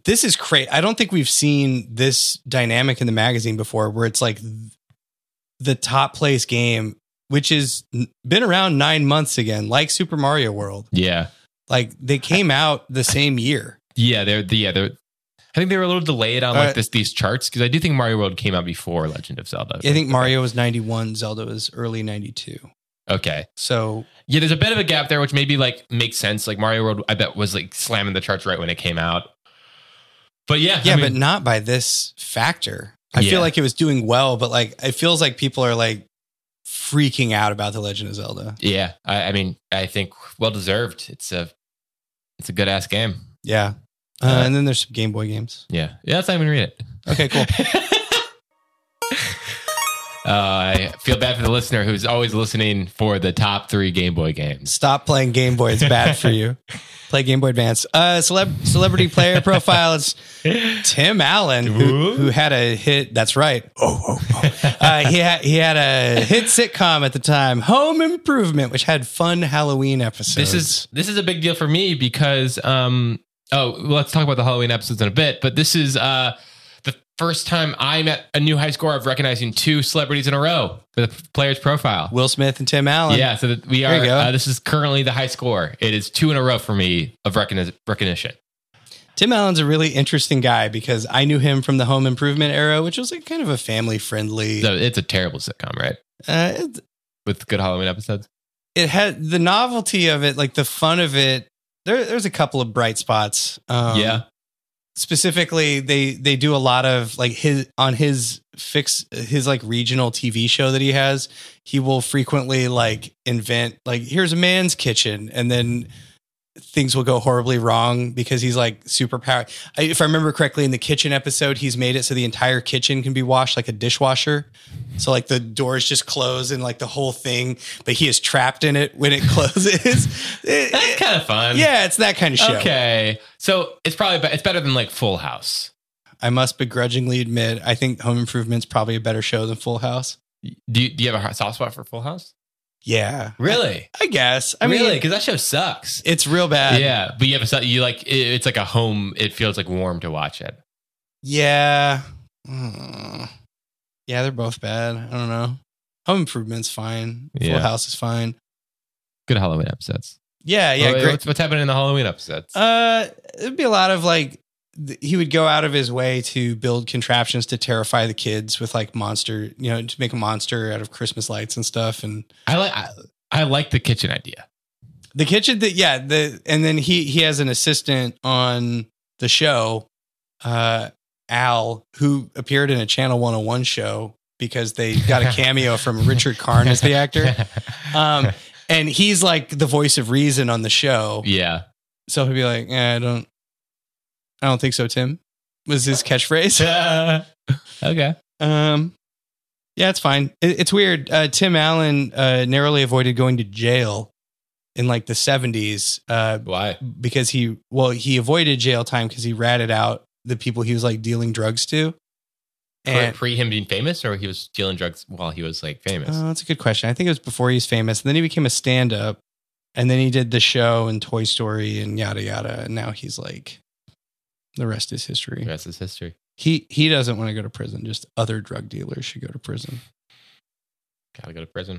Speaker 1: this is great. I don't think we've seen this dynamic in the magazine before where it's like th- the top place game which has n- been around 9 months again like Super Mario World.
Speaker 2: Yeah,
Speaker 1: Like they came out the same year.
Speaker 2: yeah, they're the yeah they're. I think they were a little delayed on
Speaker 1: Uh,
Speaker 2: like this these charts because I do think Mario World came out before Legend of Zelda.
Speaker 1: I think Mario was 91, Zelda was early 92.
Speaker 2: Okay,
Speaker 1: So,
Speaker 2: yeah, there's a bit of a gap there, which maybe like makes sense. Like Mario World, I bet was like slamming the charts right when it came out. But yeah, I
Speaker 1: yeah,
Speaker 2: mean,
Speaker 1: but not by this factor. I
Speaker 2: Yeah.
Speaker 1: feel like it was doing well, but like it feels like people are like freaking out about The Legend of Zelda.
Speaker 2: yeah, I, I mean, I think well deserved. It's a it's a good ass game.
Speaker 1: Yeah. Uh,
Speaker 2: Uh,
Speaker 1: and then there's some Game Boy games.
Speaker 2: Yeah, yeah, let's not even read it.
Speaker 1: Okay, cool.
Speaker 2: Uh, I feel bad for the listener who's always listening for the top three Game Boy games.
Speaker 1: Stop playing Game Boy. It's bad for you. Play Game Boy Advance. Uh, celeb- celebrity player profile is Tim Allen, who, who had a hit. That's right. Oh, oh, oh. Uh, he, had, he had a hit sitcom at the time, Home Improvement, which had fun Halloween episodes.
Speaker 2: This is this is a big deal for me because um oh well, let's talk about the Halloween episodes in a bit, but this is uh the first time I'm at a new high score of recognizing two celebrities in a row with a player's profile.
Speaker 1: Will Smith and Tim Allen.
Speaker 2: Yeah, so that we
Speaker 1: There you
Speaker 2: are.
Speaker 1: go.
Speaker 2: Uh, this is currently the high score. It is two in a row for me of recogniz- recognition.
Speaker 1: Tim Allen's a really interesting guy because I knew him from the Home Improvement era, which was like kind of a family friendly.
Speaker 2: So it's a terrible sitcom, right?
Speaker 1: Uh, it,
Speaker 2: With good Halloween episodes.
Speaker 1: it had the novelty of it, like the fun of it. There, there's a couple of bright spots. Um,
Speaker 2: yeah,
Speaker 1: Specifically, they they do a lot of like his on his fix his like regional TV show that he has. He will frequently like invent like here's a man's kitchen, and then things will go horribly wrong because he's like super power. I, if I remember correctly, in the kitchen episode, he's made it so the entire kitchen can be washed like a dishwasher. So like the doors just close and like the whole thing, but he is trapped in it when it closes. It-
Speaker 2: that's
Speaker 1: it-
Speaker 2: kind of fun.
Speaker 1: yeah, it's that kind of show.
Speaker 2: Okay, so it's probably be- it's better than like Full House.
Speaker 1: I must begrudgingly admit, I think Home Improvement's probably a better show than Full House.
Speaker 2: Do you, do you have a hot- soft spot for Full House?
Speaker 1: Yeah,
Speaker 2: Really?
Speaker 1: I guess. I
Speaker 2: I mean,
Speaker 1: mean,
Speaker 2: because that show sucks.
Speaker 1: it's real bad.
Speaker 2: yeah, but you have a su- you like it, it's like a home. It feels like warm to watch it.
Speaker 1: Yeah. Mm. Yeah, they're both bad. I don't know. Home Improvement's fine.
Speaker 2: Yeah.
Speaker 1: Full House is fine.
Speaker 2: Good Halloween episodes.
Speaker 1: Yeah, yeah,
Speaker 2: What-
Speaker 1: great.
Speaker 2: What's, what's happening in the Halloween episodes?
Speaker 1: Uh, it'd be a lot of like th- he would go out of his way to build contraptions to terrify the kids with like monster, you know, to make a monster out of Christmas lights and stuff. And
Speaker 2: I like I, I like the kitchen idea.
Speaker 1: the kitchen that yeah the and then he he has an assistant on the show uh al who appeared in a channel 101 show because they got a cameo from richard karn as the actor um and he's like the voice of reason on the show
Speaker 2: yeah,
Speaker 1: so he'll be like eh, i don't i don't think so tim was his catchphrase
Speaker 2: okay.
Speaker 1: um yeah it's fine it, it's weird uh tim allen uh narrowly avoided going to jail in like the 70s uh
Speaker 2: Why?
Speaker 1: because he well he avoided jail time because he ratted out the people he was like dealing drugs to.
Speaker 2: Pre,
Speaker 1: And
Speaker 2: pre him being famous, or he was dealing drugs while he was like famous.
Speaker 1: oh, that's a good question. I think it was before he was famous, and then he became a stand up, and then he did the show and Toy Story and yada yada, and now he's like, the rest is history.
Speaker 2: the rest is history.
Speaker 1: He he doesn't want to go to prison. Just other drug dealers should go to prison.
Speaker 2: Gotta go to prison.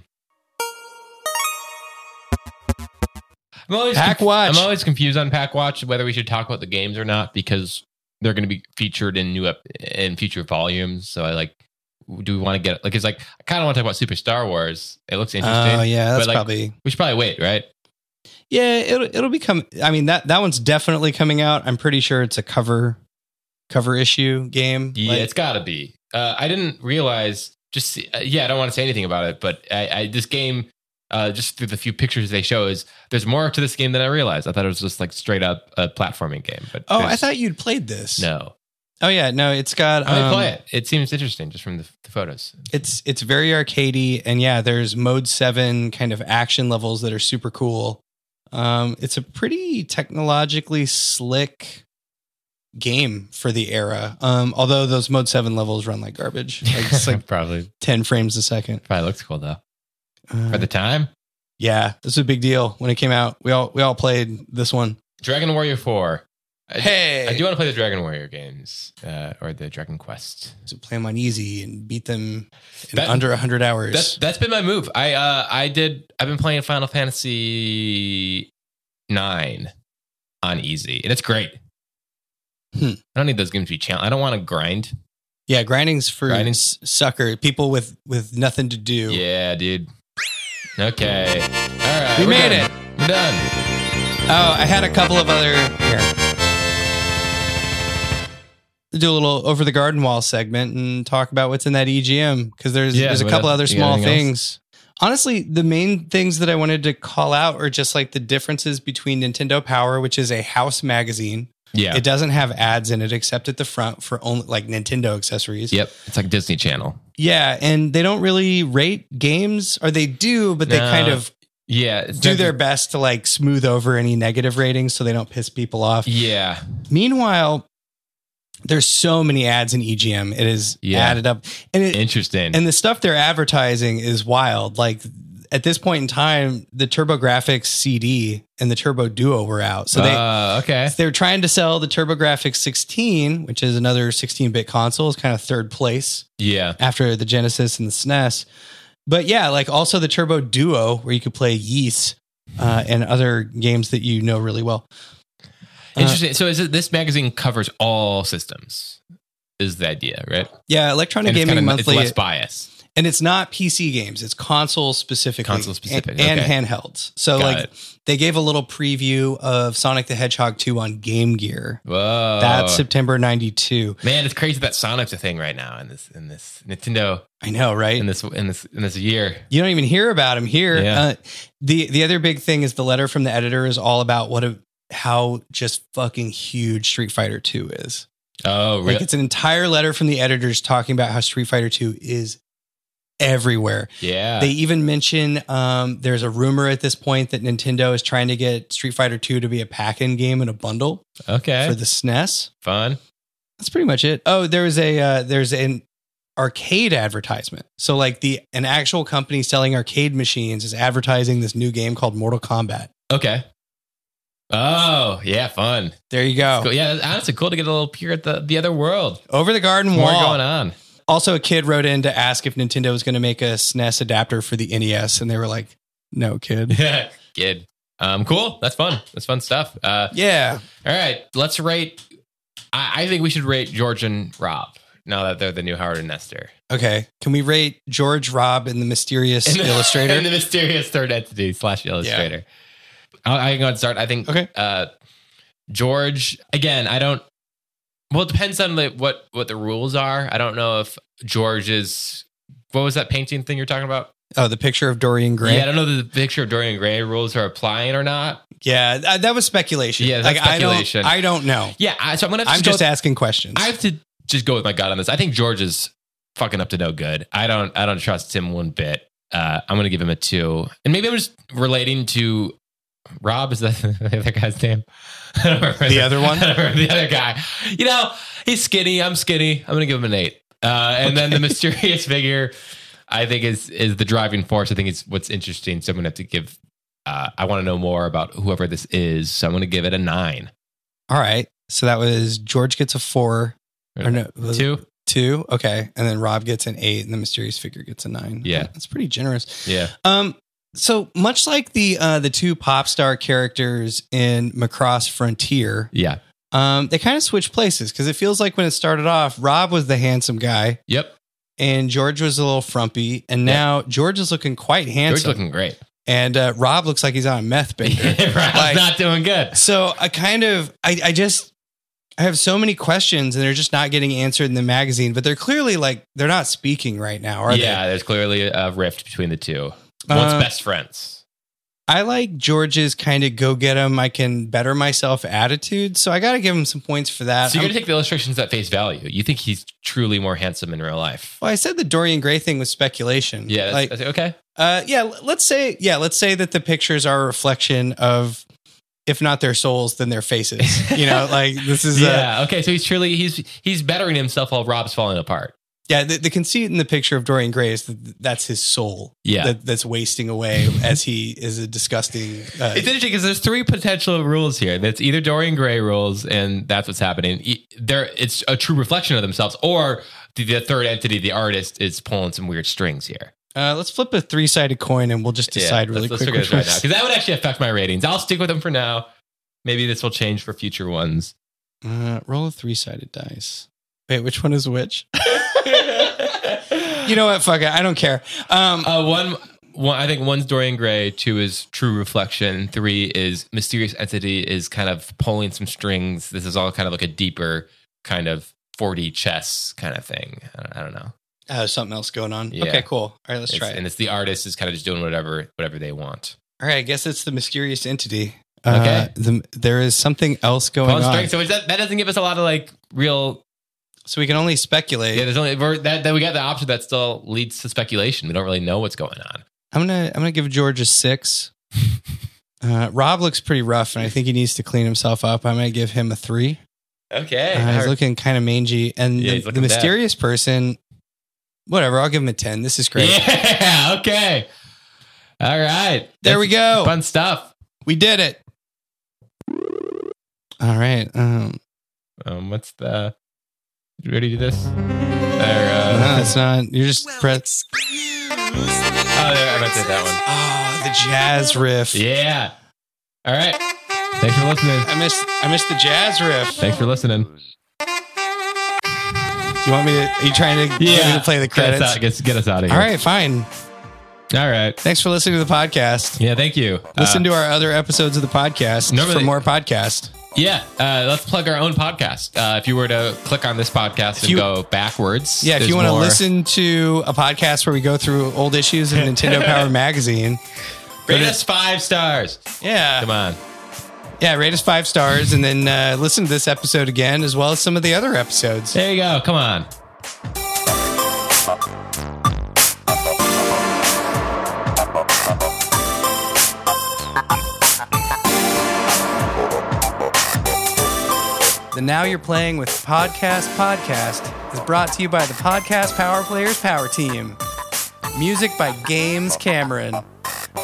Speaker 2: I'm always
Speaker 1: Pack Watch.
Speaker 2: I'm always confused on Pack Watch whether we should talk about the games or not because they're going to be featured in new up in future volumes. So I like, do we want to get like it's like I kind of want to talk about Super Star Wars. It looks interesting.
Speaker 1: Oh yeah, that's
Speaker 2: But, like,
Speaker 1: probably
Speaker 2: We should probably wait, right?
Speaker 1: yeah. It'll it'll become. I mean that that one's definitely coming out. I'm pretty sure it's a cover cover issue game.
Speaker 2: Yeah,
Speaker 1: Like,
Speaker 2: it's got to be. Uh, I didn't realize. Just uh, yeah, I don't want to say anything about it, but I, I this game, uh, just through the few pictures they show, is there's more to this game than I realized. I thought it was just like straight up a platforming game. But
Speaker 1: Oh, I
Speaker 2: there's-
Speaker 1: thought you'd played this.
Speaker 2: no.
Speaker 1: Oh yeah, no, it's got.
Speaker 2: I
Speaker 1: um,
Speaker 2: might play it. It seems interesting just from the, the photos.
Speaker 1: It's it's very arcadey, and yeah, there's mode seven kind of action levels that are super cool. Um, it's a pretty technologically slick game for the era. Um, although those mode seven levels run like garbage, like it's like
Speaker 2: probably
Speaker 1: ten frames a second.
Speaker 2: probably looks cool though. For
Speaker 1: Uh,
Speaker 2: the time,
Speaker 1: yeah, this was a big deal when it came out. We all we all played this one.
Speaker 2: Dragon Warrior Four. I,
Speaker 1: hey,
Speaker 2: I do want to play the Dragon Warrior games uh, or the Dragon Quest.
Speaker 1: to play them on easy and beat them in
Speaker 2: That-
Speaker 1: under hundred hours.
Speaker 2: That's that's been my move. I uh I did I've been playing Final Fantasy nine on easy, and it's great.
Speaker 1: Hmm.
Speaker 2: I don't need those games to be challenged. I don't want to grind.
Speaker 1: Yeah, grinding's for
Speaker 2: Grinding-
Speaker 1: s- sucker people with with nothing to do.
Speaker 2: Yeah, dude. Okay. All right.
Speaker 1: We
Speaker 2: we're
Speaker 1: made
Speaker 2: done. We're done.
Speaker 1: Oh, I had a couple of other here. Do a little over the garden wall segment and talk about what's in that E EGM because there's
Speaker 2: Yeah,
Speaker 1: there's a
Speaker 2: what
Speaker 1: couple
Speaker 2: else?
Speaker 1: other
Speaker 2: You
Speaker 1: small
Speaker 2: got anything
Speaker 1: things. Honestly, the main things that I wanted to call out are just like the differences between Nintendo Power, which is a house magazine.
Speaker 2: Yeah.
Speaker 1: It doesn't have ads in it except at the front for only like Nintendo accessories.
Speaker 2: yep. It's like Disney Channel.
Speaker 1: Yeah, and they don't really rate games, or they do, but they
Speaker 2: No.
Speaker 1: kind of
Speaker 2: Yeah. it's
Speaker 1: do their
Speaker 2: definitely-
Speaker 1: best to like smooth over any negative ratings so they don't piss people off.
Speaker 2: Yeah.
Speaker 1: Meanwhile, there's so many ads in EGM. It is
Speaker 2: Yeah.
Speaker 1: added up. And it,
Speaker 2: Interesting.
Speaker 1: and the stuff they're advertising is wild. Like at this point in time, the TurboGrafx CD and the Turbo Duo were out. So they
Speaker 2: uh, okay.
Speaker 1: they're trying to sell the TurboGrafx 16, which is another 16-bit console, it's kind of third place
Speaker 2: Yeah.
Speaker 1: after the Genesis and the SNES. But yeah, like also the Turbo Duo, where you could play Yeast uh, and other games that you know really well. Uh,
Speaker 2: Interesting. so is it, this magazine covers all systems? Is the idea right?
Speaker 1: Yeah, Electronic
Speaker 2: it's
Speaker 1: Gaming
Speaker 2: kinda-
Speaker 1: Monthly,
Speaker 2: It's less bias.
Speaker 1: and it's not PC games; it's console specifically,
Speaker 2: Console specific,
Speaker 1: and, and
Speaker 2: okay.
Speaker 1: handhelds. So
Speaker 2: Got
Speaker 1: like
Speaker 2: it.
Speaker 1: they gave a little preview of Sonic the Hedgehog 2 on Game Gear.
Speaker 2: Whoa.
Speaker 1: That's September '92.
Speaker 2: Man, it's crazy that Sonic's a thing right now in this in this Nintendo
Speaker 1: I know, right?
Speaker 2: in this in this in this year.
Speaker 1: You don't even hear about him here.
Speaker 2: Yeah.
Speaker 1: Uh, the the other big thing is the letter from the editor is all about what a how just fucking huge Street Fighter 2 is.
Speaker 2: Oh,
Speaker 1: Like it's an entire letter from the editors talking about how Street Fighter 2 is everywhere.
Speaker 2: yeah.
Speaker 1: They even mention um, there's a rumor at this point that Nintendo is trying to get Street Fighter 2 to be a pack-in game in a bundle
Speaker 2: okay.
Speaker 1: for the E SNES.
Speaker 2: Fun.
Speaker 1: That's pretty much it. Oh, there was a uh, there's an arcade advertisement. So like the an actual company selling arcade machines is advertising this new game called Mortal Kombat.
Speaker 2: Okay. Oh yeah, fun.
Speaker 1: There you go.
Speaker 2: Cool. Yeah, that's honestly cool to get a little peer at the, the other world.
Speaker 1: Over the garden
Speaker 2: More
Speaker 1: wall.
Speaker 2: going on.
Speaker 1: Also, a kid wrote in to ask if Nintendo was going to make a SNES adapter for the NES, and they were like, "No, kid."
Speaker 2: Kid. Um, cool. That's fun. That's fun stuff. Uh,
Speaker 1: yeah,
Speaker 2: all right, let's rate. I, I think we should rate George and Rob now that they're the new Howard and Nestor.
Speaker 1: Okay. Can we rate George Robb and the mysterious
Speaker 2: And the-
Speaker 1: illustrator?
Speaker 2: and the mysterious third entity slash illustrator. I, I can go ahead and start. I think
Speaker 1: Okay.
Speaker 2: uh, George again. I don't. Well, it depends on the, what what the rules are. I don't know if George is. What was that painting thing you're talking about?
Speaker 1: oh, the picture of Dorian Gray.
Speaker 2: Yeah, I
Speaker 1: Yeah,
Speaker 2: don't know that the picture of Dorian Gray rules are applying or not.
Speaker 1: uh, that was speculation.
Speaker 2: Yeah, that's speculation.
Speaker 1: I don't, I don't know.
Speaker 2: Yeah, I, so I'm gonna. Have to
Speaker 1: I'm
Speaker 2: go
Speaker 1: just asking questions.
Speaker 2: I have to just go with my gut on this. I think George is fucking up to no good. I don't I don't trust him one bit. Uh, I'm gonna give him a two, and maybe I'm just relating to Rob. Is that the other guy's name? I don't remember
Speaker 1: The other one?
Speaker 2: I don't remember the other guy. You know, he's skinny. I'm skinny. I'm gonna give him an eight. Uh, and then the mysterious figure, I think is is the driving force. I think it's what's interesting. So I'm gonna have to give. Uh, I want to know more about whoever this is. So I'm gonna give it a nine.
Speaker 1: All right. So that was George gets a four. Or no, was it
Speaker 2: Two.
Speaker 1: Two. Okay. And then Rob gets an eight, and the mysterious figure gets a nine.
Speaker 2: Yeah.
Speaker 1: That's pretty generous.
Speaker 2: Yeah.
Speaker 1: Um, so much like the uh, the two pop star characters in Macross Frontier,
Speaker 2: Yeah.
Speaker 1: um, they kind of switch places because it feels like when it started off, Rob was the handsome guy,
Speaker 2: Yep.
Speaker 1: and George was a little frumpy, and now George is looking quite
Speaker 2: George's
Speaker 1: handsome,
Speaker 2: looking great.
Speaker 1: and uh, Rob looks like he's on a meth bender.
Speaker 2: Rob's
Speaker 1: Like-
Speaker 2: not doing good.
Speaker 1: so I kind of, I, I just, I have so many questions, and they're just not getting answered in the magazine. But they're clearly like they're not speaking right now, are
Speaker 2: yeah, there's clearly a rift between the two.
Speaker 1: they?
Speaker 2: One's
Speaker 1: Uh,
Speaker 2: best friends.
Speaker 1: I like George's kind of go get him, I can better myself attitude. So I got to give him some points for that.
Speaker 2: So you're
Speaker 1: I'm-
Speaker 2: gonna take the illustrations at face value. You think he's truly more handsome in real life?
Speaker 1: well, I said the Dorian Gray thing was speculation.
Speaker 2: Yeah. That's,
Speaker 1: like
Speaker 2: that's- okay.
Speaker 1: Uh, yeah, l- let's say yeah, let's say that the pictures are a reflection of, if not their souls, then their faces. You know, like this is yeah.
Speaker 2: Yeah. okay. So he's truly he's he's bettering himself while Rob's falling apart.
Speaker 1: yeah. The, the conceit in the picture of Dorian Gray is that th- that's his soul.
Speaker 2: Yeah.
Speaker 1: that, that's wasting away as he is a disgusting. Uh,
Speaker 2: It's interesting because there's three potential rules here. That's either Dorian Gray rules, and that's what's happening. E- There, it's a true reflection of themselves, or the, the third entity, the artist, is pulling some weird strings here.
Speaker 1: uh, let's flip a three sided coin and we'll just decide really quick.
Speaker 2: let's, Let's
Speaker 1: which
Speaker 2: figure this right now
Speaker 1: one's-
Speaker 2: because that would actually affect my ratings. I'll stick with them for now. Maybe this will change for future ones.
Speaker 1: uh, roll a three sided dice. Wait, which one is which?
Speaker 2: you
Speaker 1: You know what? Fuck it. I don't care. Um,
Speaker 2: uh, one, one. I think one's Dorian Gray. Two is True Reflection. Three is Mysterious Entity is kind of pulling some strings. This is all kind of like a deeper kind of 4D chess kind of thing. I don't, I don't know.
Speaker 1: uh, something else going on.
Speaker 2: Yeah.
Speaker 1: Okay, cool. All right, let's
Speaker 2: It's-
Speaker 1: try it.
Speaker 2: And it's the artist is kind of just doing whatever whatever they want.
Speaker 1: All right, I guess it's the mysterious entity. Uh,
Speaker 2: Okay.
Speaker 1: the, there is something else going
Speaker 2: Pulling
Speaker 1: on,
Speaker 2: strings. So is that, that doesn't give us a lot of like real
Speaker 1: so we can only speculate.
Speaker 2: Yeah, there's only we're, that, that we got the option that still leads to speculation. We don't really know what's going on.
Speaker 1: I'm gonna I'm gonna give George a six. uh, Rob looks pretty rough, and I think he needs to clean himself up. I'm gonna give him a three.
Speaker 2: Okay,
Speaker 1: Uh, he's looking kind of mangy, and
Speaker 2: Yeah,
Speaker 1: the-
Speaker 2: he's
Speaker 1: the,
Speaker 2: looking bad.
Speaker 1: mysterious person. Whatever, I'll give him a ten. This is great.
Speaker 2: Yeah, okay, all right.
Speaker 1: There we go.
Speaker 2: Fun stuff.
Speaker 1: We did it. All right. Um,
Speaker 2: Um, what's the? You ready to do this? Or,
Speaker 1: no,
Speaker 2: uh,
Speaker 1: it's not. You're just press.
Speaker 2: oh, there, I meant to do that
Speaker 1: Oh,
Speaker 2: one.
Speaker 1: the jazz riff.
Speaker 2: Yeah. All right. Thanks for listening.
Speaker 1: I missed. I missed the jazz riff.
Speaker 2: Thanks for listening.
Speaker 1: You want me to? Are you trying to, get me to play the
Speaker 2: Get us
Speaker 1: credits?
Speaker 2: out, get, get us out of
Speaker 1: All
Speaker 2: here.
Speaker 1: right, fine.
Speaker 2: All right.
Speaker 1: Thanks for listening to the podcast.
Speaker 2: Yeah. Thank you.
Speaker 1: Listen to our other episodes of the podcast
Speaker 2: Normally-
Speaker 1: for more podcast.
Speaker 2: Yeah, uh, let's plug our own podcast. Uh, if you were to click on this podcast and
Speaker 1: you-
Speaker 2: go backwards,
Speaker 1: Yeah, if
Speaker 2: there's
Speaker 1: you want to
Speaker 2: more-
Speaker 1: listen to a podcast where we go through old issues in Nintendo Power Magazine,
Speaker 2: rate us five stars.
Speaker 1: yeah,
Speaker 2: Come on,
Speaker 1: yeah, rate us five stars and then uh, listen to this episode again as well as some of the other episodes.
Speaker 2: there you go. Come on.
Speaker 1: The Now You're Playing with Podcast podcast is brought to you by the podcast Power Players Power Team. Music by Games Cameron.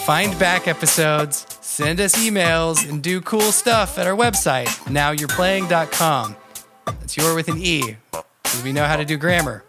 Speaker 1: Find back episodes, send us emails, and do cool stuff at our website, nowyourplaying.com. That's your with an E, because we know how to do grammar.